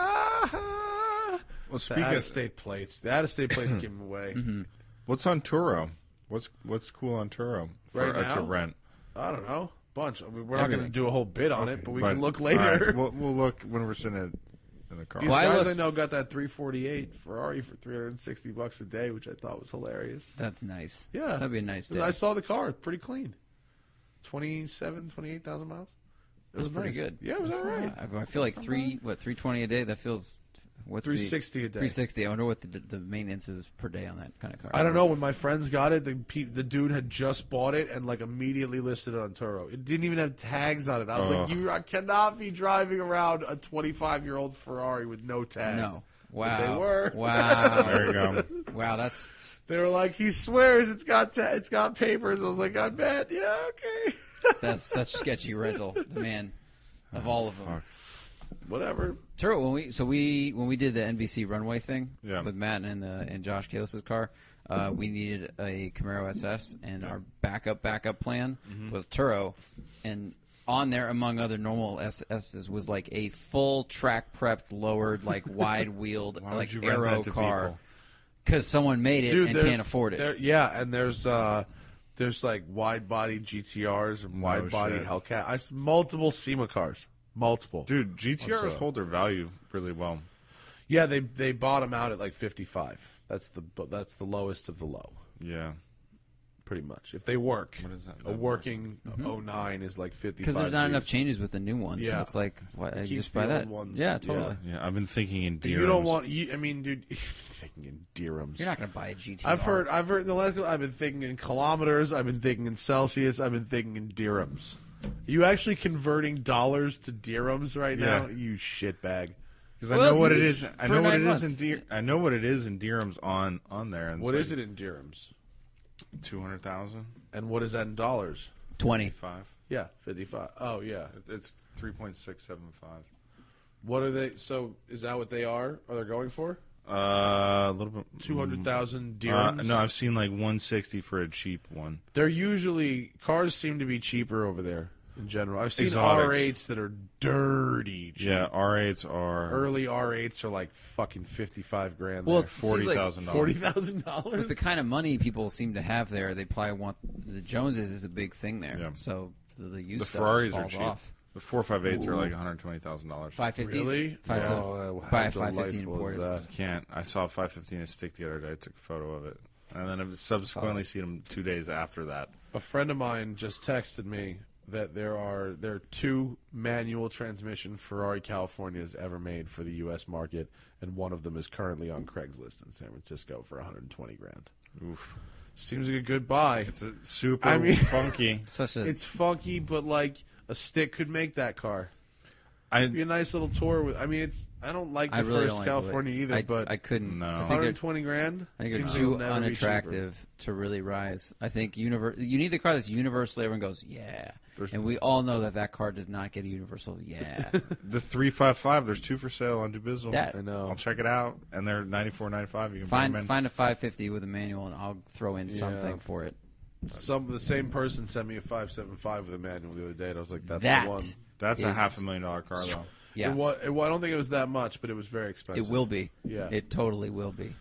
Speaker 6: "Ah!" Well,
Speaker 7: speaking of- Mm-hmm.
Speaker 6: out of state plates, the out of state
Speaker 7: *clears throat*
Speaker 6: plates give them away.
Speaker 7: What's on Turo? What's what's cool on Turo for
Speaker 6: Right
Speaker 7: uh, to
Speaker 6: now?
Speaker 7: rent?
Speaker 6: I don't know, bunch. I mean, we're not going to
Speaker 8: Everything.
Speaker 6: do a whole bit on it, but we can look
Speaker 7: all
Speaker 6: later.
Speaker 7: right, we'll, we'll look when we're sitting in, in the car.
Speaker 6: These
Speaker 8: Well, I
Speaker 6: guys
Speaker 8: looked-
Speaker 6: I know got that 348 Ferrari for 360 bucks a day, which I thought was hilarious.
Speaker 8: That's nice.
Speaker 6: Yeah,
Speaker 8: that'd be a nice
Speaker 6: And
Speaker 8: day.
Speaker 6: I saw the car; it's pretty clean, 27, 28,000 miles. It was
Speaker 8: Pretty
Speaker 6: nice.
Speaker 8: good.
Speaker 6: Yeah, it was all right.
Speaker 8: I, I feel like three what three twenty a day. That feels what's the-
Speaker 6: 360 a day.
Speaker 8: 360. I wonder what the, the maintenance is per day on that kind of car.
Speaker 6: I don't know. When my friends got it, the pe- the dude had just bought it and like immediately listed it on Turo. It didn't even have tags on it. I was like,
Speaker 7: Ugh.
Speaker 6: you I cannot be driving around a 25 year old Ferrari with no tags.
Speaker 8: No.
Speaker 6: But
Speaker 8: Wow.
Speaker 6: they were.
Speaker 7: *laughs*
Speaker 8: Wow.
Speaker 7: There
Speaker 6: *laughs*
Speaker 7: you go.
Speaker 8: wow. That's
Speaker 6: They were like, he swears it's got ta- it's got papers. I was like, I bet. Yeah, okay. *laughs*
Speaker 8: that's such sketchy rental, man. Of all
Speaker 7: Oh,
Speaker 8: of them.
Speaker 6: Whatever.
Speaker 8: Turo, when we so we when we did the NBC runway thing
Speaker 7: Yeah.
Speaker 8: with Matt and uh, and Josh Kalis's car, uh, we needed a Camaro SS, and our backup backup plan
Speaker 7: Mm-hmm.
Speaker 8: was Turo, and on there among other normal SSs was like a full track prepped
Speaker 7: *laughs*
Speaker 8: lowered like wide wheeled
Speaker 7: Why would
Speaker 8: like
Speaker 7: you rent
Speaker 8: arrow
Speaker 7: that to
Speaker 8: car
Speaker 7: people?
Speaker 8: because someone made it and
Speaker 6: there's-
Speaker 8: can't afford it.
Speaker 6: there- yeah, and there's uh, there's like wide body GTRs and wide body
Speaker 7: shit.
Speaker 6: Hellcat. I s- multiple SEMA cars, multiple.
Speaker 7: Dude, GTRs hold their value really well.
Speaker 6: Yeah, they they bought 'em out at like 55. That's the bu- that's the lowest of the low,
Speaker 7: Yeah.
Speaker 6: pretty much. If they work,
Speaker 7: What is that
Speaker 6: a
Speaker 7: number?
Speaker 6: working 09 is like 55.
Speaker 8: Mm-hmm. because there's not enough
Speaker 6: Gs.
Speaker 8: changes with the new ones, so
Speaker 6: Yeah.
Speaker 8: it's like why, you
Speaker 6: Keep
Speaker 8: just buy
Speaker 6: the
Speaker 8: that.
Speaker 6: old ones.
Speaker 8: Yeah, totally.
Speaker 7: Yeah, I've been thinking in dirhams.
Speaker 6: You don't want. You, I mean, dude, *laughs* thinking in dirhams.
Speaker 8: You're not gonna buy a GT.
Speaker 6: I've heard. I've heard in the last. couple- I've been thinking in kilometers. I've been thinking in Celsius. I've been thinking in dirhams. You actually converting dollars to dirhams right now?
Speaker 7: Yeah.
Speaker 6: You shitbag.
Speaker 7: because I
Speaker 8: Well,
Speaker 7: know what it
Speaker 8: you-
Speaker 7: is. I
Speaker 8: for
Speaker 7: know what it
Speaker 8: nine
Speaker 7: is in
Speaker 8: months.
Speaker 7: dir- I know what it is in dirhams on on there. And
Speaker 6: What is it in dirhams?
Speaker 7: Two hundred thousand
Speaker 6: And what is that in dollars?
Speaker 8: twenty.
Speaker 7: five.
Speaker 6: Yeah, fifty-five. Oh yeah.
Speaker 7: It's three point six seven five.
Speaker 6: What are they? So is that what they are? Are they going for
Speaker 7: Uh, a little bit.
Speaker 6: two hundred thousand
Speaker 7: Uh,
Speaker 6: dirhams?
Speaker 7: no, I've seen like one sixty for a cheap one.
Speaker 6: they're usually cars seem to be cheaper over there in general. I've seen
Speaker 7: Exotics.
Speaker 6: R8s that are dirty. cheap.
Speaker 7: Yeah, R8s are
Speaker 6: Early R8s are like fucking fifty-five grand.
Speaker 8: Well,
Speaker 6: there.
Speaker 8: it seems like
Speaker 7: forty thousand
Speaker 6: Forty
Speaker 7: dollars.
Speaker 6: thousand
Speaker 8: with
Speaker 6: dollars.
Speaker 8: the kind of money people seem to have there, they probably want the Joneses is a big thing there.
Speaker 7: Yeah.
Speaker 8: So the, the used
Speaker 7: The
Speaker 8: stuff just
Speaker 7: Ferraris are
Speaker 8: falls
Speaker 7: cheap.
Speaker 8: off.
Speaker 7: The four five eights are like one hundred twenty thousand dollars.
Speaker 8: Five fifty.
Speaker 6: Really?
Speaker 8: Five
Speaker 6: Yeah.
Speaker 8: seven-
Speaker 6: Oh, how
Speaker 8: five five fifteen
Speaker 6: delightful is
Speaker 8: importers.
Speaker 6: that?
Speaker 7: Can't. I saw a 515 a stick the other day. I took a photo of it. And then I've subsequently seen them two days after that.
Speaker 6: A friend of mine just texted me that there are there are two manual transmission Ferrari Californias ever made for the U.S. market, and one of them is currently on Craigslist in San Francisco for 120 grand.
Speaker 7: Oof.
Speaker 6: Seems like a good buy. It's,
Speaker 7: It's a super
Speaker 6: I mean- *laughs*
Speaker 7: funky.
Speaker 8: Such a
Speaker 6: funky, but like a stick could make that car.
Speaker 7: I I
Speaker 6: be a nice little tour with. I mean, it's I don't like the
Speaker 8: I really
Speaker 6: first
Speaker 8: don't like
Speaker 6: California
Speaker 8: Lit-
Speaker 6: either,
Speaker 8: I,
Speaker 6: but
Speaker 8: I couldn't.
Speaker 7: No.
Speaker 8: I think they're,
Speaker 6: 120 grand.
Speaker 8: I think they're
Speaker 6: seems like
Speaker 8: too
Speaker 6: it'll never be cheaper.
Speaker 8: unattractive to really rise. I think univer- you need the car that's universally everyone goes, yeah. and we all know that that car does not get a universal,
Speaker 6: *laughs*
Speaker 8: yeah.
Speaker 7: the three five five. There's two for sale on Dubizzle.
Speaker 8: That-
Speaker 6: I know.
Speaker 7: I'll check it out, and they're ninety four ninety five. You can find them in.
Speaker 8: find find a 550 with a manual, and I'll throw in something
Speaker 6: Yeah.
Speaker 8: for it.
Speaker 6: Some the same person sent me a five seven five with a manual the other day, and I was like, that's
Speaker 8: That
Speaker 6: the one.
Speaker 7: That's a
Speaker 8: is-
Speaker 7: half a million dollar car though.
Speaker 8: Yeah,
Speaker 6: It wa- it wa- I don't think it was that much, but it was very expensive.
Speaker 8: it will be.
Speaker 6: Yeah.
Speaker 8: it totally will be.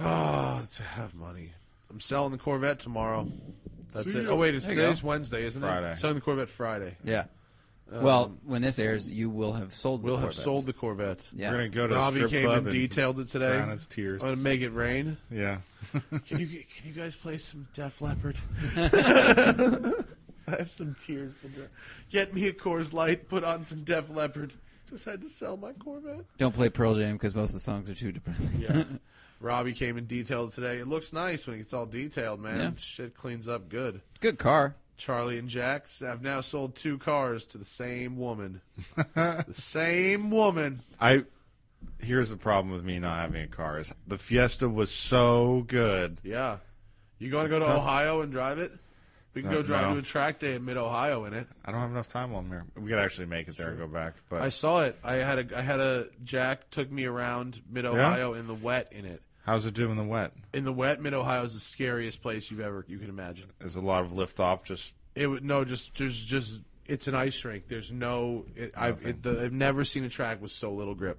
Speaker 6: Oh, to have money. I'm selling the Corvette tomorrow. That's
Speaker 7: See
Speaker 6: it.
Speaker 7: ya.
Speaker 6: Oh wait, it's
Speaker 8: There you
Speaker 6: today's
Speaker 8: go.
Speaker 6: Wednesday, isn't it?
Speaker 7: Friday.
Speaker 6: Selling the Corvette Friday.
Speaker 8: Yeah. well, when this airs, you will have sold.
Speaker 6: Um, We'll
Speaker 8: the
Speaker 6: have
Speaker 8: Corvette.
Speaker 6: sold the Corvette.
Speaker 8: Yeah.
Speaker 7: We're gonna go to a
Speaker 6: Robbie
Speaker 7: strip
Speaker 6: came
Speaker 7: club
Speaker 6: and detailed it today.
Speaker 7: drown its tears.
Speaker 6: I'm gonna make it rain.
Speaker 7: Yeah.
Speaker 6: Can you can you guys play some Def *laughs* Leppard? I have some tears to dry. Get me a Coors Light. Put on some Def Leppard. Just had to sell my Corvette.
Speaker 8: Don't play Pearl Jam because most of the songs are too depressing.
Speaker 6: Yeah. *laughs* Robbie came and detailed it today. It looks nice when it gets all detailed, man.
Speaker 8: Yeah.
Speaker 6: Shit cleans up good.
Speaker 8: Good car.
Speaker 6: Charlie and Jax have now sold two cars to the same
Speaker 7: *laughs*
Speaker 6: woman. the same woman.
Speaker 7: I here's the problem with me not having a car is the Fiesta was so good.
Speaker 6: Yeah. You going to go to
Speaker 7: tough.
Speaker 6: Ohio and drive it? We can
Speaker 7: No,
Speaker 6: go drive
Speaker 7: no.
Speaker 6: to a track day in mid Ohio in it.
Speaker 7: I don't have enough time on here. We could actually make it there and go back, but
Speaker 6: I saw it. I had a I had a Jack took me around mid Ohio in the wet in it.
Speaker 7: how's it doing in the wet?
Speaker 6: In the wet, mid Ohio is the scariest place you've ever you can imagine.
Speaker 7: There's a lot of lift off. Just
Speaker 6: It would no just there's just it's an ice rink. There's no it, I've it, the, I've never seen a track with so little grip.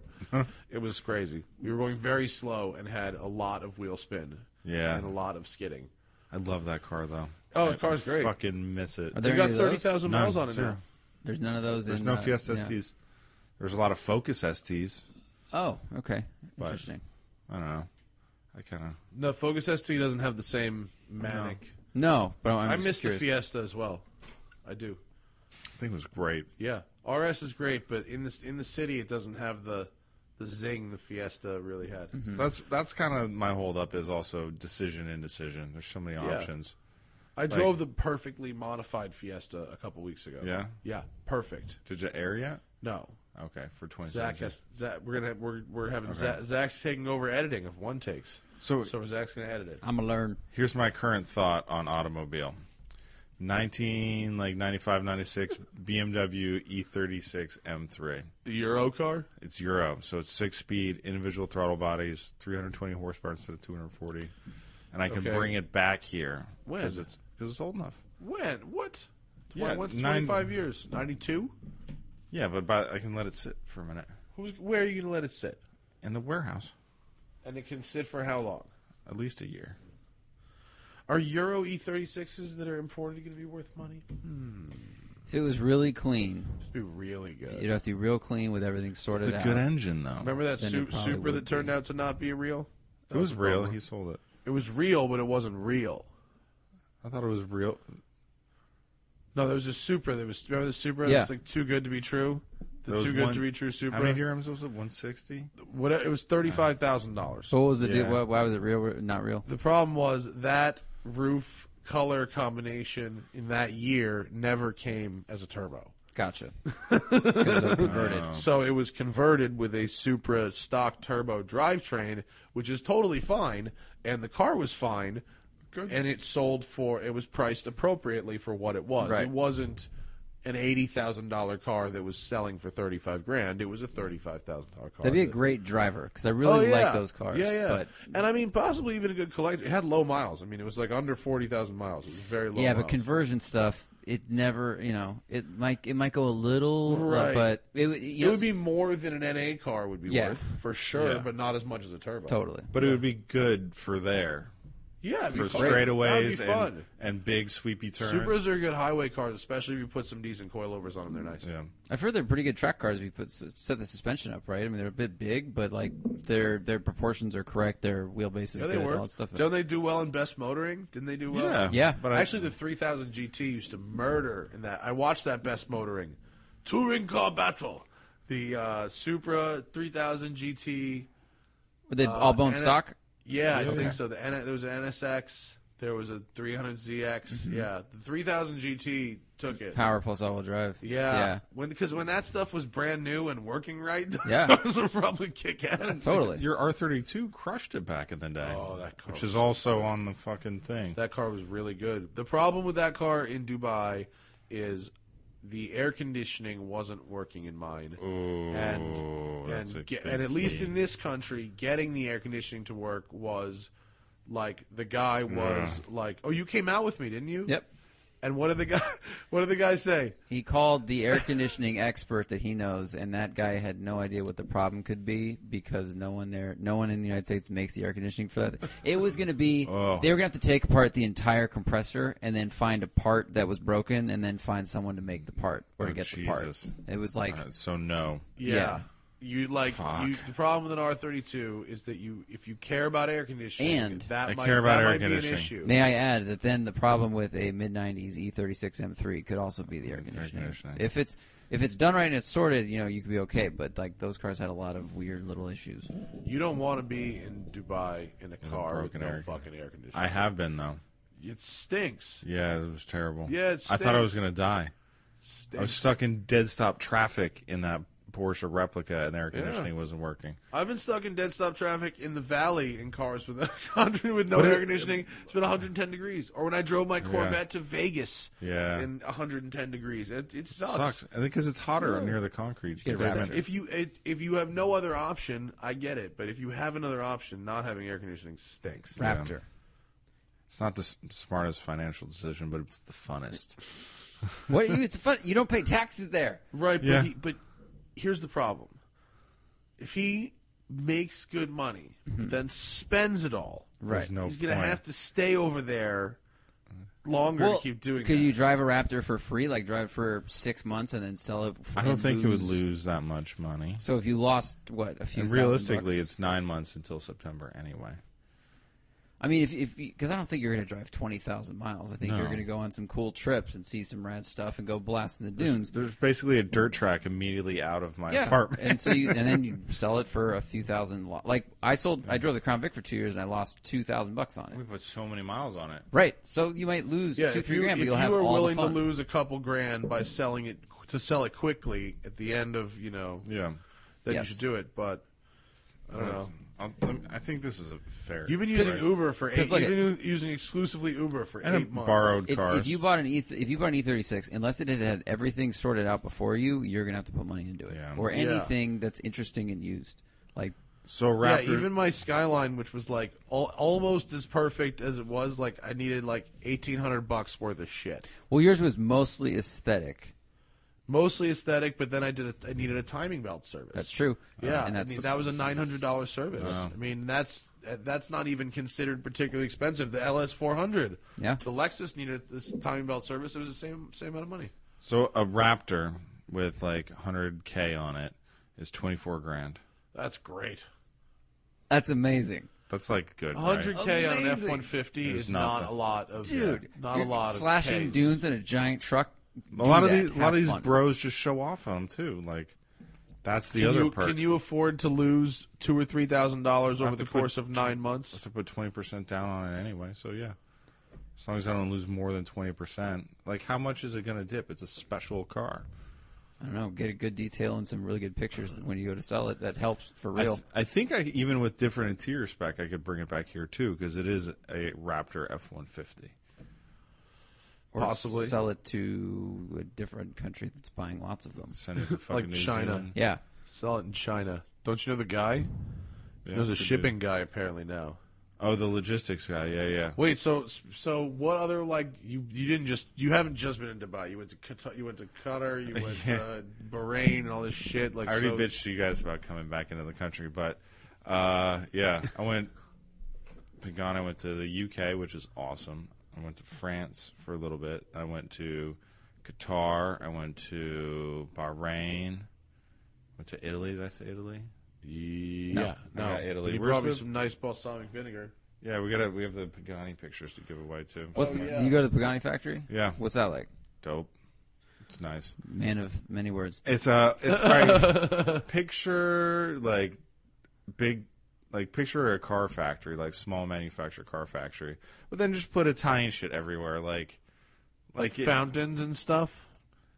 Speaker 6: it was crazy. We were going very slow and had a lot of wheel spin.
Speaker 7: Yeah.
Speaker 6: and a lot of skidding.
Speaker 7: I love that car though.
Speaker 6: Oh, the
Speaker 7: I
Speaker 6: car's great.
Speaker 7: Fucking miss it.
Speaker 8: Are
Speaker 6: We
Speaker 8: there
Speaker 6: got
Speaker 8: any of those?
Speaker 6: thirty thousand miles
Speaker 7: None,
Speaker 6: on it
Speaker 7: zero.
Speaker 6: now.
Speaker 8: There's none of those.
Speaker 7: There's
Speaker 8: in,
Speaker 7: no
Speaker 8: uh,
Speaker 7: Fiesta
Speaker 8: yeah.
Speaker 7: STs. There's a lot of Focus STs.
Speaker 8: Oh, okay. Interesting.
Speaker 7: I don't know. I kind of
Speaker 6: No, Focus ST doesn't have the same manic.
Speaker 8: No, but I'm,
Speaker 6: I
Speaker 8: just
Speaker 6: miss the
Speaker 8: curious.
Speaker 6: Fiesta as well. I do.
Speaker 7: I think it was great.
Speaker 6: Yeah, RS is great, but in this in the city, it doesn't have the the zing the Fiesta really had.
Speaker 7: That's that's kind of my hold up is also decision indecision. There's so many options.
Speaker 6: I drove the perfectly modified Fiesta a couple weeks ago.
Speaker 7: Yeah?
Speaker 6: yeah, perfect.
Speaker 7: Did you air yet?
Speaker 6: No,
Speaker 7: Okay, for 20
Speaker 6: Zach has Zach. We're gonna we're we're having Zach, Zach's taking over editing of one takes.
Speaker 7: So-
Speaker 6: so Zach's gonna edit it.
Speaker 8: I'm gonna learn.
Speaker 7: Here's my current thought on automobile. 19 like 95 96 BMW E36 M3.
Speaker 6: The Euro car.
Speaker 7: It's Euro, so it's 6 speed individual throttle bodies, 320 horsepower instead of 240. And I can
Speaker 6: Okay.
Speaker 7: bring it back here
Speaker 6: When?
Speaker 7: cuz it's cuz it's old enough.
Speaker 6: When what?
Speaker 7: Yeah,
Speaker 6: What's
Speaker 7: nine-
Speaker 6: twenty five years? Ninety two.
Speaker 7: Yeah, but by, I can let it sit for a minute
Speaker 6: Who's where are you gonna let it sit?
Speaker 7: in the warehouse
Speaker 6: And it can sit for how long?
Speaker 7: at least a year.
Speaker 6: Are Euro E36s that are imported going to be worth money?
Speaker 8: If it was really clean,
Speaker 6: It'd be really good.
Speaker 8: you'd have to be real clean with everything sorted
Speaker 7: It's a
Speaker 8: out.
Speaker 7: good engine though.
Speaker 6: Remember that
Speaker 8: Then it
Speaker 6: su-
Speaker 8: probably
Speaker 6: Supra that
Speaker 8: would
Speaker 6: turned
Speaker 8: be.
Speaker 6: out to not be real?
Speaker 7: It was real. He sold it.
Speaker 6: It was real, but it wasn't real.
Speaker 7: I thought it was real.
Speaker 6: No, there was a Supra that was. Remember the Supra?
Speaker 8: Yeah.
Speaker 6: It's like too good to be true. The
Speaker 7: There was
Speaker 6: too good
Speaker 7: one-
Speaker 6: to be true Supra.
Speaker 7: How many dirhams was it? 160?
Speaker 6: What- it was thirty five thousand dollars.
Speaker 8: So what was the deal?
Speaker 7: Yeah.
Speaker 8: Why, why was it real? Not real.
Speaker 6: The problem was that roof color combination in that year never came as a turbo. *laughs*
Speaker 8: Gotcha. it was a converted.
Speaker 6: So it was converted with a Supra stock turbo drivetrain, which is totally fine, and the car was fine, and it sold for it was priced appropriately for what it was.
Speaker 8: Right.
Speaker 6: It wasn't an eighty thousand dollar car that was selling for thirty five grand. It was a thirty five thousand dollar car.
Speaker 8: That'd be a
Speaker 6: that-
Speaker 8: great driver because I really
Speaker 6: Oh, yeah.
Speaker 8: like those cars.
Speaker 6: Yeah, yeah.
Speaker 8: But
Speaker 6: and I mean, possibly even a good collector. It had low miles. I mean, it was like under forty thousand miles. It was very low.
Speaker 8: yeah,
Speaker 6: miles.
Speaker 8: but conversion stuff, it never, you know, it might it might go a little, uh,
Speaker 6: Right.
Speaker 8: but it, would- you
Speaker 6: it
Speaker 8: know,
Speaker 6: would be more than an NA car would be
Speaker 8: Yeah.
Speaker 6: worth for sure,
Speaker 7: Yeah.
Speaker 6: but not as much as a turbo.
Speaker 8: totally.
Speaker 7: But it would be good for there.
Speaker 6: Yeah, it'd
Speaker 7: For
Speaker 6: be fun. That would be
Speaker 7: straightaways and,
Speaker 6: fun.
Speaker 7: and big sweepy turns.
Speaker 6: Supras are good highway cars, especially if you put some decent coilovers on them. They're nice.
Speaker 7: yeah.
Speaker 8: I've heard they're pretty good track cars if you put set the suspension up right. I mean, they're a bit big, but like their their proportions are correct. Their wheelbase is
Speaker 6: Yeah, they
Speaker 8: good.
Speaker 6: were.
Speaker 8: All that stuff.
Speaker 6: Don't they do well in best motoring? Didn't they do well?
Speaker 7: Yeah.
Speaker 8: Yeah.
Speaker 7: But I,
Speaker 6: Actually, the 3000 GT used to murder in that. I watched that best motoring touring car battle. The uh, Supra 3000 GT.
Speaker 8: Were they all bone
Speaker 6: and it-
Speaker 8: stock?
Speaker 6: Yeah, I think so. The N- there was an NSX. There was a 300ZX.
Speaker 7: Mm-hmm.
Speaker 6: Yeah, the 3000 GT took it.
Speaker 8: Power plus all-wheel drive.
Speaker 6: Yeah.
Speaker 8: Yeah.
Speaker 6: When because when that stuff was brand new and working right, *laughs* those
Speaker 8: Yeah.
Speaker 6: cars would probably kick ass.
Speaker 8: Totally.
Speaker 7: Your R32 crushed it back in the day.
Speaker 6: Oh, that car
Speaker 7: Which
Speaker 6: was
Speaker 7: is also on the fucking thing.
Speaker 6: That car was really good. The problem with that car in Dubai is the air conditioning wasn't working in mine. and
Speaker 7: that's a
Speaker 6: and, ge-
Speaker 7: big
Speaker 6: and at least
Speaker 7: key.
Speaker 6: in this country, getting the air conditioning to work was like the guy was like, "Oh, you came out with me, didn't you?"
Speaker 8: Yep.
Speaker 6: And what did the guy? *laughs* What did the guy say?
Speaker 8: He called the air conditioning expert that he knows, and that guy had no idea what the problem could be because no one there, no one in the United States makes the air conditioning for that. It was going to be
Speaker 7: Oh.
Speaker 8: they were going to have to take apart the entire compressor and then find a part that was broken, and then find someone to make the part or
Speaker 7: Oh,
Speaker 8: get the part.
Speaker 7: Jesus.
Speaker 8: It was like
Speaker 7: Uh, so no.
Speaker 6: Yeah.
Speaker 8: Yeah.
Speaker 6: You like
Speaker 7: Fuck.
Speaker 6: you, the problem with an R thirty two is that you if you care about air conditioning
Speaker 8: And-
Speaker 6: that
Speaker 7: I
Speaker 6: might,
Speaker 7: care about
Speaker 6: that
Speaker 7: air
Speaker 6: might be an
Speaker 7: conditioning.
Speaker 6: issue.
Speaker 8: May I add that then the problem with a E mid '90s E36 M3 could also be the air conditioning.
Speaker 7: conditioning.
Speaker 8: If it's if it's done right and it's sorted, you know, you could be okay. But like those cars had a lot of weird little issues.
Speaker 6: You don't want to be in Dubai in a car with
Speaker 7: broken
Speaker 6: no
Speaker 7: air-
Speaker 6: fucking air conditioning.
Speaker 7: I have been though.
Speaker 6: It stinks.
Speaker 7: Yeah, it was terrible.
Speaker 6: Yeah, it
Speaker 7: I thought I
Speaker 6: stinks.
Speaker 7: was gonna die. I was
Speaker 6: stinks.
Speaker 7: stuck in dead stop traffic in that Porsche replica, and the air conditioning wasn't working.
Speaker 6: I've been stuck in dead stop traffic in the valley in cars with *laughs* country with no air conditioning. It's been 110 degrees. Or when I drove my Corvette to Vegas
Speaker 7: Yeah.
Speaker 6: in 110 degrees. It, it sucks.
Speaker 7: Sucks. I think because it's hotter near the concrete. You
Speaker 8: It's
Speaker 7: get
Speaker 8: that-
Speaker 7: right
Speaker 6: If you it, if you have no other option, I get it. But if you have another option, not having air conditioning stinks.
Speaker 8: Raptor.
Speaker 7: It's not the s- smartest financial decision, but it's the funnest.
Speaker 8: What? You, it's fun. You don't pay taxes there.
Speaker 6: Right, but
Speaker 7: Yeah.
Speaker 6: he, but here's the problem. If he makes good money,
Speaker 8: Mm-hmm.
Speaker 6: but then spends it all,
Speaker 8: Right.
Speaker 7: no
Speaker 6: he's gonna
Speaker 7: point.
Speaker 6: have to stay over there longer to keep doing
Speaker 8: could
Speaker 6: that.
Speaker 8: you drive a Raptor for free? Like drive for six months and then sell it? For,
Speaker 7: I don't
Speaker 8: and
Speaker 7: think it would
Speaker 8: lose-
Speaker 7: lose that much money.
Speaker 8: So if you lost what a few
Speaker 7: And
Speaker 8: thousand
Speaker 7: realistically,
Speaker 8: bucks-
Speaker 7: it's nine months until September anyway.
Speaker 8: I mean, if if because I don't think you're going to drive twenty thousand miles. I think
Speaker 7: No.
Speaker 8: you're going to go on some cool trips and see some rad stuff and go blast in the dunes.
Speaker 7: There's basically a dirt track immediately out of my apartment.
Speaker 8: and so you, and
Speaker 6: *laughs*
Speaker 8: then you sell it for a few thousand. Lo- like I sold, I drove the Crown Vic for two years and I lost two thousand bucks on
Speaker 7: *laughs* we
Speaker 8: it.
Speaker 7: put so many miles on it.
Speaker 8: Right, so you might lose
Speaker 6: yeah,
Speaker 8: two,
Speaker 6: if
Speaker 8: three
Speaker 6: you
Speaker 8: grand, but
Speaker 6: if
Speaker 8: you'll
Speaker 6: you
Speaker 8: have
Speaker 6: are
Speaker 8: all
Speaker 6: willing
Speaker 8: the
Speaker 6: to
Speaker 8: fun.
Speaker 6: lose a couple grand by selling it to sell it quickly at the end of you know,
Speaker 7: Yeah.
Speaker 6: then
Speaker 8: Yes.
Speaker 6: you should do it. But I don't know.
Speaker 7: I'll, let me- I think this is a fair.
Speaker 6: You've been using
Speaker 7: fair-
Speaker 6: Uber for eight.
Speaker 8: Because look
Speaker 6: You've been using exclusively Uber for
Speaker 7: and a
Speaker 6: eight months.
Speaker 7: borrowed
Speaker 8: If,
Speaker 7: cars.
Speaker 8: if you bought an E, if you bought an E thirty six, unless it had had everything sorted out before you, you're gonna have to put money into it,
Speaker 7: Yeah.
Speaker 8: or
Speaker 6: Yeah.
Speaker 8: anything that's interesting and used. Like
Speaker 7: so Raptor,
Speaker 6: Yeah, even my Skyline, which was like al- almost as perfect as it was, like I needed like eighteen hundred bucks worth of shit,
Speaker 8: Well, yours was mostly aesthetic.
Speaker 6: mostly aesthetic. But then I did, a, I needed a timing belt service.
Speaker 8: That's true.
Speaker 6: Yeah,
Speaker 8: and
Speaker 6: I
Speaker 8: that's
Speaker 6: mean that was a nine hundred dollar service. I mean that's that's not even considered particularly expensive. The LS four hundred.
Speaker 8: Yeah.
Speaker 6: The Lexus needed this timing belt service. It was the same same amount of money.
Speaker 7: so a Raptor with like 100k on it is 24 grand.
Speaker 6: That's great.
Speaker 8: that's amazing,
Speaker 7: That's like good. right?
Speaker 6: 100k on an
Speaker 8: Amazing.
Speaker 6: F 150
Speaker 7: There's
Speaker 6: is not a
Speaker 7: nothing.
Speaker 6: lot of
Speaker 8: dude.
Speaker 6: not a
Speaker 8: you're
Speaker 6: lot of
Speaker 8: slashing
Speaker 6: Ks.
Speaker 8: dunes in a giant truck.
Speaker 7: A lot
Speaker 8: Do
Speaker 7: of
Speaker 8: that.
Speaker 7: these, a lot
Speaker 8: Have
Speaker 7: of these
Speaker 8: fun.
Speaker 7: bros just show off on them too. Like that's the
Speaker 6: Can
Speaker 7: other
Speaker 6: you,
Speaker 7: perk.
Speaker 6: Can you afford to lose two or three thousand dollars over
Speaker 7: have
Speaker 6: the
Speaker 7: to put
Speaker 6: course of nine months?
Speaker 7: have to put 20% down on it anyway. So yeah, as long as I don't lose more than 20%, like how much is it going to dip? It's a special car.
Speaker 8: I don't know. Get a good detail and some really good pictures when you go to sell it. That helps for
Speaker 7: I,
Speaker 8: real.
Speaker 7: th- I think I even with different interior spec, I could bring it back here too because it is a Raptor F150.
Speaker 8: or
Speaker 6: possibly.
Speaker 8: sell it to a different country that's buying lots of them.
Speaker 6: *laughs*
Speaker 7: Send it to fucking New
Speaker 6: China.
Speaker 7: Zealand.
Speaker 8: Yeah.
Speaker 6: Sell it in China. Don't you know the guy?
Speaker 7: Yeah,
Speaker 6: There's a
Speaker 7: could do.
Speaker 6: shipping guy apparently now.
Speaker 7: Oh, the logistics guy. Yeah, yeah.
Speaker 6: Wait, so so what other like you you didn't just you haven't just been in Dubai. You went to Qatar, you went to Qatar, you went to Bahrain and all this shit like
Speaker 7: I already
Speaker 6: so-
Speaker 7: bitched to you guys about coming back into the country, but uh, yeah, I went. been gone. I went to the UK, which is awesome. I went to France for a little bit. I went to Qatar. I went to Bahrain. Went to Italy. Did I say Italy?
Speaker 6: Yeah, no.
Speaker 7: Okay, Italy.
Speaker 6: You
Speaker 7: Where's
Speaker 6: brought me
Speaker 7: the-
Speaker 6: some nice balsamic vinegar.
Speaker 7: Yeah, we gotta. We have the Pagani pictures to give away too.
Speaker 8: What's the, you go to the Pagani factory?
Speaker 7: Yeah.
Speaker 8: What's that like?
Speaker 7: Dope. It's nice.
Speaker 8: Man of many
Speaker 7: uh,
Speaker 8: words.
Speaker 6: *laughs*
Speaker 7: It's a. It's like picture like big like picture a car factory, like small manufactured car factory, but then just put Italian shit everywhere, like like it-
Speaker 6: Fountains and stuff.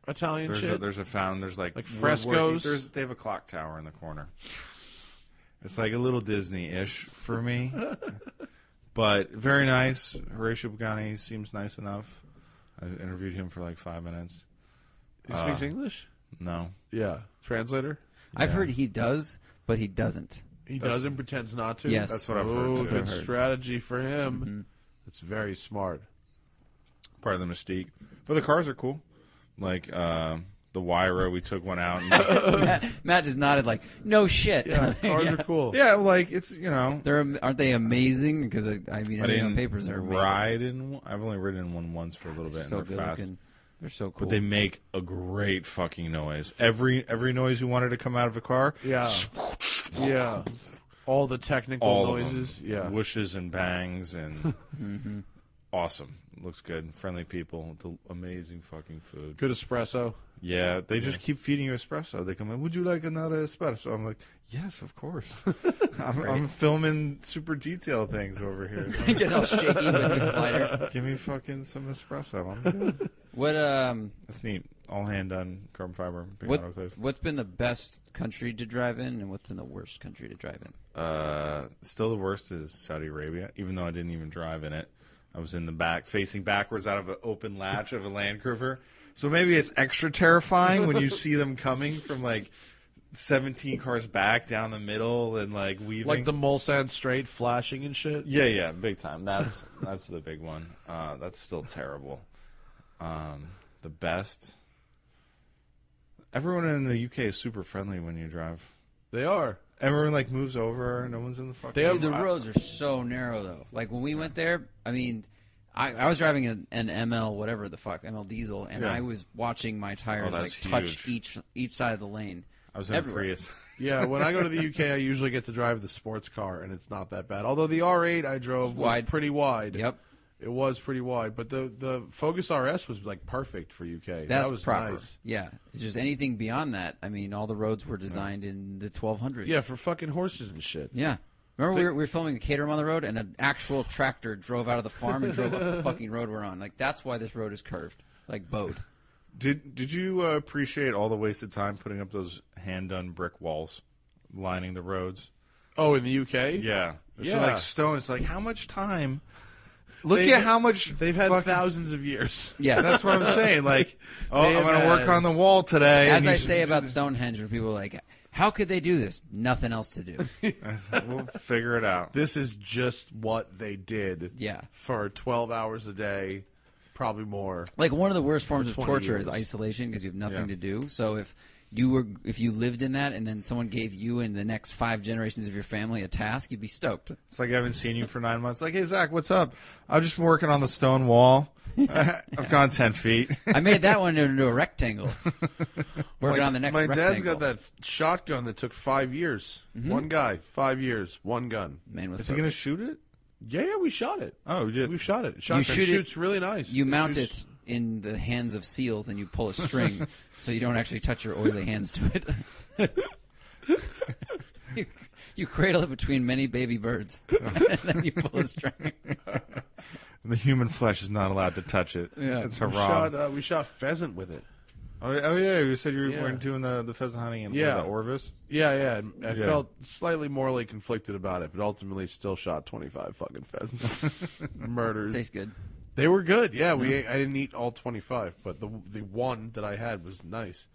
Speaker 6: Italian
Speaker 7: there's
Speaker 6: shit.
Speaker 7: a there's a fountain, there's like,
Speaker 6: Like
Speaker 7: woodworking-
Speaker 6: frescoes?
Speaker 7: There's they have a clock tower in the corner. It's like a little Disney ish
Speaker 6: *laughs*
Speaker 7: for me, but very nice. Horatio Pagani seems nice enough. I interviewed him for like five minutes.
Speaker 6: he speaks English.
Speaker 7: No,
Speaker 6: Yeah, translator.
Speaker 8: I've heard he does, but he doesn't. *laughs*
Speaker 6: He doesn't pretends not to.
Speaker 8: Yes. Mm-hmm. That's
Speaker 7: what I've heard,
Speaker 6: Oh,
Speaker 7: too.
Speaker 6: good
Speaker 7: I've heard.
Speaker 6: strategy for him. That's very smart.
Speaker 7: part of the mystique. But the cars are cool. Like uh, the Wyra, we took one out.
Speaker 6: *laughs*
Speaker 7: And,
Speaker 8: Matt just nodded like, "No shit." *laughs*
Speaker 6: Yeah, cars are cool.
Speaker 7: yeah, like it's you know.
Speaker 8: They're am- aren't they amazing? Because I, I mean,
Speaker 7: I
Speaker 8: everything on
Speaker 7: didn't
Speaker 8: papers are amazing.
Speaker 7: ride in. one- I've only ridden in one once for a little bit,
Speaker 8: so
Speaker 7: and
Speaker 8: good
Speaker 7: they're fast.
Speaker 8: looking. They're so cool.
Speaker 7: But
Speaker 8: *laughs*
Speaker 7: they make a great fucking noise. Every every noise you wanted to come out of a car,
Speaker 6: Yeah. Yeah. All the technical
Speaker 7: all
Speaker 6: noises.
Speaker 7: of them,
Speaker 6: Yeah.
Speaker 7: whooshes and bangs
Speaker 8: *laughs*
Speaker 7: and
Speaker 8: Mm-hmm.
Speaker 7: awesome. Looks good. Friendly people. Del- amazing fucking food.
Speaker 6: Good espresso.
Speaker 7: Yeah, they just keep feeding you espresso. They come in, would you like another espresso? I'm like, yes, of course. I'm, I'm filming super detail things over here.
Speaker 8: get all shaky with the slider.
Speaker 7: *laughs* Give me fucking some espresso. I'm good.
Speaker 8: What um
Speaker 7: That's neat. All hand done carbon fiber. big
Speaker 8: what
Speaker 7: autoclave.
Speaker 8: what's been the best country to drive in, and what's been the worst country to drive in?
Speaker 7: Uh, still the worst is Saudi Arabia, even though I didn't even drive in it. I was in the back, facing backwards out of an open latch of a Land Rover. So maybe it's extra terrifying when you see them coming from like 17 cars back down the middle and like weaving.
Speaker 6: Like the Mulsanne straight flashing and shit.
Speaker 7: yeah, yeah, big time. That's that's the big one. Uh, that's still terrible. Um, the best. Everyone in the UK is super friendly when you drive.
Speaker 6: They are.
Speaker 7: Everyone like moves over. No one's in the fucking.
Speaker 6: They
Speaker 7: *laughs*
Speaker 6: have
Speaker 8: Dude, the
Speaker 6: I-
Speaker 8: roads are so narrow though. Like when we went there, I mean, I, I was driving an, an ML whatever the fuck ML diesel, and
Speaker 7: Yeah. Oh,
Speaker 8: I was watching my tires like
Speaker 7: that's
Speaker 8: touch each
Speaker 7: huge.
Speaker 8: each side of the lane.
Speaker 7: I was in a
Speaker 8: Everywhere.
Speaker 7: Prius.
Speaker 6: Yeah, when I go to the UK, I usually get to drive the sports car, and it's not that bad. Although the R8 I drove was
Speaker 8: Wide.
Speaker 6: pretty wide.
Speaker 8: Yep.
Speaker 6: It was pretty wide, but the the Focus RS was like perfect for UK.
Speaker 8: That's
Speaker 6: that was
Speaker 8: proper.
Speaker 6: nice.
Speaker 8: Yeah. It's just anything beyond that. I mean, all the roads were designed in the 1200s.
Speaker 6: Yeah, for fucking horses and shit.
Speaker 8: Yeah. Remember we, were, we were filming a Caterham on the road, and an actual tractor drove out of the farm and drove up the fucking road we're on. Like that's why this road is curved, like bowed.
Speaker 7: Did Did you uh, appreciate all the wasted time putting up those hand done brick walls, lining the roads?
Speaker 6: Oh, in the UK,
Speaker 7: Yeah, It's
Speaker 6: Yeah.
Speaker 7: like stone. It's like how much time? Look
Speaker 6: They-
Speaker 7: at how much
Speaker 6: they've had
Speaker 7: fucking-
Speaker 6: thousands of years.
Speaker 8: Yes.
Speaker 7: That's what I'm saying. Like, oh,
Speaker 6: They
Speaker 7: I'm
Speaker 6: have
Speaker 7: going to work
Speaker 6: had-
Speaker 7: on the wall today.
Speaker 8: As
Speaker 7: and
Speaker 8: I
Speaker 7: you-
Speaker 8: say about Stonehenge, when people are like, "How could they do this? Nothing else
Speaker 6: *laughs*
Speaker 8: to do."
Speaker 7: we'll figure it out.
Speaker 6: This is just what they did.
Speaker 8: Yeah.
Speaker 6: for twelve hours a day, probably more.
Speaker 8: like one of the worst forms of
Speaker 6: 20
Speaker 8: torture
Speaker 6: years.
Speaker 8: is isolation because you have nothing
Speaker 7: Yeah.
Speaker 8: to do. So if you were if you lived in that and then someone gave you and the next five generations of your family a task, you'd be stoked.
Speaker 7: It's like I haven't seen you for nine months. Like, hey Zach, what's up? I've just been working on the stone wall. *laughs* I've gone ten feet.
Speaker 8: I made that one into
Speaker 6: *laughs*
Speaker 8: a rectangle. Working on the next
Speaker 6: My
Speaker 8: rectangle. Mm-hmm.
Speaker 6: dad's got that shotgun that took five years. One guy, five years, one gun.
Speaker 8: man with
Speaker 7: Is he going to shoot it?
Speaker 6: Yeah, yeah, we shot it.
Speaker 7: *laughs* Oh, we did.
Speaker 6: We've shot it. Shotgun
Speaker 8: shoot it-
Speaker 6: shoots really nice.
Speaker 8: You
Speaker 6: It
Speaker 8: mount
Speaker 6: shoots-
Speaker 8: it in the hands of seals and you pull
Speaker 6: *laughs*
Speaker 8: a string so you don't actually touch your oily hands to it. *laughs* you, you cradle it between many baby birds *laughs* and then you pull a string.
Speaker 7: The human flesh is not allowed to touch it.
Speaker 8: Yeah.
Speaker 7: it's
Speaker 6: We
Speaker 7: haram.
Speaker 6: shot, uh, we shot pheasant with it.
Speaker 7: Oh, yeah, oh yeah, you said you were
Speaker 6: Yeah.
Speaker 7: weren't doing the the pheasant hunting in
Speaker 6: Yeah.
Speaker 7: the Orvis.
Speaker 6: Yeah, yeah. and I
Speaker 7: Yeah.
Speaker 6: felt slightly morally conflicted about it, but ultimately still shot 25 fucking
Speaker 8: *laughs*
Speaker 6: pheasants. Murders.
Speaker 8: Tastes good.
Speaker 6: They were good. Yeah, we ate, I didn't eat all 25, but the the one that I had was nice.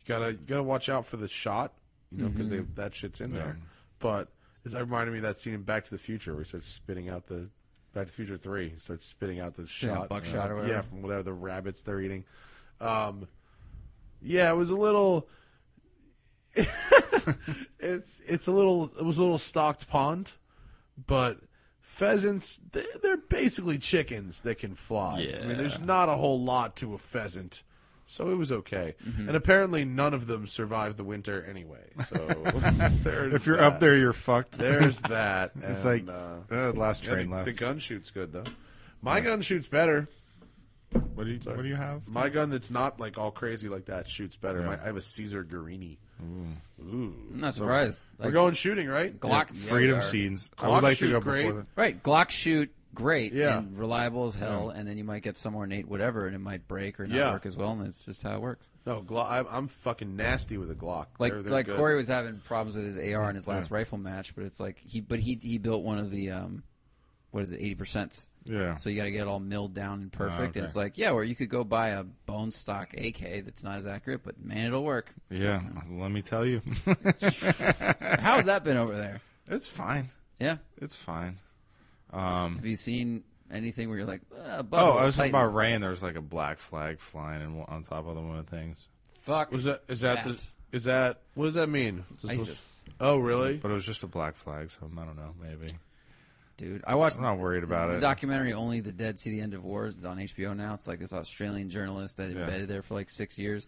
Speaker 6: You got to you got to watch out for the shot, you know, cuz
Speaker 8: Mm-hmm.
Speaker 6: that shit's in there. But it's- that reminded me of that scene in Back to the Future where he starts spitting out the Back to the Future 3, he starts spitting out the
Speaker 8: out
Speaker 6: shot uh,
Speaker 8: buckshot or whatever.
Speaker 6: Yeah, from whatever the rabbits they're eating. Um yeah, it was a little it's it's a little it was a little stocked pond, but pheasants they- they're basically chickens that can fly. I mean, there's not a whole lot to a pheasant, so it was okay. And apparently, none of them survived the winter anyway. So there's
Speaker 7: If you're
Speaker 6: that.
Speaker 7: up there, you're fucked.
Speaker 6: there's that.
Speaker 7: *laughs* It's
Speaker 6: And,
Speaker 7: like
Speaker 6: uh,
Speaker 7: uh, last
Speaker 6: yeah,
Speaker 7: train
Speaker 6: the,
Speaker 7: left.
Speaker 6: the gun shoots good though. My gun shoots better.
Speaker 7: what do you What do you have?
Speaker 6: My gun that's not like all crazy like that shoots better. My, I have a Caesar Guarini.
Speaker 8: I'm not surprised.
Speaker 6: We're going shooting, right?
Speaker 8: Glock yeah,
Speaker 7: *laughs* Freedom
Speaker 8: we are.
Speaker 7: scenes. I
Speaker 6: Glock
Speaker 7: would like to
Speaker 6: shoot,
Speaker 7: go
Speaker 6: great.
Speaker 7: before that.
Speaker 8: Right, Glock shoot, great,
Speaker 6: Yeah.
Speaker 8: and reliable as hell, and then you might get somewhere Nate whatever, and it might break or not
Speaker 6: Yeah.
Speaker 8: work as well, and it's just how it works.
Speaker 6: No, Glock. I'm, I'm fucking nasty with a Glock.
Speaker 8: Like
Speaker 6: They're- they're
Speaker 8: like
Speaker 6: good. Mm-hmm.
Speaker 8: Corey was having problems with his AR in his last rifle match, but it's like he but he he built one of the um, what is it eighty percent.
Speaker 7: Yeah.
Speaker 8: So you got to get it all milled down and
Speaker 6: Oh,
Speaker 8: perfect,
Speaker 7: okay.
Speaker 8: and it's like yeah, or you could go buy a bone stock AK that's not as accurate, but man, it'll
Speaker 6: *laughs*
Speaker 8: work.
Speaker 7: Yeah, let me tell you, *laughs*
Speaker 8: How's that been over there?
Speaker 7: it's fine.
Speaker 8: Yeah,
Speaker 7: It's fine.
Speaker 6: Um,
Speaker 8: have you seen anything where you're like, uh,
Speaker 7: Oh, I was talking about rain. There was like a black flag flying in, on top of the one of the things,
Speaker 8: fuck
Speaker 6: Was that is that,
Speaker 8: That.
Speaker 6: the is that what does that mean? Just-
Speaker 8: ISIS,
Speaker 6: Oh, really?
Speaker 7: but it was just a black flag. So I don't know. Maybe
Speaker 8: dude. I watched.
Speaker 7: I'm not worried about
Speaker 8: the
Speaker 7: it.
Speaker 8: documentary "Only the Dead See the End of War" is on HBO now. It's like this Australian journalist that embedded there for like six years.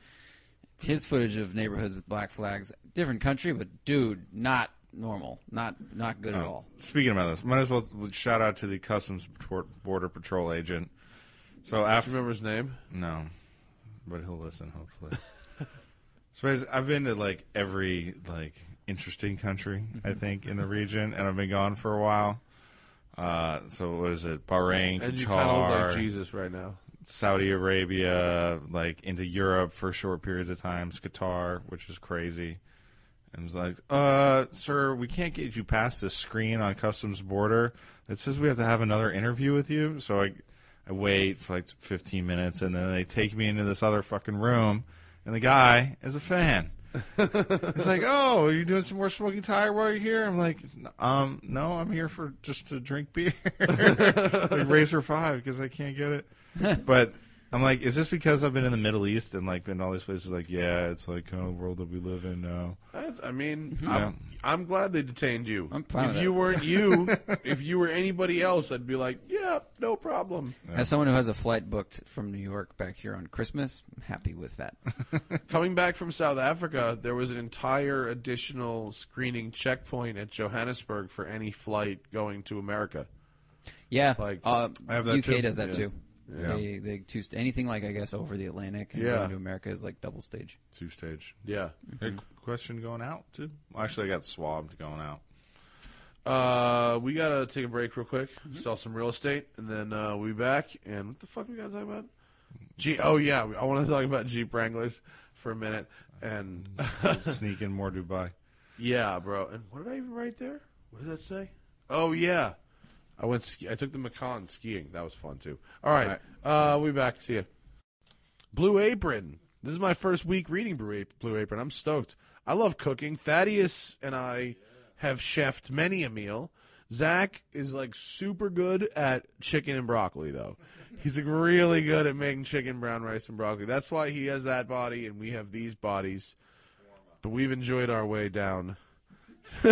Speaker 8: His footage of neighborhoods with black flags, different country, but dude, not normal, not not good at
Speaker 7: Oh,
Speaker 8: all.
Speaker 7: Speaking about this, might as well shout out to the Customs Pator- Border Patrol agent. So
Speaker 6: Do
Speaker 7: after
Speaker 6: you remember his name?
Speaker 7: no, but he'll listen
Speaker 6: *laughs*
Speaker 7: hopefully. so as- I've been to like every like interesting country
Speaker 6: Mm-hmm.
Speaker 7: I think in the region, and I've been gone for a while. Uh, so what is it? Bahrain,
Speaker 6: And you
Speaker 7: Qatar,
Speaker 6: kind of look like Jesus right now.
Speaker 7: Saudi Arabia, like into Europe for short periods of times, Qatar, which is crazy. And was like, uh, sir, we can't get you past this screen on customs border. It says we have to have another interview with you. So I, I wait for like 15 minutes and then they take me into this other fucking room and the guy is a fan. He's like, oh, are you doing some more smoking tire while you're here? I'm like, um, no, I'm here for just to drink beer, *laughs* like Razor Five because I can't get it. But I'm like, is this because I've been in the Middle East and like been to all these places? Like, yeah, it's like kind of the world that we live in now. Um,
Speaker 6: That's, I mean, I'm, I'm glad they detained you.
Speaker 8: Mm-hmm. I'm fine
Speaker 6: if
Speaker 8: with
Speaker 6: you weren't
Speaker 8: *laughs*
Speaker 6: you, if you were anybody else, I'd be like, yeah, no problem.
Speaker 8: As someone who has a flight booked from New York back here on Christmas, I'm happy
Speaker 7: *laughs*
Speaker 8: with that.
Speaker 6: Coming back from South Africa, there was an entire additional screening checkpoint at Johannesburg for any flight going to America.
Speaker 8: Yeah,
Speaker 6: Like-
Speaker 8: uh,
Speaker 7: I have that
Speaker 8: UK
Speaker 7: too.
Speaker 8: does that
Speaker 7: Yeah.
Speaker 8: too. They they choose anything like I guess over the Atlantic and
Speaker 6: Yeah.
Speaker 8: going to America is like double stage.
Speaker 7: Two stage.
Speaker 6: Yeah.
Speaker 7: Question going out too. Actually, I got swabbed
Speaker 6: *laughs*
Speaker 7: going out.
Speaker 6: Uh, we gotta take a break real quick, sell some real estate, and then uh, we'll be back. And what the fuck we gotta talk about? Jeep. Oh yeah, I want to talk about Jeep Wranglers for a minute. And
Speaker 7: Sneak in more Dubai.
Speaker 6: yeah, bro. And what did I even write there? What did that say? Oh yeah, I went. Ski- I took the Macan skiing. That was fun too. All right, Uh, we'll be back. See you. Blue Apron. This is my first week reading Blue Ap- Blue Apron. I'm stoked. I love cooking. Thaddeus and I have chefed many a meal. Zach is like super good at chicken and broccoli, though. He's like really good at making chicken, brown rice, and broccoli. That's why he has that body and we have these bodies. But we've enjoyed our way down. *laughs*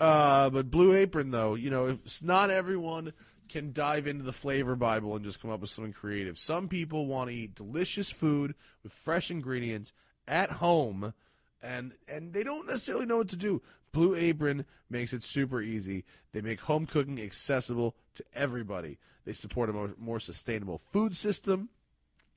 Speaker 6: Uh, but Blue Apron, though, you know, if, not everyone can dive into the flavor Bible and just come up with something creative. Some people want to eat delicious food with fresh ingredients at home, and and they don't necessarily know what to do. Blue Apron makes it super easy. They make home cooking accessible to everybody. They support a more, more sustainable food system.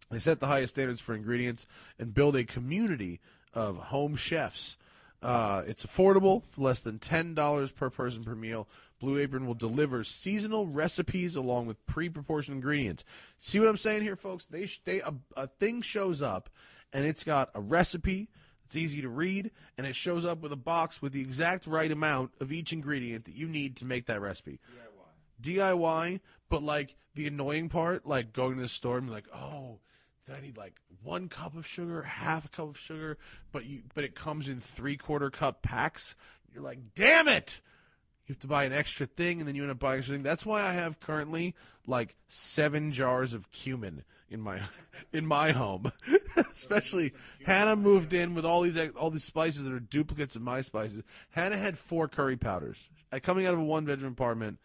Speaker 6: They set the highest standards for ingredients and build a community of home chefs. Uh, it's affordable, for less than $10 per person per meal. Blue Apron will deliver seasonal recipes along with pre-proportioned ingredients. See what I'm saying here, folks? They, sh- they a, a thing shows up, and it's got a recipe. It's easy to read, and it shows up with a box with the exact right amount of each ingredient that you need to make that recipe. DIY, but like the annoying part, like going to the store and be like, oh, did I need like one cup of sugar, half a cup of sugar, but you but it comes in three quarter cup packs. You're like, damn it! You have to buy an extra thing, and then you end up buying extra thing. That's why I have currently like seven jars of cumin in my *laughs* in my home. *laughs* Especially Hannah moved in with all these ex- all these spices that are duplicates of my spices. Hannah had four curry powders. Uh, Coming out of a one bedroom apartment,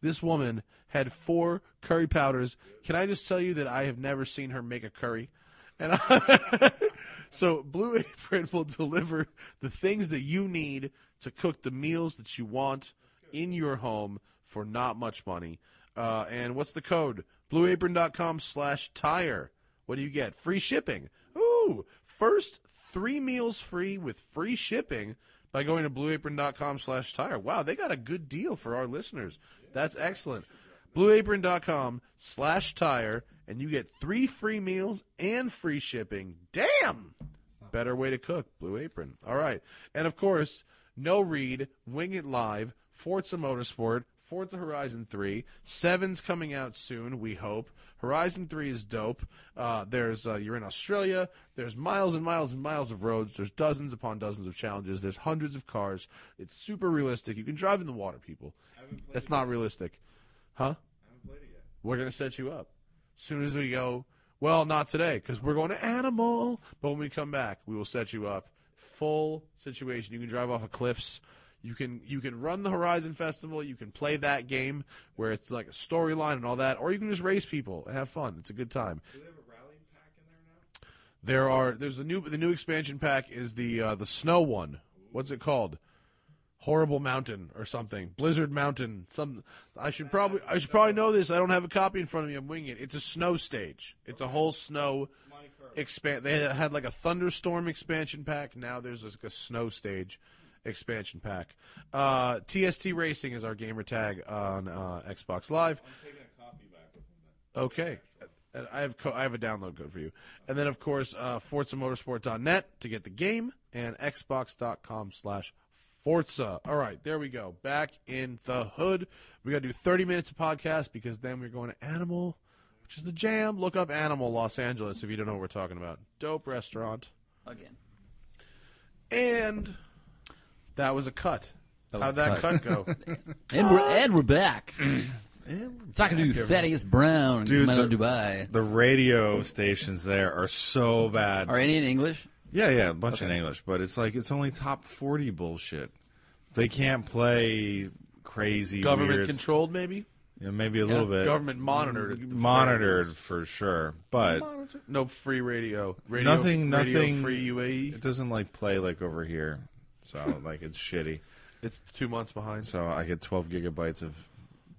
Speaker 6: this woman had four curry powders. Can I just tell you that I have never seen her make a curry? And I, *laughs* so Blue Apron will deliver the things that you need to cook the meals that you want in your home for not much money. Uh, and what's the code? BlueApron.com slash tire. What do you get? Free shipping. Ooh, first three meals free with free shipping by going to blueapron.com slash tire. Wow, they got a good deal for our listeners. That's excellent. Blueapron.com slash tire, and you get three free meals and free shipping. Damn! Better way to cook, Blue Apron. All right. And of course, No Read, Wing It Live, Forza Motorsport, Forza Horizon 3. Seven's coming out soon, we hope. Horizon 3 is dope. Uh, there's, uh, you're in Australia. There's miles and miles and miles of roads. There's dozens upon dozens of challenges. There's hundreds of cars. It's super realistic. You can drive in the water, people. That's not realistic. Huh? We're going to set you up. Soon as we go, well, not today because we're going to Animal. But when we come back, we will set you up. Full situation. You can drive off of cliffs. You can you can run the Horizon Festival. You can play that game where it's like a storyline and all that, or you can just race people and have fun. It's a good time. There are there's a new the new expansion pack is the uh, the snow one. What's it called? Horrible Mountain or something. Blizzard Mountain. Some I should probably I should probably know this. I don't have a copy in front of me. I'm winging it. It's a snow stage. It's a whole snow expand. They had, had like a thunderstorm expansion pack. Now there's like a snow stage expansion pack. Uh, TST Racing is our gamer tag on uh, Xbox Live. Okay. And I have co- I have a download code for you, and then of course uh, ForzaMotorsport.net to get the game, and Xbox.com/slash Forza. All right, there we go. Back in the hood. We got to do 30 minutes of podcast because then we're going to Animal, which is the jam. Look up Animal Los Angeles if you don't know what we're talking about. Dope restaurant.
Speaker 8: Again.
Speaker 6: And that was a cut. How'd that cut *laughs* go?
Speaker 8: And we're, and
Speaker 6: *clears throat*
Speaker 8: we're back. Talking to Thaddeus Brown
Speaker 7: Dude,
Speaker 8: Dude, out of
Speaker 7: the-
Speaker 8: Dubai.
Speaker 7: The radio stations there are so bad.
Speaker 8: Are any in English?
Speaker 7: Yeah, yeah, a bunch in English, but it's like it's only top forty bullshit. They can't play crazy
Speaker 6: Government
Speaker 7: weird-
Speaker 6: controlled, maybe.
Speaker 7: Yeah, maybe a little bit
Speaker 6: Government monitored. at the
Speaker 7: monitored for sure, but
Speaker 6: Monitored. No free radio. radio
Speaker 7: Nothing-
Speaker 6: radio
Speaker 7: nothing-
Speaker 6: Free E.
Speaker 7: it
Speaker 6: UAE.
Speaker 7: doesn't like play like over here. So like it's shitty.
Speaker 6: It's two months behind.
Speaker 7: So I get twelve gigabytes of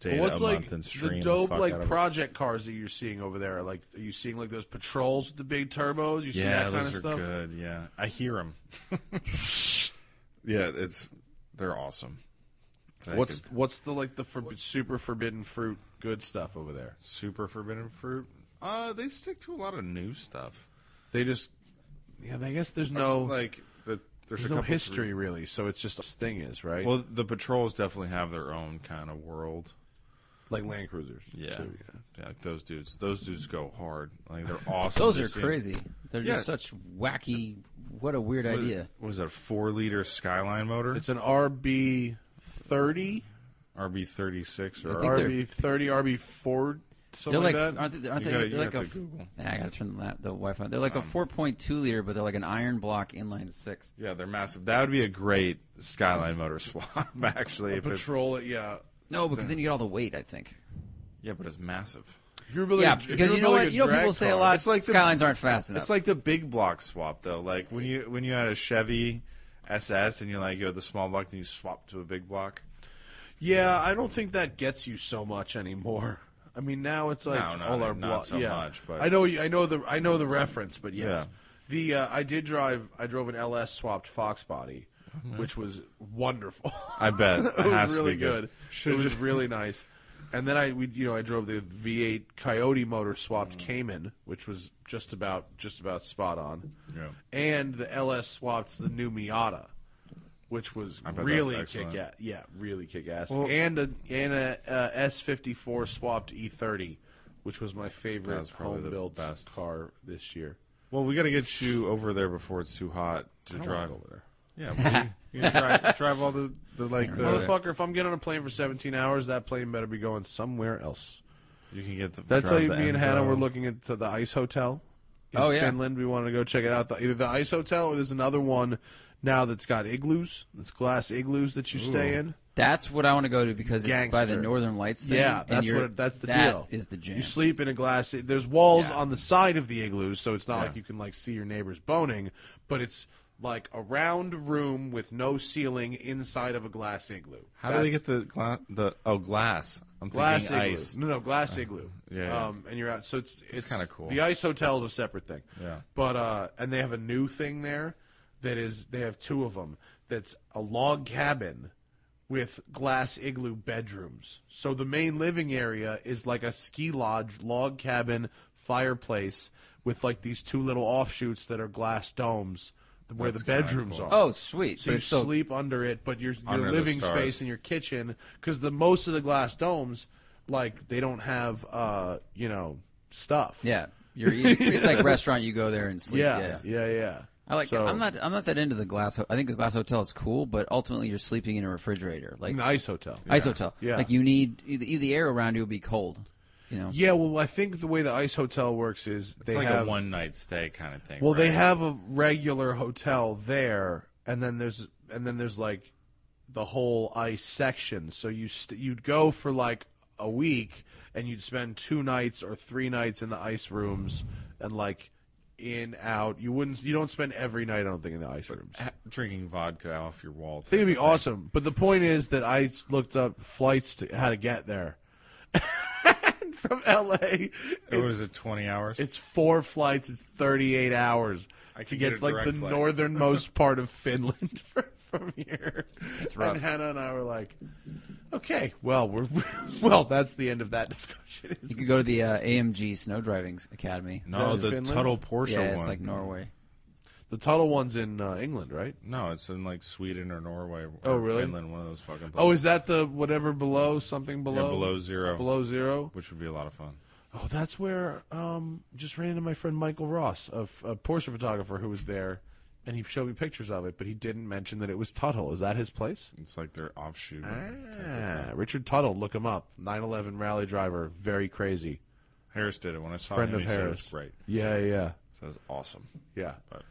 Speaker 7: data
Speaker 6: What's
Speaker 7: a
Speaker 6: like
Speaker 7: month and stream
Speaker 6: the dope
Speaker 7: fuck
Speaker 6: like
Speaker 7: out of it.
Speaker 6: project cars that you're seeing over there? Like, are you seeing like those patrols with the big turbos? You see that
Speaker 7: Yeah,
Speaker 6: kind
Speaker 7: those
Speaker 6: of
Speaker 7: are
Speaker 6: stuff?
Speaker 7: good. Yeah, I hear
Speaker 6: *laughs*
Speaker 7: them. yeah, it's they're awesome. They
Speaker 6: What's
Speaker 7: could-
Speaker 6: what's the like the forb- super forbidden fruit good stuff over there?
Speaker 7: super forbidden fruit? Uh, they stick to a lot of new stuff.
Speaker 6: They just yeah, I guess there's no
Speaker 7: like the, there's,
Speaker 6: there's
Speaker 7: a
Speaker 6: no
Speaker 7: couple
Speaker 6: history really, so it's just a thing is right.
Speaker 7: Well, the patrols definitely have their own kind of world.
Speaker 6: like Land Cruisers.
Speaker 7: Yeah.
Speaker 6: So,
Speaker 7: Yeah, like those dudes. Those dudes go hard. Like *laughs* they're awesome.
Speaker 8: Those
Speaker 7: to
Speaker 8: are
Speaker 7: see.
Speaker 8: crazy. They're just
Speaker 7: Yeah.
Speaker 8: such wacky. What a weird
Speaker 7: What-
Speaker 8: idea.
Speaker 7: What is that? a Four liter Skyline motor?
Speaker 6: It's an RB thirty,
Speaker 7: RB thirty six or
Speaker 8: I think they're-
Speaker 6: RB thirty, RB four,
Speaker 8: They're
Speaker 6: something
Speaker 8: like,
Speaker 6: like, that.
Speaker 8: aren't they? Aren't
Speaker 7: You
Speaker 8: they
Speaker 7: gotta- you
Speaker 8: they're like
Speaker 7: have
Speaker 8: a.
Speaker 7: to Google.
Speaker 8: Nah, I gotta turn the, la- the Wi-Fi. They're
Speaker 6: Um,
Speaker 8: like a 4.2 liter, but they're like an iron block inline six.
Speaker 7: yeah, they're massive. That would be a great Skyline motor *laughs* swap, actually. If it,
Speaker 6: Patrol it, yeah.
Speaker 8: No, because then you get all the weight. I think.
Speaker 7: yeah, but it's massive.
Speaker 6: If you're really,
Speaker 8: Yeah,
Speaker 6: if
Speaker 8: because
Speaker 6: you're
Speaker 8: you know
Speaker 6: really
Speaker 8: what?
Speaker 6: a
Speaker 8: You know,
Speaker 6: drag
Speaker 8: people say a
Speaker 6: car-
Speaker 8: lot.
Speaker 7: It's like the-
Speaker 8: skylines aren't fast enough.
Speaker 7: It's like the big block swap though. Like when you when you had a Chevy SS and you're like, yo, the small block, then you swap to a big block.
Speaker 6: Yeah, I don't think that gets you so much anymore. I mean, now it's like
Speaker 7: No, no,
Speaker 6: all our
Speaker 7: not
Speaker 6: blo-
Speaker 7: so
Speaker 6: yeah.
Speaker 7: much, but-
Speaker 6: I know, I know the, I know the reference, but yes,
Speaker 7: Yeah.
Speaker 6: the uh, I did drive. I drove an LS swapped Fox body, which was wonderful.
Speaker 7: Mm-hmm. I bet it,
Speaker 6: *laughs* it
Speaker 7: has
Speaker 6: was
Speaker 7: to
Speaker 6: really
Speaker 7: be
Speaker 6: good.
Speaker 7: good.
Speaker 6: It was really nice. And then I, we, you know, I drove the V8 Coyote motor
Speaker 7: Mm.
Speaker 6: swapped Cayman, which was just about just about spot on.
Speaker 7: Yeah.
Speaker 6: And the LS swapped the new Miata, which was
Speaker 7: bet
Speaker 6: really
Speaker 7: that's excellent.
Speaker 6: kick ass. Yeah, really kick ass. and a and a S fifty four swapped E thirty, which was my favorite
Speaker 7: was probably
Speaker 6: home
Speaker 7: the
Speaker 6: built
Speaker 7: best.
Speaker 6: car this year.
Speaker 7: Well, we got to get you over there before it's too hot
Speaker 6: I
Speaker 7: to drive.
Speaker 6: wanna go over there.
Speaker 7: Yeah, well, you, you can drive, drive all the, the
Speaker 8: *laughs*
Speaker 7: like the.
Speaker 6: Motherfucker, if I'm getting on a plane for 17 hours, that plane better be going somewhere else.
Speaker 7: You can get the.
Speaker 6: That's how
Speaker 7: drive
Speaker 6: me
Speaker 7: the
Speaker 6: and
Speaker 7: Enzo.
Speaker 6: Hannah were looking at the, the Ice Hotel. In
Speaker 8: Oh, yeah.
Speaker 6: Finland. We wanted to go check it out. The, either the Ice Hotel or there's another one now that's got igloos. It's glass igloos that you stay in.
Speaker 8: That's what I want to go to because it's by the
Speaker 6: Gangster.
Speaker 8: Northern Lights. Thing,
Speaker 6: yeah,
Speaker 8: and
Speaker 6: that's
Speaker 8: you're-
Speaker 6: what. It, that's the
Speaker 8: that
Speaker 6: deal.
Speaker 8: Is the jam.
Speaker 6: You sleep in a glass. There's walls
Speaker 7: Yeah.
Speaker 6: on the side of the igloos, so it's not like you can like see your neighbors boning, but it's like a round room with no ceiling inside of a glass igloo.
Speaker 7: How do they get the gla- the oh glass? I'm
Speaker 6: glass
Speaker 7: thinking
Speaker 6: igloo?
Speaker 7: ice. Uh,
Speaker 6: No, no, glass igloo.
Speaker 7: yeah, yeah.
Speaker 6: Um, and you're out. So it's it's
Speaker 7: kinda cool.
Speaker 6: The ice hotel is a separate thing.
Speaker 7: Yeah.
Speaker 6: But uh, and they have a new thing there that is they have two of them. That's a log cabin with glass igloo bedrooms. So the main living area is like a ski lodge, log cabin, fireplace with like these two little offshoots that are glass domes where the bedrooms are.
Speaker 8: Oh, sweet.
Speaker 6: So
Speaker 8: but
Speaker 6: you
Speaker 8: it's still-
Speaker 6: sleep under it, but your your
Speaker 7: Under the
Speaker 6: living
Speaker 7: stars.
Speaker 6: space and your kitchen, because the most of the glass domes, like they don't have, uh, you know, stuff.
Speaker 8: yeah. You're eating,
Speaker 6: *laughs*
Speaker 8: it's like restaurant. You go there and sleep.
Speaker 6: yeah,
Speaker 8: Yeah.
Speaker 6: yeah, yeah.
Speaker 8: I like.
Speaker 6: So,
Speaker 8: I'm not. I'm not that into the glass. ho- I think the glass hotel is cool, but ultimately you're sleeping in a refrigerator, like
Speaker 6: an ice hotel.
Speaker 8: ice hotel.
Speaker 6: Yeah.
Speaker 8: Like you need the, the air around you will be cold. You know.
Speaker 6: Yeah, well, I think the way the ice hotel works is they
Speaker 7: It's like
Speaker 6: have
Speaker 7: a one night stay kind of thing.
Speaker 6: Well, they
Speaker 7: right?
Speaker 6: have a regular hotel there, and then there's and then there's like the whole ice section. So you st- you'd go for like a week, and you'd spend two nights or three nights in the ice rooms, and like in out. You wouldn't you don't spend every night. I don't think in the ice rooms. I
Speaker 7: drinking vodka off your wall.
Speaker 6: think it'd be awesome. But the point is that I looked up flights to how to get there. *laughs* From LA,
Speaker 7: It was it twenty hours.
Speaker 6: it's four flights. It's thirty-eight hours
Speaker 7: I
Speaker 6: to
Speaker 7: can
Speaker 6: get
Speaker 7: get
Speaker 6: to,
Speaker 7: a
Speaker 6: like
Speaker 7: direct
Speaker 6: the
Speaker 7: flight. *laughs*
Speaker 6: northernmost part of Finland *laughs* from, from here. That's
Speaker 8: rough.
Speaker 6: And Hannah and I were like, "Okay, well, we're *laughs* well. That's the end of that *laughs* discussion."
Speaker 8: You could go to the uh, AMG Snow Driving Academy.
Speaker 7: no,
Speaker 6: Is that
Speaker 7: the
Speaker 6: in Finland?
Speaker 7: Tuttle Porsche
Speaker 8: yeah, it's
Speaker 7: one.
Speaker 8: like Norway.
Speaker 6: The Tuttle one's in uh, England, right?
Speaker 7: no, it's in like Sweden or Norway. Or
Speaker 6: Oh, really?
Speaker 7: Finland, one of those fucking.
Speaker 6: Oh,
Speaker 7: places.
Speaker 6: is that the whatever below something
Speaker 7: Yeah,
Speaker 6: below
Speaker 7: below zero,
Speaker 6: below zero?
Speaker 7: which would be a lot of fun.
Speaker 6: Oh, that's where um just ran into my friend Michael Ross, a, f- a Porsche photographer who was there, and he showed me pictures of it, but he didn't mention that it was Tuttle. Is that his place?
Speaker 7: It's like their offshoot.
Speaker 6: Ah, Richard Tuttle, look him up. 911 rally driver, very crazy.
Speaker 7: Harris did it when I saw
Speaker 6: Friend
Speaker 7: him.
Speaker 6: of
Speaker 7: Oh, he said it was
Speaker 6: Harris.
Speaker 7: great.
Speaker 6: Yeah, yeah,
Speaker 7: So it was awesome.
Speaker 6: yeah.
Speaker 7: But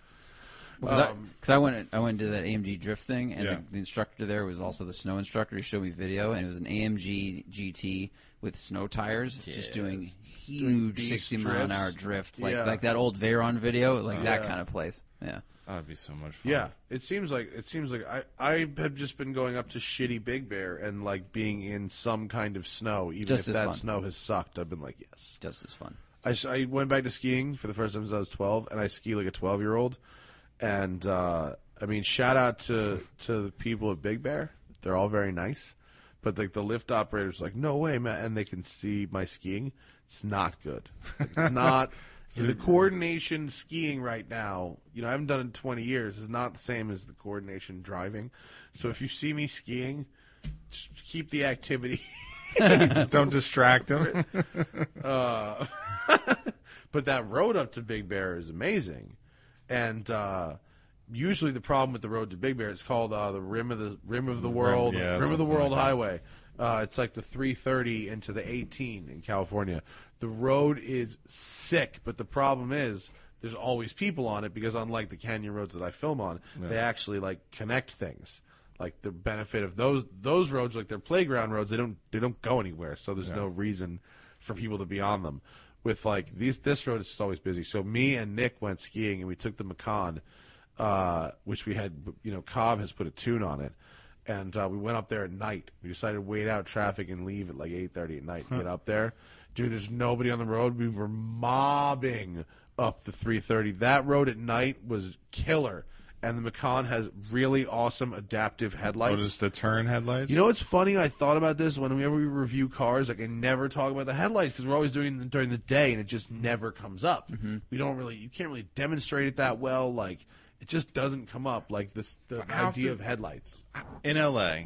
Speaker 8: Because
Speaker 6: Um,
Speaker 8: I, went, I went to that AMG drift thing, and
Speaker 7: Yeah.
Speaker 8: the, the instructor there was also the snow instructor. He showed me video, and it was an AMG GT with snow tires, just doing huge
Speaker 6: beast
Speaker 8: sixty mile an
Speaker 6: drifts.
Speaker 8: hour drift, like
Speaker 6: Yeah. Oh,
Speaker 8: like that old Veyron video, like that kind of place. Yeah,
Speaker 7: that would be so much fun.
Speaker 6: Yeah, it seems like it seems like I I have just been going up to shitty Big Bear and like being in some kind of snow, even
Speaker 8: Just
Speaker 6: if
Speaker 8: as
Speaker 6: that
Speaker 8: fun.
Speaker 6: snow has sucked. I've been like, yes.
Speaker 8: just as fun.
Speaker 6: I, s- I went back to skiing for the first time since I was twelve, and I ski like a twelve year old. And uh, I mean, shout out to to the people at Big Bear. They're all very nice, but like the lift operator's like, no way, man, and they can see my skiing. It's not good. It's not. the coordination skiing right now, you know, I haven't done it in 20 years, is not the same as the coordination driving. So if you see me skiing, just keep the activity
Speaker 7: Don't
Speaker 6: *laughs*
Speaker 7: distract him.
Speaker 6: but that road up to Big Bear is amazing, and uh, usually the problem with the road to Big Bear it's called uh, the rim of the rim of the world
Speaker 7: yeah,
Speaker 6: rim of the
Speaker 7: something
Speaker 6: world
Speaker 7: like that.
Speaker 6: highway. Uh, it's like the 330 into the 18 in California. The road is sick, but the problem is there's always people on it because unlike the canyon roads that I film on, they actually like connect things. Like the benefit of those those roads, like they're playground roads, they don't they don't go anywhere. So there's no reason for people to be on them. With like these, this road is just always busy. So me and Nick went skiing and we took the Macan, uh, which we had, you know, Cobb has put a tune on it, and uh, we went up there at night. We decided to wait out traffic and leave at like eight thirty at night. and Get up there, dude. There's nobody on the road. We were mobbing up the three thirty. That road at night was killer. And the Macan has really awesome adaptive headlights.
Speaker 7: What is the turn headlights?
Speaker 6: You know what's funny? I thought about this whenever we review cars. Like I never talk about the headlights because we're always doing it during the day, and it just never comes up.
Speaker 7: Mm-hmm.
Speaker 6: We don't really, you can't really demonstrate it that well. Like it just doesn't come up. Like this, the
Speaker 7: How
Speaker 6: idea
Speaker 7: often-
Speaker 6: of headlights.
Speaker 7: in LA,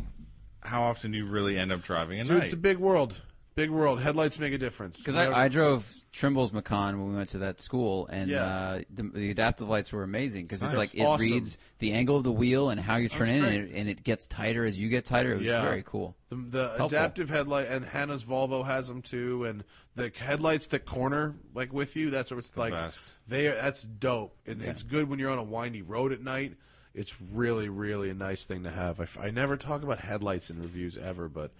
Speaker 7: how often do you really end up driving at
Speaker 6: Dude,
Speaker 7: night?
Speaker 6: it's a big world. Big world. Headlights make a difference.
Speaker 8: Because I, I drove Trimble's Macan when we went to that school, and
Speaker 6: Yeah.
Speaker 8: uh, the, the adaptive lights were amazing because it's
Speaker 7: Nice.
Speaker 8: like it
Speaker 6: Awesome.
Speaker 8: reads the angle of the wheel and how you turn in, and it, and it gets tighter as you get tighter. It was
Speaker 6: Yeah.
Speaker 8: very cool.
Speaker 6: The, the adaptive headlight and Hannah's Volvo has them too, and the headlights that corner like with you. That's what it's like.
Speaker 7: best.
Speaker 6: They are, that's dope, and it's good when you're on a windy road at night. It's really, really a nice thing to have. I, f- I never talk about headlights in reviews ever, but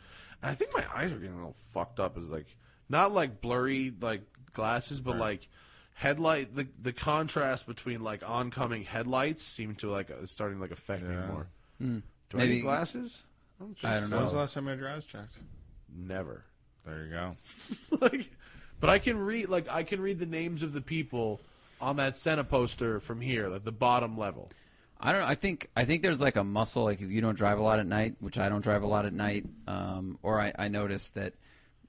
Speaker 6: and I think my eyes are getting a little fucked up. Is like not like blurry like glasses, but like headlight the the contrast between like oncoming headlights seem to like uh, starting to like affect me
Speaker 7: Yeah.
Speaker 6: more. Do I
Speaker 8: Hmm. Maybe-
Speaker 6: need glasses?
Speaker 8: I don't
Speaker 7: When was the
Speaker 8: know.
Speaker 7: last time your drives checked?
Speaker 6: Never. *laughs*
Speaker 7: There you go.
Speaker 6: like, but I can read like I can read the names of the people on that Senna poster from here, like the bottom level.
Speaker 8: I don't know. I think I think there's like a muscle. Like if you don't drive a lot at night, which I don't drive a lot at night, um, or I, I notice that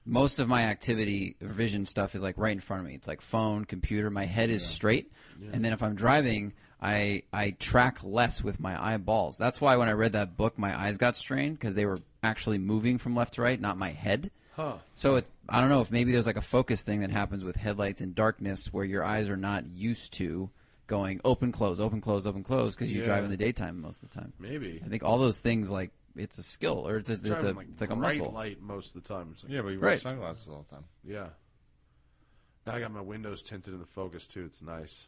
Speaker 8: most of my activity, vision stuff, is like right in front of me. It's like phone, computer. My head is straight, and then if I'm driving, I I track less with my eyeballs. That's why when I read that book, my eyes got strained because they were actually moving from left to right, not my head. So it, I don't know if maybe there's like a focus thing that happens with headlights and darkness where your eyes are not used to going open close open close open close because you drive in the daytime most of the time.
Speaker 6: Maybe.
Speaker 8: I think all those things like it's a skill or it's a, it's a
Speaker 6: Driving, like,
Speaker 8: it's like a
Speaker 6: bright
Speaker 8: muscle.
Speaker 6: light most of the time. It's like,
Speaker 7: Yeah, but you wear
Speaker 8: Right.
Speaker 7: sunglasses all the time.
Speaker 6: Yeah. Now I got my windows tinted in the focus too. It's nice.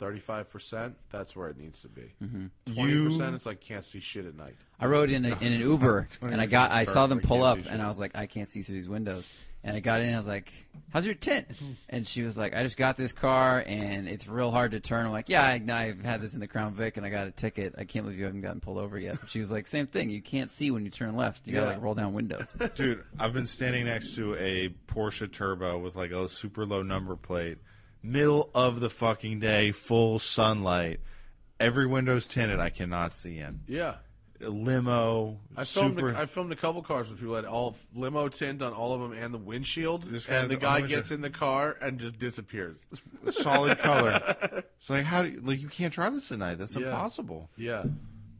Speaker 6: Thirty-five percent. That's where it needs to be.
Speaker 8: Mm-hmm.
Speaker 6: 20 percent. It's like can't see shit at night.
Speaker 8: I rode in, a, in an
Speaker 6: *laughs*
Speaker 8: Uber and I got I saw them pull up and I was like I can't see through these windows and I got in and I was like how's your tint
Speaker 6: *laughs*
Speaker 8: and she was like I just got this car and it's real hard to turn I'm like yeah I, I've had this in the Crown Vic and I got a ticket I can't believe you haven't gotten pulled over yet she was like same thing you can't see when you turn left you gotta
Speaker 6: Yeah.
Speaker 8: like roll down windows
Speaker 7: *laughs*
Speaker 6: *laughs*
Speaker 7: Dude, I've been standing next to a Porsche Turbo with like a super low number plate, middle of the fucking day, full sunlight. Every window's tinted. I cannot see in.
Speaker 6: Yeah.
Speaker 7: A limo,
Speaker 6: I filmed.
Speaker 7: super.
Speaker 6: A, I filmed a couple cars with people that had all f- limo tint on all of them and the windshield,
Speaker 7: This guy
Speaker 6: and
Speaker 7: had
Speaker 6: the
Speaker 7: the-
Speaker 6: guy
Speaker 7: oh,
Speaker 6: gets
Speaker 7: yeah.
Speaker 6: in the car and just disappears.
Speaker 7: *laughs* solid *laughs* color. It's like how do you, like you can't drive this at night. That's
Speaker 6: Yeah.
Speaker 7: impossible.
Speaker 6: *laughs* yeah.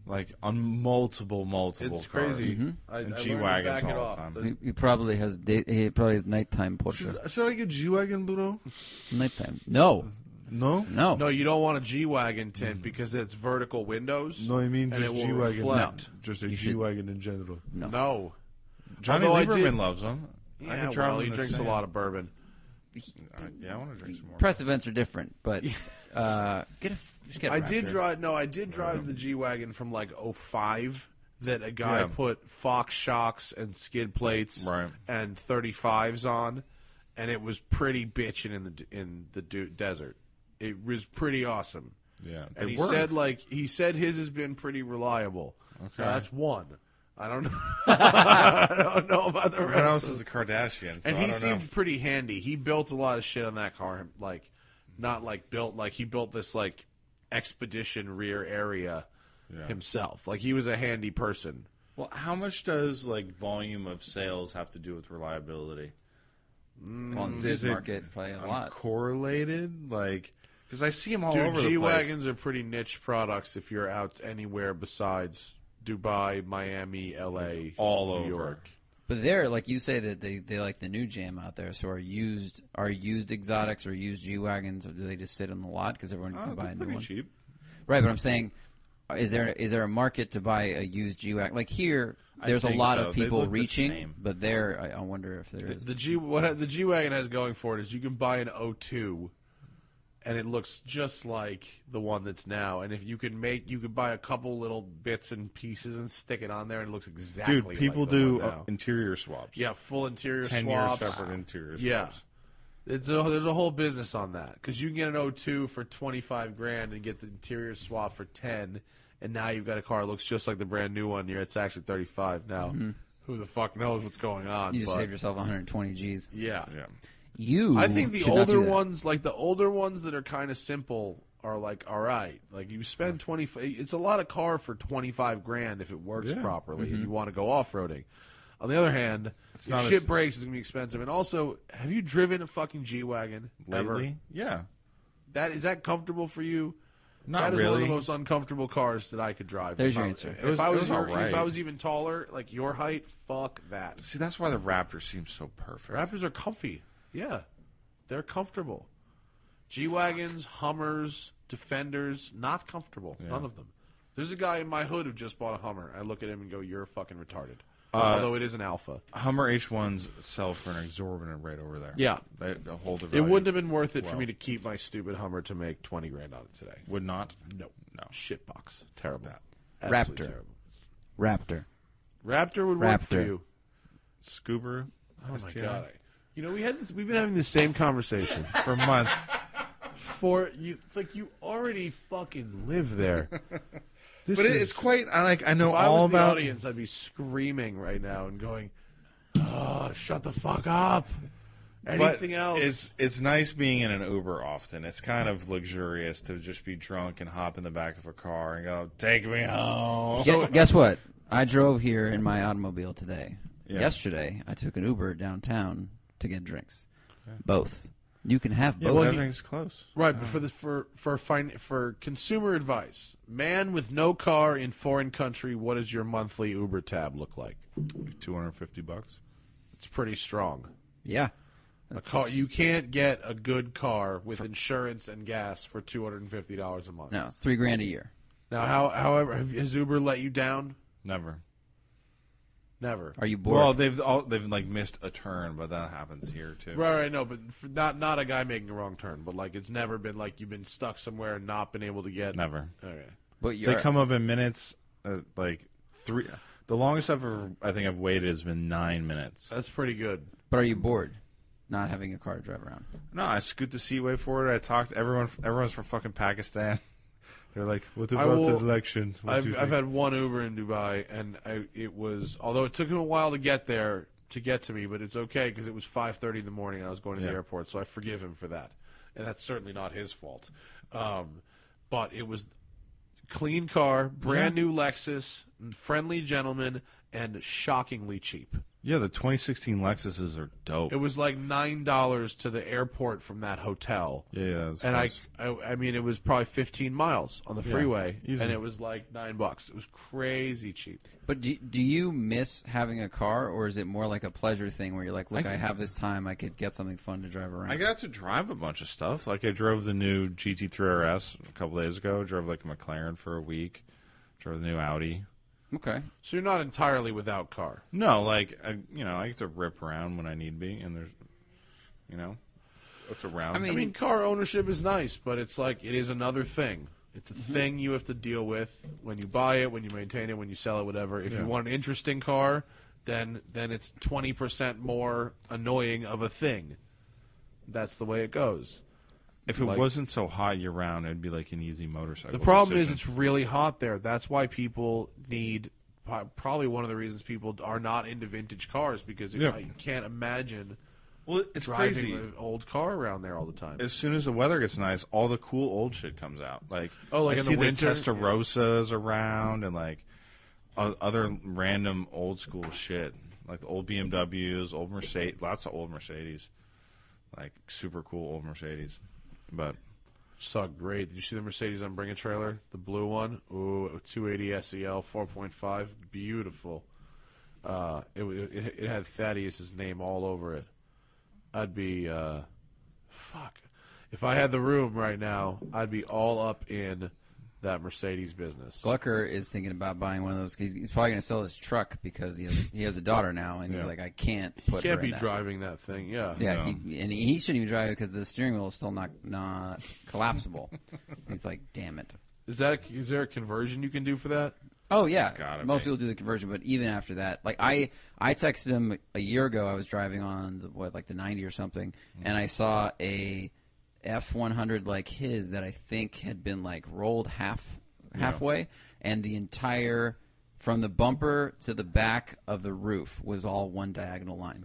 Speaker 7: Like on multiple, multiple.
Speaker 6: It's
Speaker 7: cars.
Speaker 6: crazy. I,
Speaker 7: Mm-hmm. And
Speaker 6: I learned to
Speaker 7: G-Wagons
Speaker 6: back it
Speaker 7: all the
Speaker 6: off.
Speaker 7: time.
Speaker 8: he, he probably has day, he probably has
Speaker 6: *laughs*
Speaker 8: nighttime Porsche
Speaker 7: Is that like a G wagon, bro?
Speaker 8: nighttime no
Speaker 7: No.
Speaker 8: no
Speaker 6: No, you don't want a G wagon tint because it's vertical windows.
Speaker 7: No, I
Speaker 6: and
Speaker 7: mean just
Speaker 6: it will
Speaker 7: G wagon.
Speaker 6: reflect.
Speaker 7: Just a
Speaker 8: You should-
Speaker 7: G wagon in general.
Speaker 6: No.
Speaker 7: Johnny
Speaker 6: Although I
Speaker 7: Lieberman
Speaker 6: did-
Speaker 7: loves them.
Speaker 6: Yeah,
Speaker 7: could drive
Speaker 6: well,
Speaker 7: him
Speaker 6: he
Speaker 7: in the
Speaker 6: drinks a
Speaker 7: sand.
Speaker 6: lot of bourbon.
Speaker 7: I- yeah, I want to drink some more.
Speaker 8: press events are different but uh, get a just get a
Speaker 6: I did
Speaker 8: Raptor.
Speaker 6: drive. No, I did drive the G wagon from like 05 that a guy
Speaker 7: Yeah.
Speaker 6: put Fox shocks and skid plates
Speaker 7: Right.
Speaker 6: and 35s on, and it was pretty bitching in the d- in the du- desert. It was pretty awesome.
Speaker 7: Yeah,
Speaker 6: and
Speaker 7: they
Speaker 6: he *laughs*
Speaker 7: work.
Speaker 6: said like he said his has been pretty reliable. Okay, that's one. I don't
Speaker 7: *laughs*
Speaker 6: know. *laughs* I don't know about the
Speaker 7: Everyone
Speaker 6: rest.
Speaker 7: else is a Kardashian, so
Speaker 6: and
Speaker 7: I
Speaker 6: he
Speaker 7: don't
Speaker 6: seemed
Speaker 7: know.
Speaker 6: pretty handy. He built a lot of shit on that car, like not like built like he built this like expedition rear area himself. Like he was a handy person.
Speaker 7: Well, how much does like volume of sales have to do with reliability?
Speaker 8: well, in
Speaker 7: Is
Speaker 8: this
Speaker 7: it-
Speaker 8: market probably a lot
Speaker 7: Correlated, like because I see them all
Speaker 6: Dude,
Speaker 7: over
Speaker 6: G
Speaker 7: the place.
Speaker 6: wagons are pretty niche products if you're out anywhere besides Dubai, Miami, L.A.,
Speaker 7: All
Speaker 6: New
Speaker 7: over.
Speaker 6: York.
Speaker 8: But there, like you say, that they, they like the new jam out there. So are used are used exotics or used G wagons, or do they just sit in the lot because everyone can
Speaker 7: Oh,
Speaker 8: buy
Speaker 7: they're
Speaker 8: a new
Speaker 7: pretty
Speaker 8: one?
Speaker 7: cheap.
Speaker 8: Right, but I'm saying, is there is there a market to buy a used G wagon? Like here, there's a
Speaker 7: think
Speaker 8: lot
Speaker 7: so.
Speaker 8: of
Speaker 7: They
Speaker 8: people
Speaker 7: look the
Speaker 8: reaching,
Speaker 7: same.
Speaker 8: but there, I, I wonder if there is.
Speaker 6: The G what the G wagon has going for it is you can buy an 02 and it looks just like the one that's now and if you can make you could buy a couple little bits and pieces and stick it on there and it looks exactly
Speaker 7: Dude, people
Speaker 6: like the
Speaker 7: do
Speaker 6: one
Speaker 7: uh,
Speaker 6: now.
Speaker 7: interior swaps.
Speaker 6: yeah, full interior
Speaker 7: ten
Speaker 6: swaps.
Speaker 7: year separate interior
Speaker 6: Yeah.
Speaker 7: swaps.
Speaker 6: It's a, there's a whole business on that cuz you can get an 02 for 25 grand and get the interior swap for 10 and now you've got a car that looks just like the brand new one. You're it's actually 35 now.
Speaker 7: Mm-hmm.
Speaker 6: Who the fuck knows what's going on?
Speaker 8: you just
Speaker 6: but-
Speaker 8: saved yourself 120 G's.
Speaker 6: yeah.
Speaker 7: Yeah,
Speaker 8: You,
Speaker 7: Mm-hmm.
Speaker 6: I think the
Speaker 8: should not do
Speaker 6: older
Speaker 8: that.
Speaker 6: ones, like the older ones that are kind of simple, are like all right. Like you spend twenty, f- it's a lot of car for twenty five grand if it works properly and you want to go off roading. On the other hand, if
Speaker 7: Mm-hmm. not
Speaker 6: shit
Speaker 7: as-
Speaker 6: breaks, it's gonna be expensive. And also, have you driven a fucking G wagon ever?
Speaker 7: lately, yeah,
Speaker 6: That is that comfortable for you?
Speaker 7: not
Speaker 6: that is one
Speaker 7: really.
Speaker 6: of the most uncomfortable cars that I could drive.
Speaker 8: There's
Speaker 6: If
Speaker 8: your
Speaker 6: I-
Speaker 8: answer.
Speaker 6: If
Speaker 7: It was-
Speaker 6: I
Speaker 7: it
Speaker 6: was,
Speaker 7: was
Speaker 6: your,
Speaker 7: alright.
Speaker 6: if I was even taller, like your height, fuck that.
Speaker 7: See, that's why the Raptor seems so perfect.
Speaker 6: Raptors are comfy. Yeah, they're comfortable. G wagons, Hummers, Defenders, not comfortable. None of them. There's a guy in my hood who just bought a Hummer. I look at him and go, "You're fucking retarded." Although it is an Alpha.
Speaker 7: Hummer H1s sell for an exorbitant rate over there.
Speaker 6: Yeah.
Speaker 7: they, they hold the
Speaker 6: It
Speaker 7: value.
Speaker 6: wouldn't have been worth it for
Speaker 7: Well.
Speaker 6: me to keep my stupid Hummer to make twenty grand on it today.
Speaker 7: Would not.
Speaker 6: No,
Speaker 7: No.
Speaker 6: shitbox, terrible.
Speaker 8: Raptor.
Speaker 6: Absolutely terrible.
Speaker 8: Raptor.
Speaker 6: Raptor would work for
Speaker 8: Raptor.
Speaker 6: you.
Speaker 7: Scuba.
Speaker 6: Oh my god! I- You know we had this, we've been having the same conversation.
Speaker 7: For months.
Speaker 6: for you. It's like you already fucking live
Speaker 7: *laughs*
Speaker 6: there. This
Speaker 7: *laughs* But it,
Speaker 6: is-
Speaker 7: it's quite. I like. I know
Speaker 6: If I
Speaker 7: all
Speaker 6: was the
Speaker 7: about.
Speaker 6: audience, I'd be screaming right now and going, "Oh, shut the fuck up!"
Speaker 7: but
Speaker 6: Anything else?
Speaker 7: It's it's nice being in an Uber often. It's kind of luxurious to just be drunk and hop in the back of a car and go, "Take me home."
Speaker 8: Gu- guess what? I drove here in my automobile today.
Speaker 7: Yeah.
Speaker 8: Yesterday, I took an Uber downtown to get drinks. Both. You can have
Speaker 7: Yeah,
Speaker 8: both.
Speaker 7: but everything's close.
Speaker 6: Right, but for the for for fin- for consumer advice, man with no car in foreign country, what does your monthly Uber tab look like?
Speaker 7: Two hundred fifty bucks.
Speaker 6: It's pretty strong.
Speaker 8: yeah.
Speaker 6: A car you can't get a good car with insurance and gas for two hundred and fifty dollars a month.
Speaker 8: No, it's three grand a year.
Speaker 6: Now, how however have- has Uber let you down?
Speaker 7: Never.
Speaker 6: Never.
Speaker 8: Are you bored?
Speaker 7: Well, they've all they've like missed a turn, but that happens here too.
Speaker 6: Right, right, no, but for not not a guy making a wrong turn, but like it's never been like you've been stuck somewhere and not been able to get.
Speaker 7: Never.
Speaker 6: Okay.
Speaker 8: but
Speaker 7: They
Speaker 8: you're,
Speaker 7: come up in minutes. Uh, like three. The longest I've ever, I think I've waited has been nine minutes.
Speaker 6: That's pretty good.
Speaker 8: but are you bored? Not having a car to drive around.
Speaker 7: No, I scoot the seat way forward. I talked to everyone. Everyone's from fucking Pakistan. *laughs* They're like, "What about the
Speaker 6: will-
Speaker 7: election?" What do
Speaker 6: I've,
Speaker 7: you
Speaker 6: I've
Speaker 7: think?"
Speaker 6: had one Uber in Dubai, and I, it was although it took him a while to get there to get to me, but it's okay because it was five thirty in the morning and I was going to the
Speaker 7: Yeah.
Speaker 6: airport, so I forgive him for that, and that's certainly not his fault. Um, but it was clean car, brand new Lexus, friendly gentleman, and shockingly cheap.
Speaker 7: Yeah, the 2016 Lexuses are dope.
Speaker 6: It was like nine dollars to the airport from that hotel.
Speaker 7: yeah, yeah, that's
Speaker 6: And I,
Speaker 7: close.
Speaker 6: I, I mean, it was probably 15 miles on the freeway,
Speaker 7: easy.
Speaker 6: and it was like nine bucks. It was crazy cheap.
Speaker 8: But do, do you miss having a car, or is it more like a pleasure thing where you're like, look, I, have this time, I could get something fun to drive around?
Speaker 7: I got to drive a bunch of stuff. Like I drove the new GT3 RS a couple days ago. Drove like a McLaren for a week. Drove the new Audi.
Speaker 8: okay.
Speaker 6: So you're not entirely without car.
Speaker 7: No, like I, you know, I get to rip around when I need be, and there's, you know, what's around.
Speaker 8: I mean-
Speaker 6: I mean, car ownership is nice, but it's like it is another thing. It's a thing you have to deal with when you buy it, when you maintain it, when you sell it, whatever. If you want an interesting car, then then it's 20% more annoying of a thing. That's the way it goes.
Speaker 7: if it
Speaker 6: like-
Speaker 7: wasn't so hot year round, it'd be like an easy motorcycle.
Speaker 6: The problem
Speaker 7: decision.
Speaker 6: is it's really hot there. That's why people need po- probably one of the reasons people are not into vintage cars because it,
Speaker 7: Yeah.
Speaker 6: you can't imagine
Speaker 7: well, it's
Speaker 6: driving
Speaker 7: crazy.
Speaker 6: an old car around there all the time.
Speaker 7: as soon as the weather gets nice, all the cool old shit comes out. Like
Speaker 6: Oh, like
Speaker 7: I
Speaker 6: in the
Speaker 7: see
Speaker 6: winter?
Speaker 7: Testarossas around and like o- other random old school shit, like the old BMWs, old Mercedes, lots of old Mercedes, like super cool old Mercedes. But
Speaker 6: Saw great. Did you see the Mercedes on Bring a Trailer? The blue one? Ooh, 280 SEL 4.5. Beautiful. Uh, it, wa- it, it had Thaddeus' name all over it. I'd be, uh, fuck. If I had the room right now, I'd be all up in that Mercedes business.
Speaker 8: Glucker is thinking about buying one of those. He's, he's probably going to sell his truck because he has, he has a daughter now, and he's like, I can't put
Speaker 6: Can't
Speaker 8: her in
Speaker 6: be
Speaker 8: that.
Speaker 6: driving that thing, yeah.
Speaker 8: Yeah, he, and he shouldn't even drive it because the steering wheel is still not not collapsible. *laughs* he's like, damn it.
Speaker 6: Is that is there a conversion you can do for that?
Speaker 8: Oh yeah,
Speaker 7: gotta
Speaker 8: most
Speaker 7: be.
Speaker 8: people do the conversion, but even after that, like I, I texted him a year ago. I was driving on the, what like the ninety or something, and I saw a F one hundred like his that I think had been like rolled half halfway, and the entire from the bumper to the back of the roof was all one diagonal line.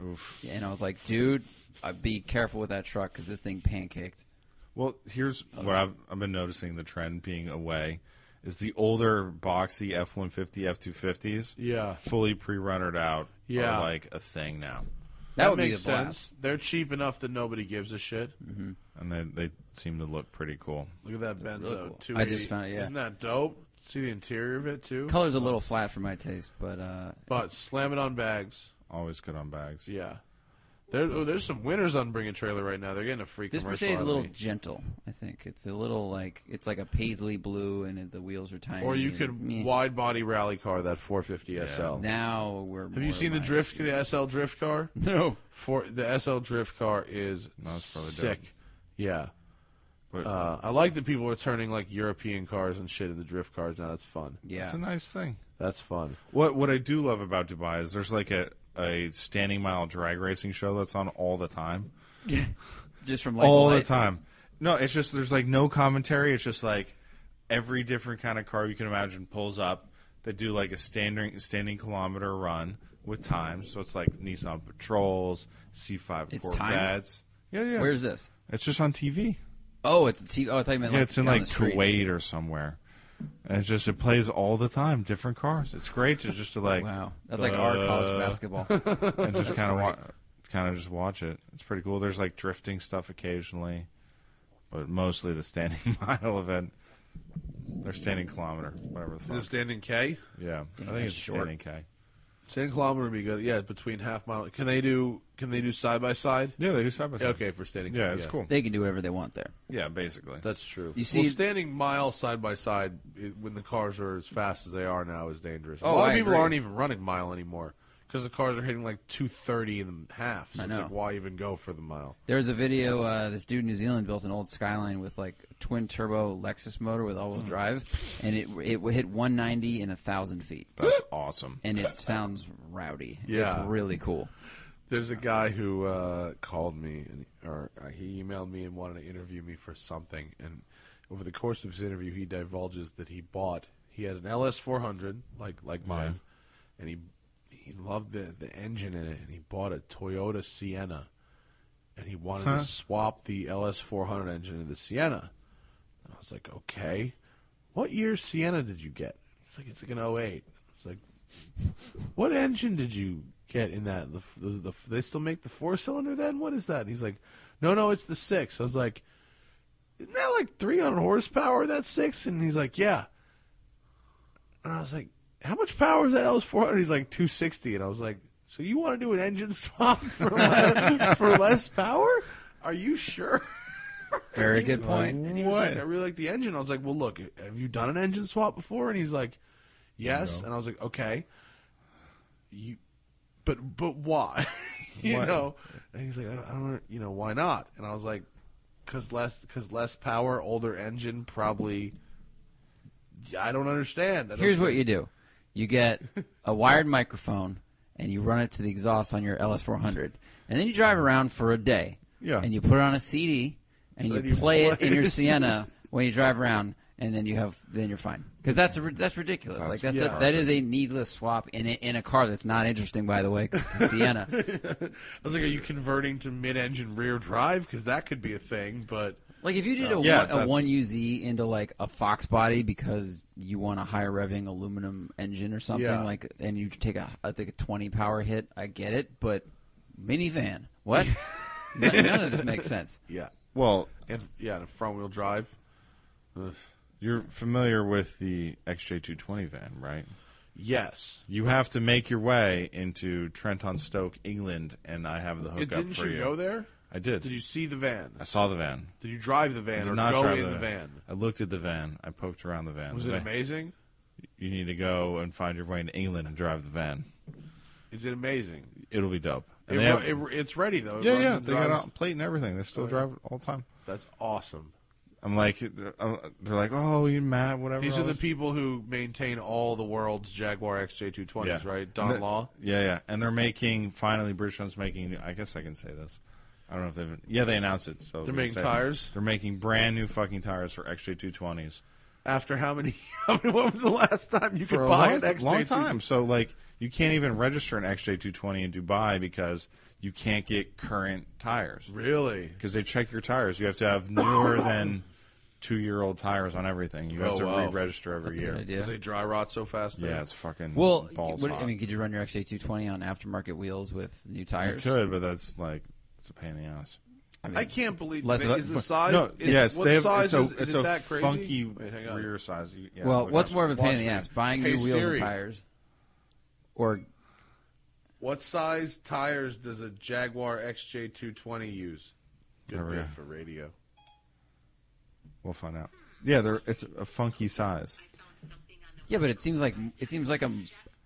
Speaker 8: And I was like, dude, uh, be careful with that truck because this thing pancaked.
Speaker 7: well, here's what I've, I've been noticing: the trend being away is the older boxy F one fifty, F two fifties,
Speaker 6: Yeah.
Speaker 7: fully pre runnered out,
Speaker 6: Yeah.
Speaker 7: are like a thing now.
Speaker 8: That, would
Speaker 6: makes
Speaker 8: be a blast.
Speaker 6: sense. They're cheap enough that nobody gives a shit.
Speaker 7: And they, they seem to look pretty cool.
Speaker 6: Look at that Benzo.
Speaker 8: really cool.
Speaker 6: 280.
Speaker 8: I just found it, yeah.
Speaker 6: Isn't that dope? See the interior of it too.
Speaker 8: Color's a little flat for my taste, but uh,
Speaker 6: But slam it on bags.
Speaker 7: Always good on bags.
Speaker 6: Yeah. There, oh, there's some winners on Bring a Trailer right now. They're getting a free
Speaker 8: This
Speaker 6: commercial.
Speaker 8: Mercedes is a
Speaker 6: out
Speaker 8: little
Speaker 6: of me.
Speaker 8: gentle. I think it's a little like it's like a paisley blue, and it, the wheels are tiny.
Speaker 6: Or you
Speaker 8: and-
Speaker 6: could
Speaker 8: meh.
Speaker 6: wide body rally car that 450 SL.
Speaker 8: now we're.
Speaker 6: Have you seen the drift, the SL drift car?
Speaker 8: No.
Speaker 6: For the SL drift car is
Speaker 7: it's probably
Speaker 6: sick.
Speaker 7: dope.
Speaker 6: Yeah.
Speaker 7: But
Speaker 6: Uh, I like that people are turning like European cars and shit into drift cars now. That's fun.
Speaker 8: Yeah.
Speaker 7: it's a nice thing.
Speaker 6: That's fun.
Speaker 7: What what I do love about Dubai is there's like a, a standing mile drag racing show that's on all the time.
Speaker 8: Just from light
Speaker 7: all
Speaker 8: to
Speaker 7: the
Speaker 8: light.
Speaker 7: time. No, it's just there's like no commentary. It's just like every different kind of car you can imagine pulls up. They do like a standing standing kilometer run with times. So it's like Nissan patrols, C5
Speaker 8: It's timed?
Speaker 7: Corvettes. Yeah, yeah.
Speaker 8: Where's this?
Speaker 7: It's just on TV.
Speaker 8: Oh, it's a T. Oh, I thought you meant
Speaker 7: Yeah,
Speaker 8: like
Speaker 7: it's in
Speaker 8: down
Speaker 7: like
Speaker 8: the street.
Speaker 7: Kuwait or somewhere. And it's just it plays all the time, different cars. It's great to just to like uh,
Speaker 8: Wow, that's like our college
Speaker 7: *laughs*
Speaker 8: basketball.
Speaker 7: and just kind of wa- kind of just watch it. It's pretty cool. There's like drifting stuff occasionally, but mostly the standing *laughs* mile event. They're standing kilometer, whatever the fuck.
Speaker 6: The standing K,
Speaker 7: yeah, I think it's
Speaker 8: short.
Speaker 7: standing K.
Speaker 6: standing kilometer would be good. Yeah, between half mile. Can they do? Can they do side by side?
Speaker 7: Yeah, they do side by side.
Speaker 6: Okay, for standing.
Speaker 7: Yeah,
Speaker 6: K,
Speaker 7: it's cool.
Speaker 8: they can do whatever they want there.
Speaker 7: Yeah, basically.
Speaker 6: That's true.
Speaker 8: You see-
Speaker 6: well, standing mile side by side it, when the cars are as fast as they are now is dangerous. a
Speaker 8: Oh,
Speaker 6: lot
Speaker 8: I
Speaker 6: of people
Speaker 8: agree.
Speaker 6: aren't even running mile anymore because the cars are hitting like two thirty and a half. So
Speaker 8: I
Speaker 6: it's
Speaker 8: know.
Speaker 6: like why even go for the mile?
Speaker 8: There was a video. Uh, this dude in New Zealand built an old Skyline with like twin turbo Lexus motor with
Speaker 7: Hmm.
Speaker 8: all-wheel drive, and it it hit 190 in a thousand feet,
Speaker 7: That's awesome.
Speaker 8: and it sounds rowdy.
Speaker 6: Yeah.
Speaker 8: it's really cool.
Speaker 6: There's a guy who uh, called me and or uh, he emailed me and wanted to interview me for something. And over the course of his interview, he divulges that he bought. He had an LS400 like like mine, and he he loved the the engine in it, and he bought a Toyota Sienna, and he wanted to swap the LS400 engine to the Sienna. And I was like, okay, what year Sienna did you get? He's like, it's like an 08. It's like, what engine did you get in that? The, the, the they still make the four cylinder then? What is that? And he's like, no, no, it's the six. I was like, isn't that like 300 horsepower? That six? And he's like, yeah. And I was like, how much power is that LS 400? He's like 260. And I was like, so you want to do an engine *laughs* swap for less, for less power? Are you sure?
Speaker 8: Very good point.
Speaker 6: And he was like, I really like the engine. I was like, well, look, have you done an engine swap before? And he's like, yes. And I was like, okay. You, but but why? *laughs* you know? And he's like, I, I don't, you know, why not? And I was like, because less because less power, older engine, probably. I don't understand. I don't
Speaker 8: Here's what
Speaker 6: think-
Speaker 8: you do: you get a wired microphone, and you run it to the exhaust on your LS400, and then you drive around for a day.
Speaker 7: Yeah.
Speaker 8: And you put it on a CD, and you,
Speaker 6: Then you
Speaker 8: play, it
Speaker 6: play
Speaker 8: in your
Speaker 6: it. *laughs*
Speaker 8: Sienna when you drive around, and then you have then you're fine because that's a, ri- that's ridiculous. like that's
Speaker 6: yeah.
Speaker 8: a, that is a needless swap in a, in a car that's not interesting, by the way. 'cause it's
Speaker 6: *laughs*
Speaker 8: a Sienna.
Speaker 6: I was like, are you converting to mid-engine rear drive? Because that could be a thing. But
Speaker 8: Like if you did a,
Speaker 7: Yeah,
Speaker 8: one, a
Speaker 7: that's-
Speaker 8: one UZ into like a Fox body because you want a high revving aluminum engine or something
Speaker 6: Yeah.
Speaker 8: like, and you take a I think a twenty power hit, I get it, but minivan,
Speaker 7: *laughs*
Speaker 8: what? None, none of this makes sense.
Speaker 6: yeah,
Speaker 7: Well,
Speaker 6: and yeah, and a front-wheel drive. Ugh.
Speaker 7: you're familiar with the XJ220 van, right?
Speaker 6: Yes.
Speaker 7: You have to make your way into Trenton-Stoke, England, and I have the hookup
Speaker 6: Didn't
Speaker 7: for
Speaker 6: you go there?
Speaker 7: I did.
Speaker 6: Did you see the van?
Speaker 7: I saw the van.
Speaker 6: Did you drive the van
Speaker 7: Did
Speaker 6: or
Speaker 7: not
Speaker 6: go
Speaker 7: drive
Speaker 6: in the van?
Speaker 7: I looked at the van. I poked around the van.
Speaker 6: Was
Speaker 7: The
Speaker 6: it
Speaker 7: van-
Speaker 6: amazing?
Speaker 7: You need to go and find your way in England and drive the van.
Speaker 6: Is it amazing?
Speaker 7: It'll be dope.
Speaker 6: It,
Speaker 7: And they have-
Speaker 6: ru- it- it's ready though. It
Speaker 7: yeah,
Speaker 6: runs
Speaker 7: yeah.
Speaker 6: and
Speaker 7: They got
Speaker 6: drives. Oh,
Speaker 7: a plate and everything. They still drive it all the time.
Speaker 6: That's awesome.
Speaker 7: I'm like, uh, they're like, oh, you mad? Whatever.
Speaker 6: These are
Speaker 7: all
Speaker 6: the
Speaker 7: this-
Speaker 6: people who maintain all the world's Jaguar XJ220s,
Speaker 7: Yeah.
Speaker 6: right? Don
Speaker 7: And the-
Speaker 6: Law.
Speaker 7: Yeah, yeah. And they're making finally Bridgestone's making. I guess I can say this. I don't know if they've. Yeah, they announced it. So we can
Speaker 6: making
Speaker 7: say it.
Speaker 6: tires?
Speaker 7: They're making brand new fucking tires for
Speaker 6: *laughs*
Speaker 7: XJ220s.
Speaker 6: After how many? *laughs* I mean, when was the last time you
Speaker 7: for
Speaker 6: could
Speaker 7: a
Speaker 6: buy
Speaker 7: long,
Speaker 6: an XJ220?
Speaker 7: long time. So like you can't even register an XJ220 in Dubai because you can't get current tires
Speaker 6: Really?
Speaker 7: because they check your tires. You have to have newer than two year old tires on everything. You have
Speaker 6: Oh,
Speaker 7: to
Speaker 6: wow.
Speaker 7: re-register every
Speaker 8: That's a
Speaker 7: year.
Speaker 8: good idea.
Speaker 6: Does they dry rot so fast? there?
Speaker 7: Yeah, it's fucking
Speaker 8: Well,
Speaker 7: balls
Speaker 8: what-
Speaker 7: hot.
Speaker 8: I mean, could you run your XJ220 on aftermarket wheels with new
Speaker 7: you
Speaker 8: tires?
Speaker 7: could, but that's like it's a pain in the ass.
Speaker 6: I can't believe.
Speaker 8: less of a-
Speaker 6: is the size?
Speaker 7: *laughs* no,
Speaker 6: is,
Speaker 7: yes,
Speaker 6: what
Speaker 7: they have,
Speaker 6: size
Speaker 7: it's a,
Speaker 6: is, is
Speaker 7: it's
Speaker 6: it
Speaker 7: a
Speaker 6: that crazy?
Speaker 7: funky
Speaker 6: Wait, hang on.
Speaker 7: rear size. You- yeah,
Speaker 8: Well,
Speaker 7: look
Speaker 8: what's
Speaker 7: up.
Speaker 8: more of a pain in the
Speaker 6: me.
Speaker 8: ass, buying
Speaker 6: Hey,
Speaker 8: new wheels
Speaker 6: Siri.
Speaker 8: and tires, or
Speaker 6: What size tires does a Jaguar XJ220 use? Good
Speaker 7: There we
Speaker 6: riff
Speaker 7: go.
Speaker 6: for radio.
Speaker 7: We'll find out. Yeah, they're, it's a funky size.
Speaker 8: yeah, but it seems like it seems like a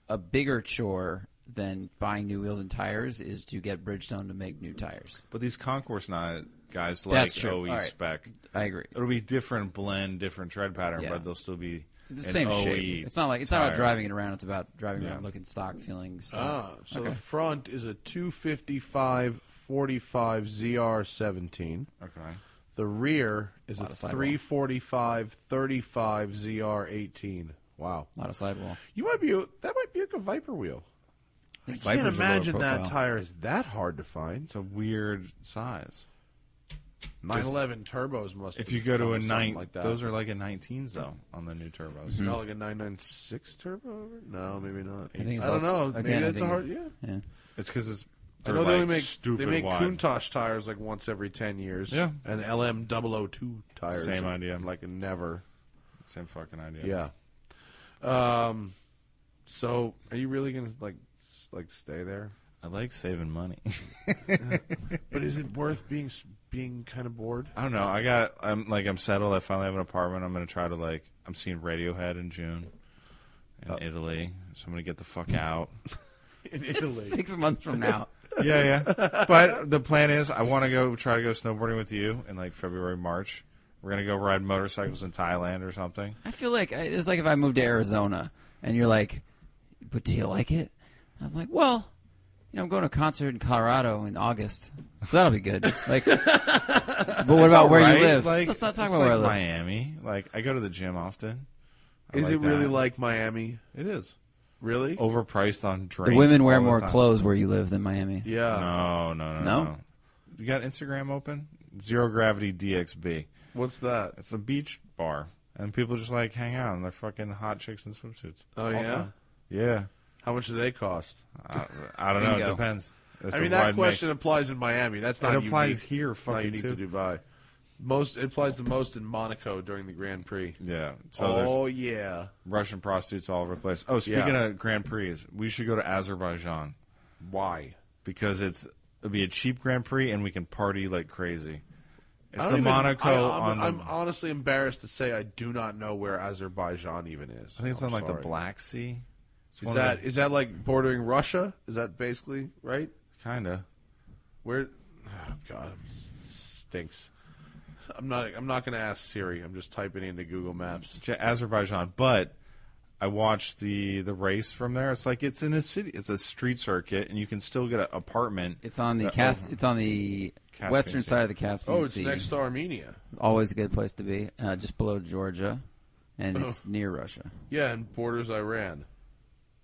Speaker 8: a bigger chore than buying new wheels and tires is to get Bridgestone to make new tires.
Speaker 7: But these concourse ni- guys like
Speaker 8: true.
Speaker 7: OE
Speaker 8: All right.
Speaker 7: spec.
Speaker 8: I agree.
Speaker 7: It'll be different blend, different tread pattern,
Speaker 8: Yeah.
Speaker 7: but they'll still be
Speaker 8: the
Speaker 7: an E.
Speaker 8: same
Speaker 7: OE
Speaker 8: shape. It's not like it's not about
Speaker 7: tire.
Speaker 8: driving it around. It's about driving
Speaker 7: Yeah.
Speaker 8: around looking stock, feeling
Speaker 6: Ah,
Speaker 8: stock.
Speaker 6: so the front is a 255 45 ZR17.
Speaker 7: Okay.
Speaker 6: The rear is a,
Speaker 8: Lot of sidewall.
Speaker 6: 345 35 ZR18. Wow.
Speaker 8: Not a sidewall.
Speaker 6: You might be that might be like a Viper wheel. I
Speaker 8: Viper's
Speaker 6: can't
Speaker 8: a lower
Speaker 6: imagine that
Speaker 8: profile.
Speaker 6: tire is that hard to find.
Speaker 7: It's a weird size.
Speaker 6: 911 turbos must.
Speaker 7: If
Speaker 6: have
Speaker 7: you go to
Speaker 6: come
Speaker 7: a
Speaker 6: with something
Speaker 7: nine,
Speaker 6: like that.
Speaker 7: those are like a 19s though on the new turbos.
Speaker 8: Mm-hmm.
Speaker 6: not like a 996 turbo. No, maybe not. I,
Speaker 8: think it's
Speaker 6: don't
Speaker 8: also-
Speaker 6: know.
Speaker 8: again,
Speaker 6: maybe
Speaker 8: I
Speaker 6: that's a
Speaker 8: think-
Speaker 6: hard. Yeah.
Speaker 8: Yeah. *laughs*
Speaker 7: It's because it's
Speaker 6: I
Speaker 7: they're
Speaker 6: know
Speaker 7: like
Speaker 6: they only make
Speaker 7: stupid
Speaker 6: they make
Speaker 7: wide.
Speaker 6: Countach tires like once every 10 years.
Speaker 7: Yeah.
Speaker 6: And LM 002 tires.
Speaker 7: Same
Speaker 6: are,
Speaker 7: idea.
Speaker 6: Like never.
Speaker 7: Same fucking idea.
Speaker 6: Yeah. Um. So, are you really gonna like s- like stay there?
Speaker 7: I like saving money. *laughs*
Speaker 6: But is it worth being s- being kind of bored?
Speaker 7: I don't know. I got. I'm like I'm settled. I finally have an apartment. I'm gonna try to like. I'm seeing Radiohead in June in
Speaker 8: Oh.
Speaker 7: Italy. So I'm gonna get the fuck
Speaker 8: *laughs*
Speaker 7: out.
Speaker 6: *laughs* In Italy,
Speaker 8: Six months from now.
Speaker 7: yeah, yeah. But the plan is, I want to go try to go snowboarding with you in like February, March. We're gonna go ride motorcycles in Thailand or something.
Speaker 8: I feel like I, it's like if I moved to Arizona and you're like, but do you like it? I was like, well, you know, I'm going to a concert in Colorado in August, so that'll be good.
Speaker 7: *laughs*
Speaker 8: Like, but what about where
Speaker 7: Right?
Speaker 8: you live?
Speaker 7: Like,
Speaker 8: Let's not talk
Speaker 7: it's
Speaker 8: about where I
Speaker 7: like
Speaker 8: live.
Speaker 7: Miami. Like I go to the gym often. *laughs* I
Speaker 6: is it really
Speaker 7: that. Oh,
Speaker 6: like Miami?
Speaker 7: It is
Speaker 6: Really?
Speaker 7: overpriced on drinks.
Speaker 8: The women wear
Speaker 7: all the
Speaker 8: more
Speaker 7: time.
Speaker 8: clothes where you live than Miami.
Speaker 6: yeah.
Speaker 7: No, no, no, no,
Speaker 8: No?
Speaker 7: no. You got Instagram open? Zero Gravity DXB.
Speaker 6: What's that?
Speaker 7: It's a beach bar, and people just like hang out, and they're fucking hot chicks in swimsuits.
Speaker 6: Oh
Speaker 7: All
Speaker 6: yeah.
Speaker 7: time. yeah.
Speaker 6: How much do they cost?
Speaker 7: I, I don't know. It
Speaker 8: Bingo.
Speaker 7: depends. It's
Speaker 6: I
Speaker 7: a
Speaker 6: mean, that
Speaker 7: wide
Speaker 6: question
Speaker 7: mix.
Speaker 6: applies in Miami. That's not
Speaker 7: It applies
Speaker 6: unique.
Speaker 7: here,
Speaker 6: It's
Speaker 7: fucking,
Speaker 6: not unique
Speaker 7: too.
Speaker 6: to Dubai. Most it applies the most in Monaco during the Grand Prix.
Speaker 7: Yeah. So
Speaker 6: oh
Speaker 7: there's
Speaker 6: yeah.
Speaker 7: Russian prostitutes all over the place. Oh,
Speaker 6: Yeah.
Speaker 7: speaking of Grand Prix, we should go to Azerbaijan
Speaker 6: Why?
Speaker 7: because it's it'll be a cheap Grand Prix, and we can party like crazy. It's
Speaker 6: I
Speaker 7: the
Speaker 6: don't even-
Speaker 7: Monaco
Speaker 6: I, I'm,
Speaker 7: on the.
Speaker 6: I'm honestly embarrassed to say I do not know where Azerbaijan even is.
Speaker 7: I think it's
Speaker 6: I'm
Speaker 7: on like
Speaker 6: sorry.
Speaker 7: the Black Sea. It's
Speaker 6: Is that is that like bordering Russia? Is that basically right?
Speaker 7: kind of?
Speaker 6: Where? Oh God, stinks. I'm not. I'm not going to ask Siri. I'm just typing into Google Maps.
Speaker 7: to Azerbaijan, but I watched the the race from there. It's like it's in a city, it's a street circuit, and you can still get an apartment.
Speaker 8: It's on the
Speaker 7: that-
Speaker 8: Cas- It's on the
Speaker 7: Caspian
Speaker 8: western
Speaker 7: Sea.
Speaker 8: side of the Caspian
Speaker 6: Oh, it's
Speaker 8: Sea.
Speaker 6: next to Armenia.
Speaker 8: Always a good place to be. Uh, just below Georgia, and
Speaker 7: Oh.
Speaker 8: it's near Russia.
Speaker 6: Yeah, and borders Iran.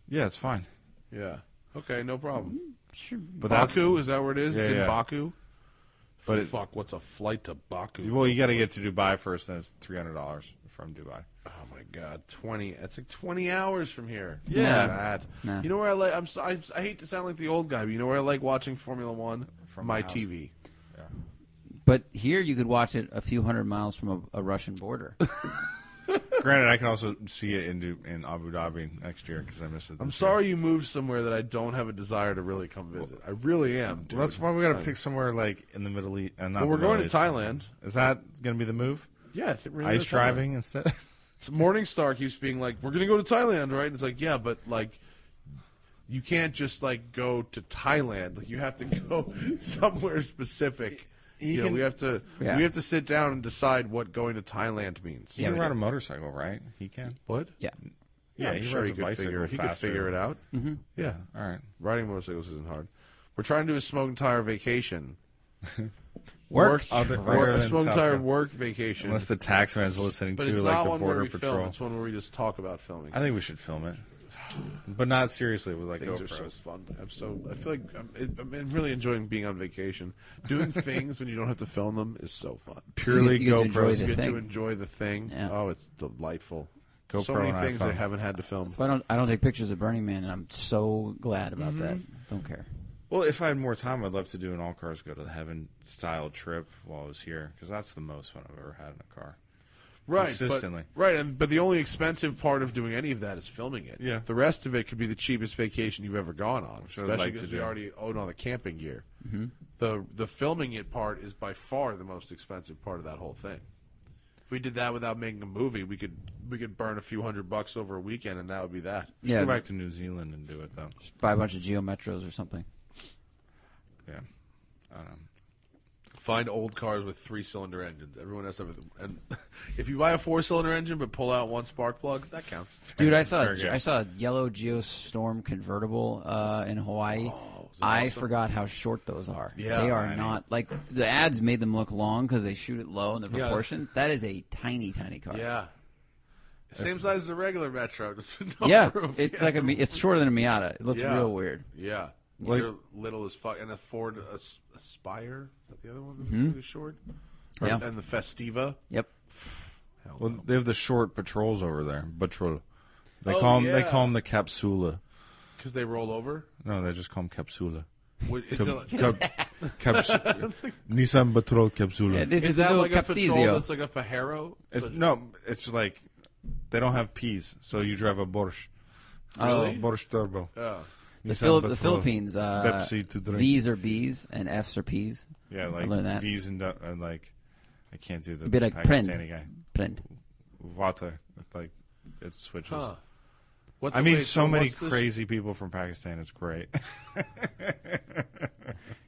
Speaker 7: yeah, it's fine.
Speaker 6: Yeah. Okay, no problem.
Speaker 8: Sure.
Speaker 7: But that's
Speaker 6: Baku is that where it is? it's
Speaker 7: Yeah,
Speaker 6: in
Speaker 7: yeah.
Speaker 6: Baku.
Speaker 7: But it-
Speaker 6: fuck, what's a flight to Baku?
Speaker 7: well, you got to get to Dubai first, and it's three hundred dollars from Dubai.
Speaker 6: Oh my god, twenty. That's like twenty hours from here.
Speaker 7: Yeah.
Speaker 6: Bad.
Speaker 8: Nah.
Speaker 6: You know where I like? I'm. So, I'm si hate to sound like the old guy, but you know where I like watching Formula One?
Speaker 7: From
Speaker 6: my
Speaker 7: my house.
Speaker 6: TV.
Speaker 8: But here you could watch it a few hundred miles from a, a
Speaker 7: *laughs*
Speaker 8: Russian border.
Speaker 7: Granted, I can also see it in Du- in Abu Dhabi next year because I missed it.
Speaker 6: I'm
Speaker 7: this
Speaker 6: sorry you moved somewhere that I don't have a desire to really come visit. I really am.
Speaker 7: year.
Speaker 6: Dude. Uh,
Speaker 7: Well, that's why we got to pick somewhere like in the Middle East. Uh, not
Speaker 6: Well,
Speaker 7: the
Speaker 6: we're
Speaker 7: Middle
Speaker 6: going to
Speaker 7: East.
Speaker 6: Thailand.
Speaker 7: Is that going to be the move?
Speaker 6: Yeah, I think we're gonna
Speaker 7: Ice
Speaker 6: go to Thailand.
Speaker 7: driving instead.
Speaker 6: It's- Morningstar keeps being like, "We're gonna go to Thailand, right?" And it's like, "Yeah, but like, you can't just like go to Thailand. Like, you have to *laughs* go somewhere specific. You know,
Speaker 7: can-
Speaker 6: we have to
Speaker 8: Yeah.
Speaker 6: we have to sit down and decide what going to Thailand means.
Speaker 7: *laughs* You
Speaker 8: Yeah,
Speaker 7: can
Speaker 8: we
Speaker 7: ride a motorcycle, right? He can.
Speaker 6: What?
Speaker 8: yeah.
Speaker 7: Yeah,
Speaker 6: I'm
Speaker 7: he
Speaker 6: sure
Speaker 7: rides
Speaker 6: he
Speaker 7: a
Speaker 6: could
Speaker 7: bicycle
Speaker 6: figure he could
Speaker 7: faster.
Speaker 6: figure it out. Mm-hmm. Yeah,
Speaker 7: All right.
Speaker 6: riding motorcycles isn't hard. We're trying to do a smoke and tire vacation.
Speaker 8: Work.
Speaker 7: Other-
Speaker 6: work-
Speaker 7: other
Speaker 6: a
Speaker 7: than
Speaker 6: smoke and
Speaker 7: South
Speaker 6: tire
Speaker 7: Korea.
Speaker 6: work vacation.
Speaker 7: Unless the tax man's listening
Speaker 6: but
Speaker 7: to
Speaker 6: it's
Speaker 7: like
Speaker 6: not
Speaker 7: the
Speaker 6: one where
Speaker 7: border
Speaker 6: we
Speaker 7: patrol.
Speaker 6: film. It's one where we just talk about filming.
Speaker 7: I think we should film it, but not seriously with like
Speaker 6: things are
Speaker 7: GoPros.
Speaker 6: so fun. I'm so I feel like I'm, it- I'm really enjoying being on vacation.
Speaker 7: *laughs*
Speaker 6: Doing things when you don't have to film them is so fun.
Speaker 7: Purely
Speaker 8: You get to enjoy
Speaker 7: GoPros.
Speaker 8: the
Speaker 6: Get
Speaker 8: thing.
Speaker 6: to enjoy the thing.
Speaker 8: Yeah.
Speaker 6: Oh, it's delightful. so
Speaker 7: GoPro
Speaker 6: many
Speaker 7: and
Speaker 6: things I
Speaker 7: iPhone.
Speaker 6: haven't had to film.
Speaker 8: So I don't. I don't take pictures of Burning Man, and I'm so glad
Speaker 6: Mm-hmm.
Speaker 8: about that. Don't care.
Speaker 7: Well, if I had more time, I'd love to do an all cars go to heaven style trip while I was here because that's the most fun I've ever had in a car.
Speaker 6: Right,
Speaker 7: consistently.
Speaker 6: But, right, and but the only expensive part of doing any of that is filming it.
Speaker 7: Yeah.
Speaker 6: The rest of it could be the cheapest vacation you've ever gone on.
Speaker 7: Which I
Speaker 6: especially
Speaker 7: would like to
Speaker 6: because we
Speaker 7: do.
Speaker 6: already own all the camping gear. Mm-hmm. The the filming it part is by far the most expensive part of that whole thing. If we did that without making a movie, we could we could burn a few hundred bucks over a weekend, and that would be that.
Speaker 7: Yeah.
Speaker 8: Yeah,
Speaker 7: Go back to New Zealand and do it though.
Speaker 8: buy a bunch of Geo Metros or something.
Speaker 7: Yeah. I don't know.
Speaker 6: Find old cars with three cylinder engines. Everyone has to have. a- And *laughs* if you buy a four cylinder engine but pull out one spark plug, that
Speaker 7: *laughs*
Speaker 6: counts.
Speaker 8: Dude, I saw
Speaker 7: Very good.
Speaker 6: Oh,
Speaker 8: a, I saw a yellow Geostorm convertible uh, in Hawaii
Speaker 7: Is that
Speaker 8: I
Speaker 7: awesome?
Speaker 8: forgot how short those are.
Speaker 6: Yeah.
Speaker 8: they are
Speaker 6: Tiny.
Speaker 8: not like the ads made them look long because they shoot it low in the
Speaker 6: Yeah.
Speaker 8: proportions. That is a tiny, tiny car.
Speaker 6: Yeah. Same size as a regular Metro. *laughs* just with no
Speaker 8: *laughs* Yeah,
Speaker 6: roof.
Speaker 8: it's
Speaker 6: Yeah.
Speaker 8: like a Mi- it's shorter than a Miata. It looks
Speaker 6: Yeah.
Speaker 8: real weird.
Speaker 6: Yeah.
Speaker 7: Like-
Speaker 6: They're little as fuck. And a Ford As- Aspire. Is that the other one? Really short? Or-
Speaker 8: Mm-hmm. Yeah.
Speaker 6: And the Festiva.
Speaker 8: Yep.
Speaker 7: Well, they have the short patrols over there. Patrol. They
Speaker 6: Oh,
Speaker 7: call 'em- They
Speaker 6: yeah.
Speaker 7: call them the capsula.
Speaker 6: Because they roll over.
Speaker 7: No, they just call them capsula.
Speaker 6: Would- Is,
Speaker 7: Cap,
Speaker 6: it- *laughs*
Speaker 7: cap, caps, *laughs* Nissan Patrol capsula.
Speaker 8: Yeah, this
Speaker 6: is
Speaker 8: is a
Speaker 6: that
Speaker 8: little
Speaker 6: like a patrol
Speaker 8: Capsizio.
Speaker 6: that's like a Pajero?
Speaker 7: It's no, it's like they don't have peas, so you drive a Borscht. Really? Borscht turbo.
Speaker 6: Oh.
Speaker 8: the,
Speaker 7: Nissan
Speaker 8: Phil- the
Speaker 7: Patrol.
Speaker 8: Philippines, uh,
Speaker 7: Pepsi to drink.
Speaker 8: V's are B's and F's are P's.
Speaker 7: Yeah,
Speaker 8: I learned that.
Speaker 7: like V's and, du- and like I can't do the
Speaker 8: Be like print.
Speaker 7: Pakistani guy.
Speaker 8: Print.
Speaker 7: Vata, like it switches.
Speaker 6: Huh. What's
Speaker 7: I mean,
Speaker 6: wait,
Speaker 7: so, many
Speaker 6: what's this-
Speaker 7: crazy people from Pakistan. It's great. *laughs*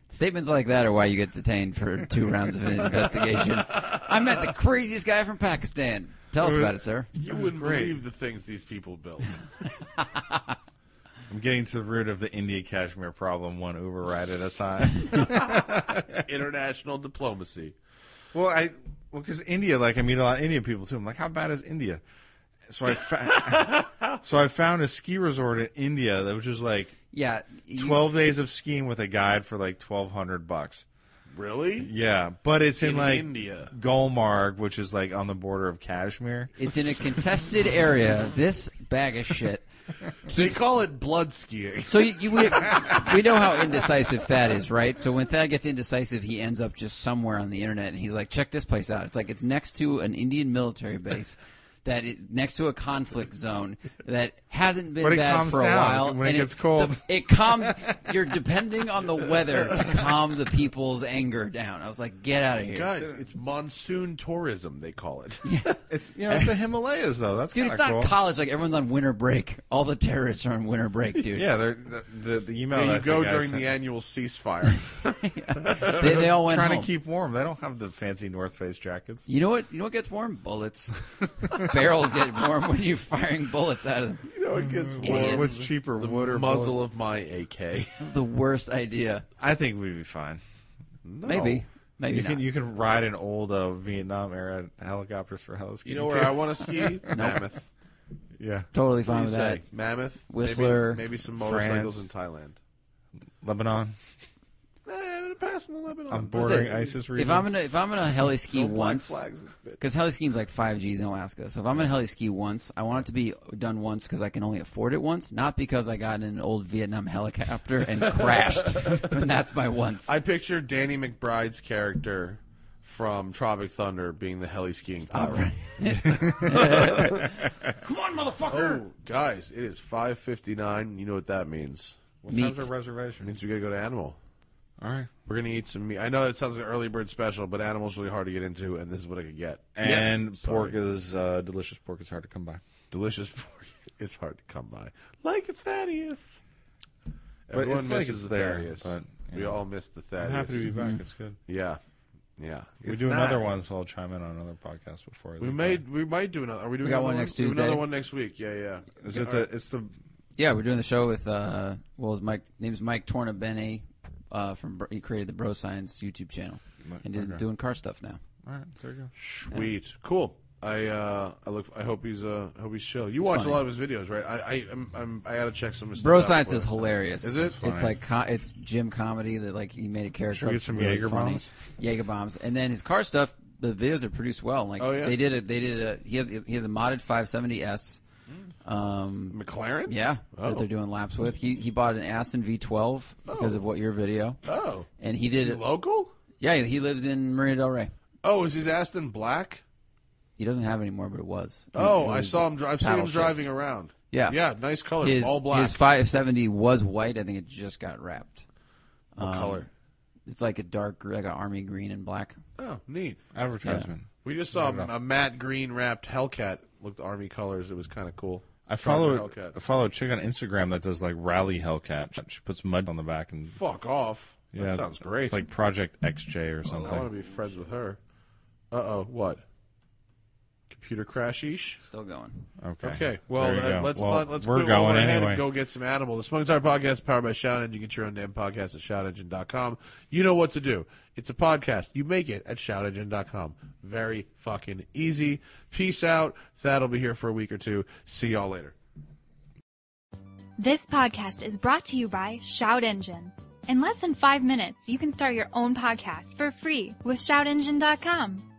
Speaker 8: Statements like that are why you get detained for two rounds of an investigation. I met the craziest guy from Pakistan. Tell us about it, sir.
Speaker 6: *laughs* You wouldn't
Speaker 7: great.
Speaker 6: believe the things these people *laughs* built.
Speaker 7: I'm getting to the root of the India Kashmir problem, one Uber ride at a
Speaker 8: *laughs*
Speaker 7: time.
Speaker 6: International diplomacy.
Speaker 7: well, I well because India, like I meet a lot of Indian people too. I'm like, how bad is India? So I fa-
Speaker 6: *laughs*
Speaker 7: so I found a ski resort in India that was just like
Speaker 8: Yeah. you-
Speaker 7: 12 days of skiing with a guide for like 1200 bucks.
Speaker 6: Really?
Speaker 7: Yeah, but it's in,
Speaker 6: In
Speaker 7: like
Speaker 6: India.
Speaker 7: Gulmarg, which is like on the border of Kashmir.
Speaker 8: It's in a contested area. This bag of shit.
Speaker 6: They call it blood skiing. *laughs*
Speaker 8: So you, you, we, we know how indecisive Thad is, right? So when Thad gets indecisive, he ends up just somewhere on the internet, and he's like, "Check this place out." It's like it's next to an Indian military base *laughs* that is next to a conflict zone that hasn't been
Speaker 7: But it
Speaker 8: bad
Speaker 7: calms
Speaker 8: for a
Speaker 7: down
Speaker 8: while.
Speaker 7: when it
Speaker 8: and
Speaker 7: gets
Speaker 8: it's-
Speaker 7: cold.
Speaker 8: the- it calms. You're depending on the weather to calm the people's anger down. I was like, "Get out of here."
Speaker 6: Guys, it's monsoon tourism, they call *laughs* it.
Speaker 7: It's you know *laughs* it's the Himalayas though. That's
Speaker 8: Dude,
Speaker 7: kinda
Speaker 8: it's not
Speaker 7: cool.
Speaker 8: college. Like everyone's on winter break. All the terrorists are on winter break, dude.
Speaker 7: *laughs* Yeah, they're, the, the the email
Speaker 6: Yeah,
Speaker 7: that
Speaker 6: you go
Speaker 7: guy
Speaker 6: during
Speaker 7: sent-
Speaker 6: the annual *laughs* ceasefire.
Speaker 8: they, they all went
Speaker 7: trying
Speaker 8: home.
Speaker 7: to keep warm. They don't have the fancy North Face jackets.
Speaker 8: You know what? You know what gets warm?
Speaker 7: *laughs*
Speaker 8: Bullets. Barrels get warm when you're firing bullets out of them.
Speaker 7: You know, it gets
Speaker 8: Idiots.
Speaker 7: warm. What's cheaper, wood or
Speaker 6: Muzzle
Speaker 7: bullets?
Speaker 6: of my AK.
Speaker 8: This is the worst idea.
Speaker 7: I think we'd be fine.
Speaker 8: Maybe. Maybe
Speaker 7: You
Speaker 8: not.
Speaker 7: can you can ride an old uh, Vietnam era helicopters for heliski.
Speaker 6: You know where I want to *laughs* ski? Mammoth.
Speaker 7: Yeah,
Speaker 8: totally
Speaker 6: What
Speaker 8: fine
Speaker 6: do
Speaker 8: with
Speaker 6: you
Speaker 8: that.
Speaker 6: say? Mammoth. Maybe-
Speaker 8: Whistler,
Speaker 6: Maybe, some motorcycles
Speaker 7: France.
Speaker 6: in Thailand.
Speaker 7: Lebanon.
Speaker 6: Eh, I'm gonna pass in the Lebanon.
Speaker 7: I'm
Speaker 8: That's
Speaker 7: bordering
Speaker 8: it.
Speaker 7: ISIS regions.
Speaker 8: If I'm gonna if I'm gonna heli ski
Speaker 6: No black
Speaker 8: once,
Speaker 6: flags this bit.
Speaker 8: because heli skiing's like five G's in Alaska. So if I'm gonna heli ski once, I want it to be done once because I can only afford it once, not because I got in an old Vietnam helicopter and
Speaker 7: *laughs*
Speaker 8: crashed. and that's my once.
Speaker 6: I picture Danny McBride's character from Tropic Thunder being the heli skiing pirate. Come on, motherfucker! Oh, guys, it is five fifty nine. You know what that means?
Speaker 7: what time's
Speaker 8: Meat.
Speaker 7: our reservation?
Speaker 6: means we gotta go to Animal.
Speaker 7: All right.
Speaker 6: We're gonna eat some meat. I know it sounds like an early bird special, but Animal's really hard to get into, and this is what I could get.
Speaker 7: And
Speaker 6: Sorry.
Speaker 7: pork is uh, delicious. Pork is hard to come by.
Speaker 6: Delicious *laughs* pork is hard to come by, like a Thaddeus.
Speaker 7: But
Speaker 6: Everyone
Speaker 7: it's like
Speaker 6: misses
Speaker 7: it's
Speaker 6: the
Speaker 7: there,
Speaker 6: Thaddeus.
Speaker 7: but, you
Speaker 6: we
Speaker 7: know.
Speaker 6: all miss the Thaddeus.
Speaker 7: I'm happy to be back.
Speaker 8: Mm-hmm.
Speaker 7: It's good.
Speaker 6: Yeah, yeah.
Speaker 7: we
Speaker 6: It's
Speaker 7: do another
Speaker 6: nice.
Speaker 7: one, so I'll chime in on another podcast before. I
Speaker 6: We
Speaker 7: leave.
Speaker 6: made we might do another. Are we doing
Speaker 8: We got
Speaker 6: another
Speaker 8: one next
Speaker 6: We do Another
Speaker 8: Tuesday.
Speaker 6: one next week. Yeah, yeah.
Speaker 7: Is it the? It's the.
Speaker 8: Yeah, we're doing the show with uh, well, his Mike name's Mike Tornabene uh, from he created the Bro Science YouTube channel and is
Speaker 7: okay.
Speaker 8: doing car stuff now.
Speaker 7: All right, there you go.
Speaker 6: Sweet, cool. I uh, I look. I hope he's uh, I hope he's chill. You watch
Speaker 8: funny.
Speaker 6: a lot of his videos, right? I I I'm, I'm I gotta check some. of his
Speaker 8: Bro
Speaker 6: stuff out
Speaker 8: Science
Speaker 6: for
Speaker 8: is
Speaker 6: us.
Speaker 8: hilarious.
Speaker 6: Is it?
Speaker 8: It's like co- it's gym comedy that like he made a character.
Speaker 7: Should we
Speaker 8: up.
Speaker 7: get
Speaker 8: It's
Speaker 7: some
Speaker 8: really
Speaker 7: Jaeger
Speaker 8: funny.
Speaker 7: bombs?
Speaker 8: Jaeger bombs, and then his car stuff. The videos are produced well. Like
Speaker 6: Oh, yeah?
Speaker 8: they did a they did a he has he has a modded 570s. Um,
Speaker 6: McLaren?
Speaker 8: yeah,
Speaker 6: Oh.
Speaker 8: that they're doing laps with. He he bought an Aston V12 because of what your video,
Speaker 6: Oh,
Speaker 8: and he did. it.
Speaker 6: local?
Speaker 8: Yeah, he lives in Marina Del Rey.
Speaker 6: Oh, is his Aston black?
Speaker 8: He doesn't have any more, but it was.
Speaker 6: Oh,
Speaker 8: It
Speaker 6: I
Speaker 8: was
Speaker 6: saw him. Dri- I've seen him
Speaker 8: paddle shift.
Speaker 6: driving around.
Speaker 8: Yeah.
Speaker 6: yeah. Nice color.
Speaker 8: His,
Speaker 6: all black.
Speaker 8: His 570 was white. I think it just got wrapped. Um,
Speaker 6: What color?
Speaker 8: It's like a dark, gr- like an army green and black.
Speaker 6: Oh, neat.
Speaker 7: Advertisement.
Speaker 6: We just saw a matte green wrapped Hellcat. Looked army colors. It was kind of cool.
Speaker 7: I follow
Speaker 6: Hellcat.
Speaker 7: I follow a chick on Instagram that does like rally Hellcat. She puts mud on the back and
Speaker 6: Fuck off.
Speaker 7: yeah,
Speaker 6: that
Speaker 7: it's-
Speaker 6: sounds great.
Speaker 7: It's like Project XJ or
Speaker 6: I want
Speaker 7: something.
Speaker 6: to be friends with her. Uh oh, what? computer crashish.
Speaker 8: Still going.
Speaker 7: Okay.
Speaker 6: Okay, well,
Speaker 7: There you
Speaker 6: uh,
Speaker 7: go.
Speaker 6: let's
Speaker 7: Well,
Speaker 6: let, let's
Speaker 7: we're
Speaker 6: quit while
Speaker 7: going
Speaker 6: ahead
Speaker 7: anyway.
Speaker 6: and go get some animal. The Smoking Tire Podcast, powered by Shout Engine. Get your own damn podcast at shoutengine.com. You know what to do. It's a podcast. You make it at shoutengine.com. Very fucking easy. Peace out. That'll be here for a week or two. See y'all later.
Speaker 1: This podcast is brought to you by Shout Engine. In less than five minutes, you can start your own podcast for free with shoutengine.com.